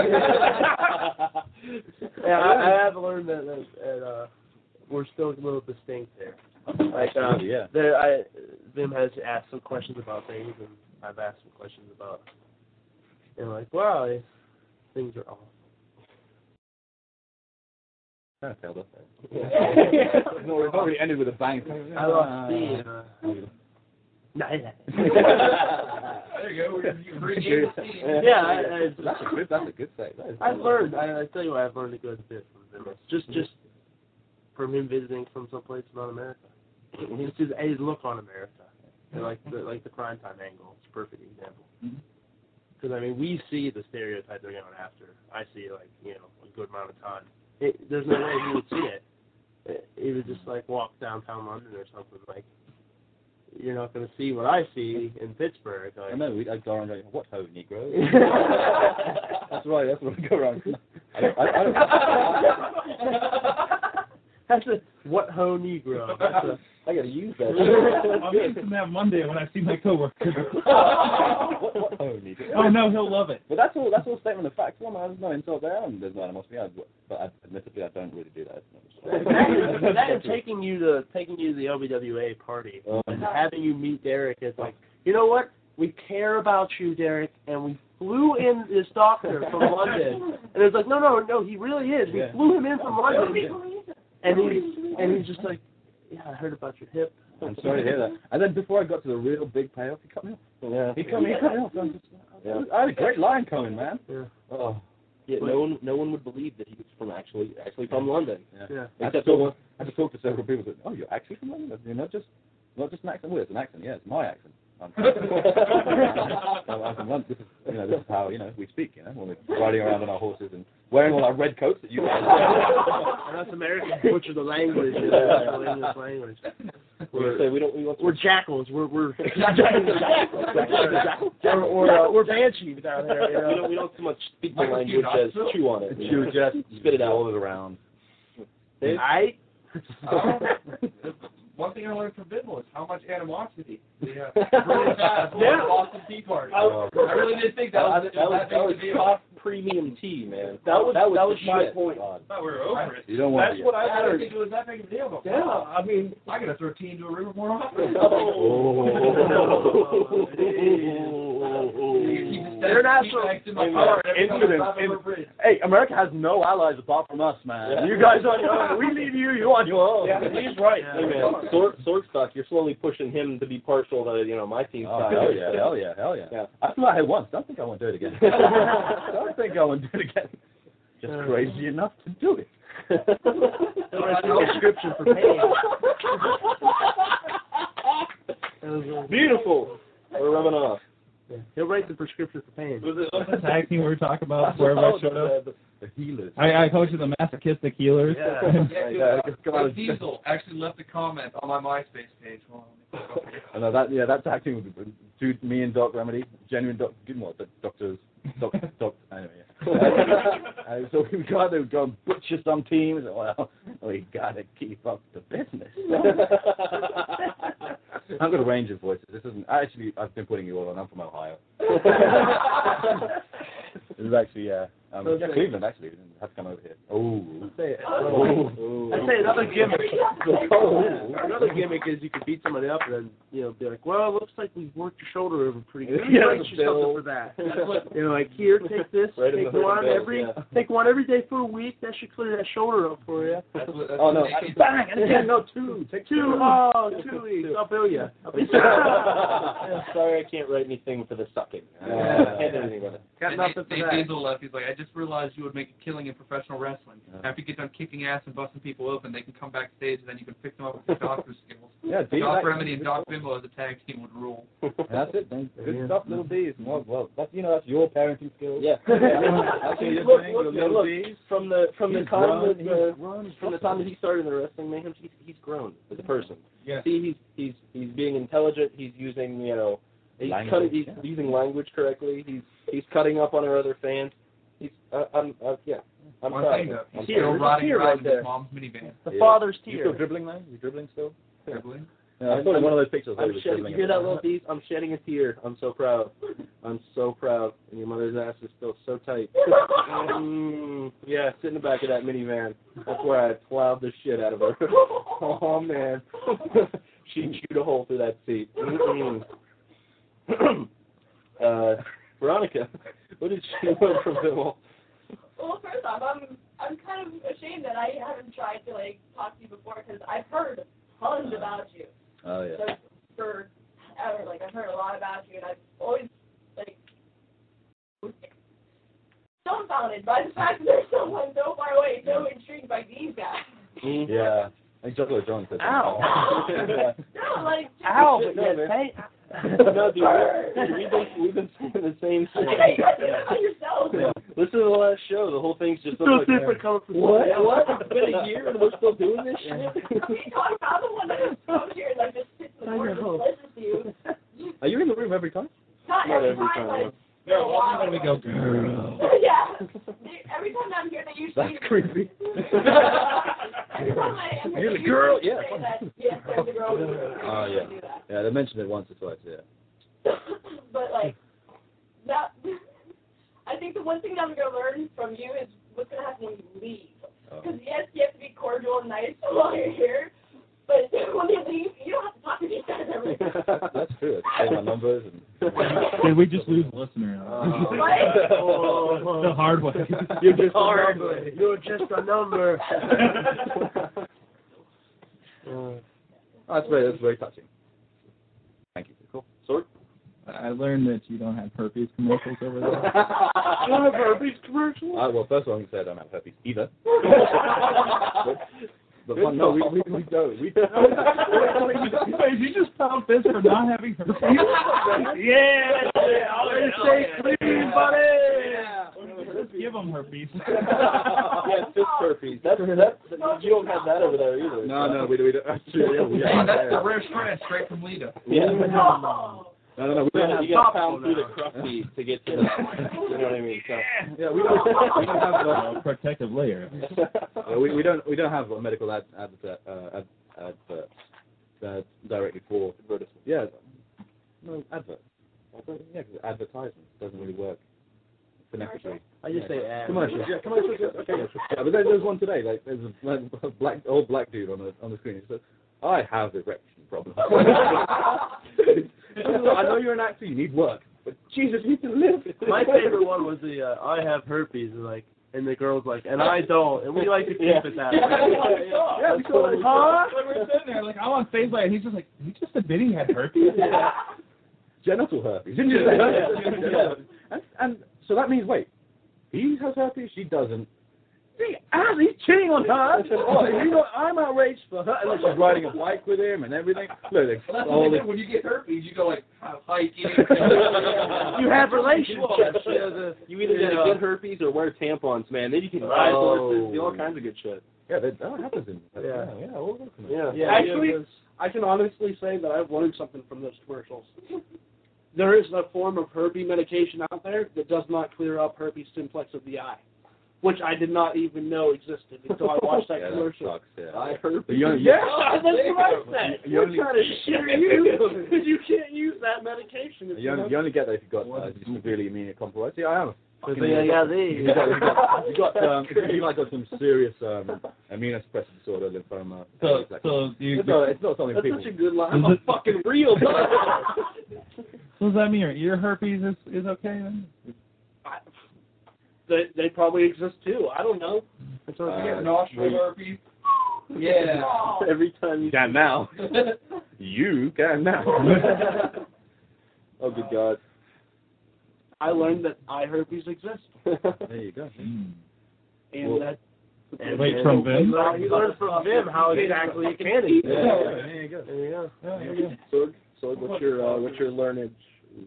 Speaker 6: I, I have learned that, that, that uh, we're still a little distinct there. Like, um,
Speaker 3: yeah.
Speaker 6: There, I Vim has asked some questions about things, and I've asked some questions about, and like, wow, I- things are off.
Speaker 3: Kind of failed us. eh?
Speaker 6: Yeah.
Speaker 3: It's not it's not really ended with a bang.
Speaker 6: I lost the.
Speaker 9: Ah.
Speaker 6: Uh,
Speaker 9: There you go. We're- You
Speaker 3: Good.
Speaker 9: regained the steam.
Speaker 6: Yeah, I- I-
Speaker 3: that's a good. That's a good thing. That is-
Speaker 6: I've learned. I, I tell you, what, I've learned a good bit from Vim. Just, just from him visiting from someplace not America. It's his, his look on America, and like
Speaker 3: Mm-hmm.
Speaker 6: the like the prime time angle. It's a perfect example.
Speaker 5: Mhm.
Speaker 6: Because I mean, we see the stereotype they're going after. I see like you know a good amount of time. It, there's no way he would see it. it. He would just like walk downtown London or something. Like you're not going to see what I see in Pittsburgh.
Speaker 3: I
Speaker 6: Like,
Speaker 3: know. We, I go around going, "What ho, Negro?"
Speaker 6: That's
Speaker 3: that's right. That's what I go around. I don't. I, I don't
Speaker 6: a what ho Negro. That's a,
Speaker 8: I gotta use that.
Speaker 5: I'm getting from that Monday when I see my coworker.
Speaker 3: what, what ho, no need.
Speaker 5: Oh, no, he'll love it.
Speaker 3: But that's all. That's all statement of fact. Well, man, there's no insult there, and there's no animosity. I, but I, admittedly, I don't really do that.
Speaker 6: Imagine taking you to taking you to the OBWA party and having you meet Derek is like, you know what? We care about you, Derek, and we flew in this doctor from London. And it's like, no, no, no, he really is. We
Speaker 13: Yeah.
Speaker 6: flew him in from London,
Speaker 13: Yeah.
Speaker 6: and he's and he's just like, yeah, I heard about your hip.
Speaker 3: I'm sorry to hear that. And then before I got to the real big payoff, he cut me off.
Speaker 8: Yeah.
Speaker 3: He cut me, he cut me off. I'm just,
Speaker 8: Yeah.
Speaker 3: I had a great line coming, man.
Speaker 6: Yeah.
Speaker 3: Oh.
Speaker 8: Yeah, no one, no one would believe that he was from actually, actually from London.
Speaker 3: Yeah. I
Speaker 8: Except
Speaker 3: just
Speaker 8: for
Speaker 3: talked, I just talked to several people. Said, "Oh, you're actually from London? You're not just, not just an accent. Well, it's an accent. Yeah, it's my accent. I'm from I'm- I'm from London. This is, you know, this is how you know we speak. You know, when we're riding around on our horses and wearing all our red coats that you guys.
Speaker 6: and us Americans butcher the language, you know, the English language.
Speaker 8: We're, we don't, we want
Speaker 6: We're jackals. We're we're
Speaker 8: Jackals.
Speaker 6: Or, or uh, we're banshees down there. You
Speaker 8: we
Speaker 6: know?
Speaker 8: don't, we don't so much speak the language as chew on it.
Speaker 3: You just
Speaker 8: spit it out.
Speaker 3: it around.
Speaker 8: Dave?
Speaker 6: I
Speaker 9: One thing I learned from Bimbo is how much animosity we have. Really fast.
Speaker 8: Yeah.
Speaker 9: Boston Tea Party. I really didn't think that was
Speaker 8: that, was,
Speaker 9: that
Speaker 8: that was
Speaker 9: big of a deal.
Speaker 8: top premium tea, man.
Speaker 6: That was that was,
Speaker 8: the
Speaker 6: my
Speaker 8: shit.
Speaker 6: point.
Speaker 9: I thought we were over it.
Speaker 3: You don't want
Speaker 9: That's
Speaker 3: to.
Speaker 9: what I, I didn't think it was that big of a deal. But
Speaker 6: Yeah,
Speaker 9: wow,
Speaker 6: I mean,
Speaker 9: I gotta throw tea into a river more often.
Speaker 8: Oh.
Speaker 6: International-
Speaker 3: Incident. Hey, America has no allies apart from us, man. You guys on your
Speaker 6: uh,
Speaker 3: own. We leave you. You on your own.
Speaker 6: he's right.
Speaker 8: Hey man, Sword, Swordstock, you're slowly pushing him to be partial to you know my team's
Speaker 3: Oh,
Speaker 8: side.
Speaker 3: hell yeah, hell yeah, hell yeah.
Speaker 8: Yeah.
Speaker 3: I flew out here once. Don't think I won't do it again. don't think I won't do it again. Just crazy enough to do it.
Speaker 6: prescription for pain.
Speaker 8: Beautiful. We're rubbing off.
Speaker 6: He'll write the prescription for pain.
Speaker 5: What's the tag team we were talking about wherever I showed up?
Speaker 3: The, the healers.
Speaker 5: I, I hosted the masochistic healers.
Speaker 9: Yeah, dude,
Speaker 3: Yeah,
Speaker 9: uh,
Speaker 3: just go out and-
Speaker 9: Diesel actually left a comment on my MySpace page. Hold on, let me click over here.
Speaker 3: I know uh, that. Yeah, that tag team would be dude, me and Doc Remedy, genuine Doc. Good one, doc, doctors, Doc, Doc. Anyway, yeah. Uh, so we go out there, we go and butcher some teams. Well, we gotta keep up the business. I've got a range of voices. This isn't actually. I've been putting you all on. I'm from Ohio. this is actually yeah. Um, yeah,
Speaker 6: Okay.
Speaker 3: Cleveland actually. We didn't have to come over here. Oh.
Speaker 6: Say it.
Speaker 3: Oh.
Speaker 6: I'd say another gimmick. another gimmick is you could beat somebody up and then you know be like, well, it looks like we've worked your shoulder over pretty good.
Speaker 8: Yeah,
Speaker 6: Write you something for that. You know, like here, take this,
Speaker 8: Right in the
Speaker 6: take
Speaker 8: hood
Speaker 6: one
Speaker 8: and
Speaker 6: every,
Speaker 8: bells, yeah.
Speaker 6: take one every day for a week. That should clear that shoulder up for you.
Speaker 9: That's what, that's what
Speaker 3: Oh no!
Speaker 9: they came-
Speaker 3: Bang! And again, no two. Take
Speaker 6: Two, oh, two weeks. I'll bill you.
Speaker 8: Sorry, I can't write anything for the sucking. I can't do anything about it.
Speaker 6: Got
Speaker 9: And
Speaker 6: nothing for
Speaker 9: Dave
Speaker 6: that.
Speaker 9: Diesel left. He's like, I just realized you would make a killing in professional wrestling. After you get done kicking ass and busting people open, they can come backstage and then you can pick them up with your doctor skills.
Speaker 3: Yeah, D.
Speaker 9: Doc
Speaker 3: that-
Speaker 9: Remedy and Doc Bimbo as a tag team would rule.
Speaker 3: And that's it, man. Good stuff, little D's. Well, well, that's you know that's your parenting skills.
Speaker 8: Yeah.
Speaker 3: Actually, you're
Speaker 8: look,
Speaker 3: doing
Speaker 8: look,
Speaker 3: with
Speaker 8: man,
Speaker 3: little
Speaker 8: look,
Speaker 3: D's.
Speaker 8: From the from the
Speaker 3: He's
Speaker 8: time
Speaker 3: grown,
Speaker 8: that uh,
Speaker 3: he's grown.
Speaker 8: from the time that he started in the wrestling mayhem, he's he's grown as a person.
Speaker 14: Yes.
Speaker 8: See, he's he's he's being intelligent. He's using you know he's
Speaker 3: Language,
Speaker 8: cutting he's
Speaker 3: yeah.
Speaker 8: using language correctly. He's he's cutting up on our other fans. He's uh, I'm uh, yeah I'm
Speaker 9: One
Speaker 8: proud.
Speaker 9: thing uh,
Speaker 8: of him.
Speaker 9: though, he's
Speaker 6: Here,
Speaker 9: still
Speaker 6: there's a
Speaker 9: riding
Speaker 6: tear
Speaker 9: around
Speaker 6: right
Speaker 9: in
Speaker 6: there.
Speaker 9: his mom's minivan.
Speaker 6: The
Speaker 3: Yeah.
Speaker 6: father's
Speaker 3: You still
Speaker 6: tear.
Speaker 3: dribbling, man? You dribbling still?
Speaker 9: I believe.
Speaker 3: Yeah, I
Speaker 8: I'm-
Speaker 3: saw in one of those pictures. I
Speaker 8: I'm
Speaker 3: was
Speaker 8: shedding.
Speaker 3: dribbling
Speaker 8: You hear
Speaker 3: it.
Speaker 8: that, little beast? I'm shedding a tear. I'm so proud. I'm so proud. And your mother's ass is still so tight. mm, yeah, sit in the back of that minivan. That's where I plowed the shit out of her. oh man, she chewed a hole through that seat. Mm-mm. uh, Veronica, what did she learn from them all?
Speaker 12: Well, first off, I'm I'm kind of ashamed that I haven't tried to like talk to you before because I've heard tons about you.
Speaker 3: Uh-huh. Oh
Speaker 12: So
Speaker 3: yeah.
Speaker 12: for ever, like I've heard a lot about you, and I've always like was dumbfounded by the fact that there's someone so far away, so intrigued by these guys.
Speaker 3: Yeah. I think Juggler John said.
Speaker 6: Ow.
Speaker 3: that.
Speaker 12: No, like just,
Speaker 6: Ow, but
Speaker 8: No,
Speaker 6: yet
Speaker 8: man.
Speaker 6: pain-
Speaker 8: no, dude, we- we've been we've been saying the same
Speaker 12: okay,
Speaker 8: thing.
Speaker 12: you guys do it by yourselves.
Speaker 8: Yeah. Listen to the last show. The whole thing's just
Speaker 6: Feels
Speaker 8: like,
Speaker 6: different coming from
Speaker 8: What? What? It's been a year and we're still doing this shit.
Speaker 12: You talk about the one that just comes here and like just sits in the corner and listens to you.
Speaker 3: Are you in the room every time?
Speaker 12: Not,
Speaker 8: Not
Speaker 12: every
Speaker 8: every
Speaker 12: time,
Speaker 8: time,
Speaker 12: like,
Speaker 9: No, wasn't when we go.
Speaker 12: yeah. They- Every time I'm here, they usually.
Speaker 3: That's creepy.
Speaker 12: Every time I am here,
Speaker 3: You're
Speaker 12: they
Speaker 3: the girl,
Speaker 12: usually
Speaker 3: yeah.
Speaker 12: say that, yes, there's a girl.
Speaker 3: Oh yeah. Yeah, they mentioned it once or twice. Yeah.
Speaker 12: but like, no, the one thing that I'm gonna learn from you is what's gonna happen when you leave.
Speaker 3: Oh.
Speaker 12: Because yes, you have to be cordial and nice while you're here, but when you leave, you don't have to talk to these guys every day.
Speaker 3: That's true. I take my numbers and.
Speaker 5: Did we just lose a listener? Uh, the hard way.
Speaker 6: You're just a number. You're just a number.
Speaker 3: Uh, that's very that's very touching. Thank you. Cool. Sword.
Speaker 5: I learned that you don't have herpes commercials over there.
Speaker 3: I,
Speaker 6: have herpes commercials?
Speaker 3: Uh, well, first of all, you said I don't have herpes either. but, but
Speaker 6: Good
Speaker 3: one, no, we, we, we don't. We don't.
Speaker 5: Wait, you just found this for not having herpes?
Speaker 6: yeah, yeah. Stay clean, buddy.
Speaker 5: Just give them herpes.
Speaker 3: yeah, fist herpes. That's, that's, you don't have that over there either. No, no, we, we don't. Actually, yeah, we
Speaker 9: Hey,
Speaker 3: got
Speaker 9: that's the
Speaker 3: that.
Speaker 9: rare strand straight from Lita.
Speaker 3: Yeah.
Speaker 12: Oh.
Speaker 3: No, no, no, we
Speaker 8: You
Speaker 3: don't have
Speaker 8: gotta, you gotta pound through the crusty to get to the. You know what I mean? So,
Speaker 3: Yeah, we don't, we don't have uh,
Speaker 5: Uh, protective layer.
Speaker 3: Uh, we, we don't we don't have a medical ad advert uh, ad, advert uh, directly for advertisement. Yeah, no advert. Advert- Yeah, 'cause advertisement doesn't really work phonetically.
Speaker 6: I just say ass.
Speaker 3: Commercials, yeah, commercials. yeah, Okay, yeah, sure. yeah, but there, there's one today. Like there's a, like, a black old black dude on the on the screen. He says, "I have erection problems." I know you're an actor. You need work, but Jesus, you need to live.
Speaker 6: My favorite one was the uh, I have herpes and like and the girl's like and I don't and we like to keep it that way.
Speaker 3: Yeah, we saw it.
Speaker 6: Huh?
Speaker 5: Like, we're sitting there, like, I'm on stage light, and he's just like, you just admitting he had herpes?
Speaker 3: genital herpes. Didn't you say And, and so that means, wait, he has herpes, she doesn't. He has, he's cheating on her. oh, you know, I'm outraged for her. And then she's riding a bike with him and everything. Look, they-
Speaker 9: Well, that's
Speaker 3: all
Speaker 9: what they
Speaker 3: the-
Speaker 9: do. When you get herpes, you go like hiking.
Speaker 6: You have relationships. Yeah, the-
Speaker 8: you either gotta
Speaker 6: Yeah.
Speaker 8: get herpes or wear tampons, man. Then you can ride horses, do all kinds of good shit.
Speaker 3: yeah, that, that happens in
Speaker 6: Yeah.
Speaker 3: Oh. yeah, yeah, all over
Speaker 8: Yeah.
Speaker 6: yeah,
Speaker 13: Actually,
Speaker 6: yeah, those-
Speaker 13: I can honestly say that I've learned something from those commercials. There is a form of herpes medication out there that does not clear up herpes simplex of the eye, which I did not even know existed until I watched that
Speaker 3: yeah,
Speaker 13: commercial.
Speaker 3: That sucks, yeah.
Speaker 8: I herpes.
Speaker 3: But you only-
Speaker 13: Yeah, that's what I said.
Speaker 3: You
Speaker 13: what
Speaker 3: only-
Speaker 13: kind of shit are you? Because you can't use that medication. If
Speaker 3: You
Speaker 13: you
Speaker 3: only, you only get that if you've got uh, just severely immunocompromised. Yeah, I am.
Speaker 6: Good
Speaker 3: fucking
Speaker 6: thing I got
Speaker 3: You
Speaker 6: these.
Speaker 3: got, you got, you got um, you like got some serious um, immunosuppressive disorder, lymphoma.
Speaker 5: So,
Speaker 3: Exactly.
Speaker 5: so, do you,
Speaker 3: it's, not, it's not something
Speaker 13: That's
Speaker 3: people.
Speaker 13: such a good line. I'm a fucking real dog.
Speaker 5: so does that mean your ear herpes is, is okay then?
Speaker 13: they, they probably exist too. I don't know.
Speaker 6: That's
Speaker 3: Uh,
Speaker 6: what I'm
Speaker 9: Get nostril herpes. Yeah.
Speaker 12: Oh.
Speaker 3: Every time you can now. you can now.
Speaker 8: Oh, good God.
Speaker 13: I learned that eye herpes exists,
Speaker 3: there you go.
Speaker 5: Mm.
Speaker 13: and
Speaker 3: Well,
Speaker 13: that
Speaker 6: getting.
Speaker 5: Wait, from
Speaker 6: You
Speaker 5: Vim?
Speaker 6: learn- you learn from Vim how exactly you can eat.
Speaker 3: Yeah, there you go.
Speaker 6: There you go.
Speaker 5: there you go.
Speaker 3: So, so what's your uh, what's your learnage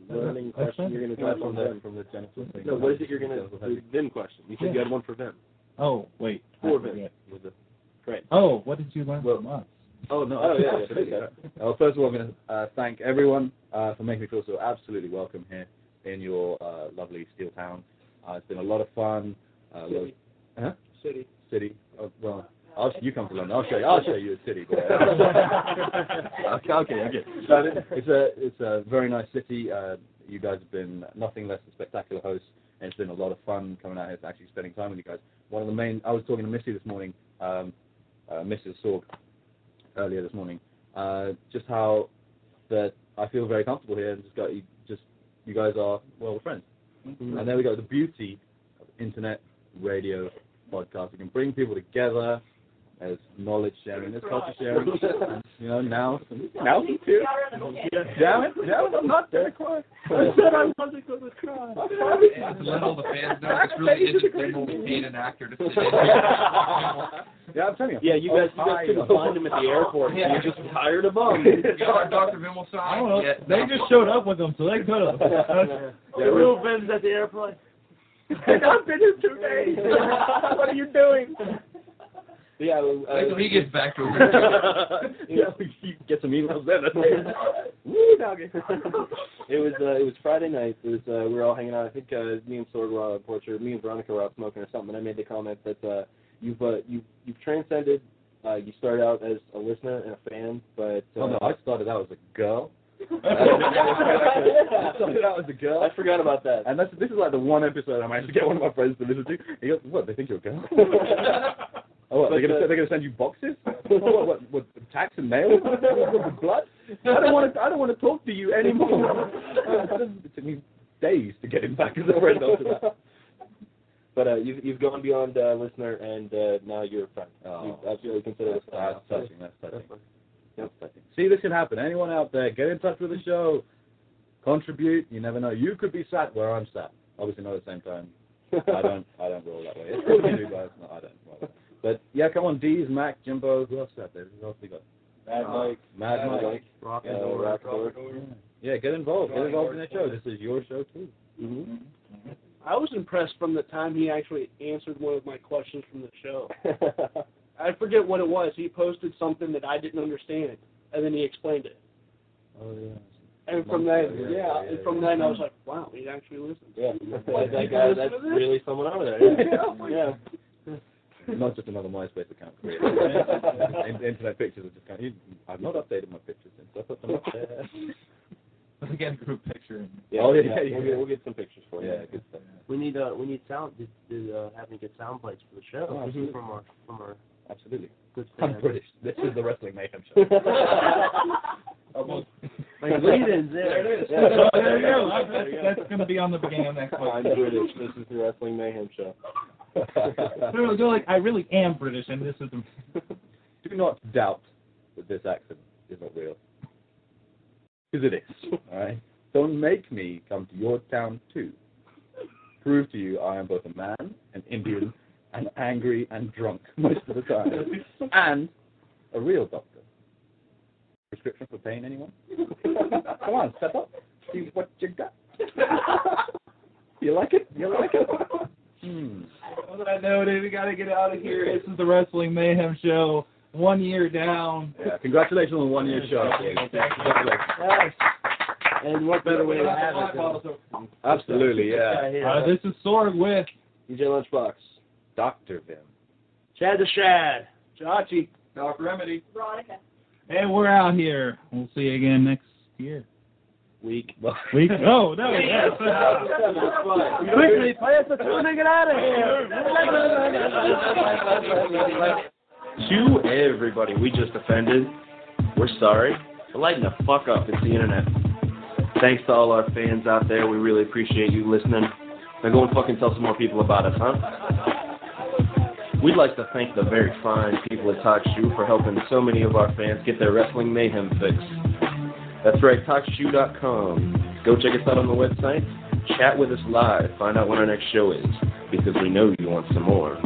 Speaker 3: learning
Speaker 5: That's
Speaker 3: question you're going to
Speaker 8: fine.
Speaker 3: try from the from the genital thing?
Speaker 8: No, what is it you're gonna the Vim question? You said you had one for Vim.
Speaker 5: Oh, wait. I
Speaker 8: Four of it.
Speaker 5: forget.
Speaker 3: With the-
Speaker 5: Oh, what did you learn from us?
Speaker 3: Oh no!
Speaker 8: Oh, yeah, yeah,
Speaker 3: absolutely.
Speaker 8: yeah.
Speaker 3: Well, first of all, I'm going to uh, thank everyone uh, for making me feel so absolutely welcome here in your uh, lovely steel town. Uh, it's been a lot of fun. Uh, a lot of-
Speaker 13: city.
Speaker 3: Huh?
Speaker 13: City.
Speaker 3: city. Oh, well,
Speaker 8: Uh,
Speaker 3: I'll, you come to London. I'll show you. I'll show you a city. Boy. okay, okay, okay. So it- it's a it's a very nice city. Uh, you guys have been nothing less than spectacular hosts, and it's been a lot of fun coming out here and actually spending time with you guys. One of the main. I was talking to Missy this morning, um, uh, Mrs. Sorg, earlier this morning. Uh, just how that I feel very comfortable here, and just got you. Just you guys are well we're friends.
Speaker 13: Mm-hmm.
Speaker 3: And there we go. The beauty of internet radio podcast. We can bring people together. There's knowledge sharing, there's culture sharing. And, you know, now, now
Speaker 12: You
Speaker 3: we too.
Speaker 12: got her in the book.
Speaker 3: Damn it, damn it, I'm not there, Clark.
Speaker 13: I said I wasn't going to cry.
Speaker 9: And to let all the fans know, it's really interesting when we paid an actor to sit in.
Speaker 3: Yeah, I'm telling you. Oh,
Speaker 8: Yeah, you guys, you guys couldn't find him at the airport.
Speaker 9: Yeah.
Speaker 8: You just hired a bum.
Speaker 9: You know, Dr. Vimal saw
Speaker 5: I don't know.
Speaker 9: it.
Speaker 5: They just showed up with them, so they could have.
Speaker 3: Yeah,
Speaker 6: The real Vim's at the airplane. I've been here two days. what are you doing?
Speaker 8: Yeah. uh,
Speaker 9: Wait till he gets back to it.
Speaker 3: yeah, we should get some emails there. That's it.
Speaker 8: Woo, doggy. it was uh, it was Friday night. It was uh, we were all hanging out. I think uh, me and Sword were out on the porch, or me and Veronica were out smoking or something. And I made the comment that uh, you've uh, you you've transcended. Uh, you started out as a listener and a fan, but uh,
Speaker 3: Oh no, I started out as a girl. Something out with the girl. I
Speaker 9: forgot about that.
Speaker 3: And that's this is like the one episode I managed to get one of my friends to listen to. He goes, "What? They think you're a girl? oh,
Speaker 9: But,
Speaker 3: what, they're gonna
Speaker 9: uh,
Speaker 3: they're gonna send you boxes? what, what, what, tax and nails? What, with blood? I don't want to I don't want to talk to you anymore." it took me days to get him back as a friend after that.
Speaker 9: But uh, you've you've gone beyond uh, listener, and uh, now you're a friend.
Speaker 3: Oh.
Speaker 9: You absolutely consider us.
Speaker 3: That's touching. That's touching.
Speaker 9: Yep.
Speaker 3: See, this can happen. Anyone out there, get in touch with the show. Contribute. You never know. You could be sat where I'm sat. Obviously not at the same time. I don't. I don't roll that way. It's cool you do, but it's not- I don't. roll that way. But yeah, come on, D's, Mac, Jimbo. Who else sat there? Who else we got?
Speaker 5: Mad Mike.
Speaker 3: Mad,
Speaker 5: Mad
Speaker 3: Mike.
Speaker 5: Mike.
Speaker 3: Rock
Speaker 9: and Roll. Rock and Roll.
Speaker 3: Yeah, get involved. Get
Speaker 9: Drawing
Speaker 3: involved in the
Speaker 9: Board
Speaker 3: show. This is your show too.
Speaker 9: Mm-hmm.
Speaker 8: I was impressed from the time he actually answered one of my questions from the show. I forget what it was. He posted something that I didn't understand, and then he explained it.
Speaker 3: Oh yeah.
Speaker 8: And from
Speaker 3: Months
Speaker 8: then,
Speaker 3: ago,
Speaker 8: yeah,
Speaker 3: yeah,
Speaker 8: and
Speaker 3: yeah,
Speaker 8: from
Speaker 3: yeah.
Speaker 8: then I was like, wow, he actually listened.
Speaker 9: Yeah.
Speaker 8: What?
Speaker 9: that guy. That's
Speaker 8: Listen to this?
Speaker 9: really someone over there. Yeah.
Speaker 8: I'm like,
Speaker 9: yeah.
Speaker 3: Not just another MySpace account created. In- Internet pictures are just kind of. I've not updated my pictures since I put them up there.
Speaker 5: Get a group picture. And
Speaker 9: Yeah,
Speaker 3: Oh, yeah,
Speaker 9: yeah,
Speaker 3: yeah,
Speaker 9: We'll,
Speaker 3: yeah.
Speaker 9: get, we'll get some pictures for you.
Speaker 3: Yeah, good stuff.
Speaker 16: We need uh we need sound to, to uh, have me get sound bites for the show
Speaker 3: Oh, absolutely.
Speaker 16: from our from our
Speaker 3: Absolutely.
Speaker 16: good
Speaker 3: I'm
Speaker 16: fans.
Speaker 3: British. This is the Wrestling Mayhem Show.
Speaker 16: Like lead-ins there.
Speaker 5: There it is.
Speaker 3: Yeah.
Speaker 5: There you go. That's- That's, going to be on the beginning of next week.
Speaker 9: I'm British. This is the Wrestling Mayhem Show.
Speaker 5: Literally, go like, I really am British, and this is the.
Speaker 3: Do not doubt that this accent is not real. Because it is. Alright? Don't make me come to your town too. Prove to you I am both a man, an Indian, and angry and drunk most of the time. and a real doctor. Prescription for pain, anyone? come on, step up. See what you got. you like it? You like it? Hmm.
Speaker 5: On that note, we got to get out of here. This is the Wrestling Mayhem Show. One year down.
Speaker 3: Yeah, congratulations on one year show. Congratulations.
Speaker 16: Yes. And what better way to
Speaker 5: Yeah,
Speaker 16: have it? than-
Speaker 3: Absolutely, yeah.
Speaker 16: Yeah,
Speaker 5: Uh, this is Sorg with.
Speaker 9: DJ Lunchbox.
Speaker 3: Dr. Vim.
Speaker 16: Chad the Shad. Chachi.
Speaker 17: Doc Remedy.
Speaker 12: Veronica.
Speaker 5: And we're out here. We'll see you again next year.
Speaker 9: Week.
Speaker 5: Week. Oh, no. Yes.
Speaker 16: Quickly, play us the tune and get out of
Speaker 6: Oh.
Speaker 16: here.
Speaker 6: To everybody we just offended, we're sorry. But lighten the fuck up. It's the internet. Thanks to all our fans out there. We really appreciate you listening. Now go and fucking tell some more people about us, huh? We'd like to thank the very fine people at Talk Shoe for helping so many of our fans get their wrestling mayhem fix. That's right, TalkShoe.com. Go check us out on the website. Chat with us live. Find out when our next show is, because we know you want some more.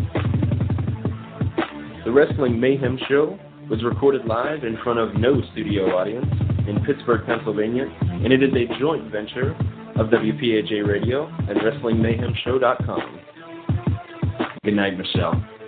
Speaker 6: The Wrestling Mayhem Show was recorded live in front of no studio audience in Pittsburgh, Pennsylvania, and it is a joint venture of WPAJ Radio and WrestlingMayhemShow.com. Good night, Michelle.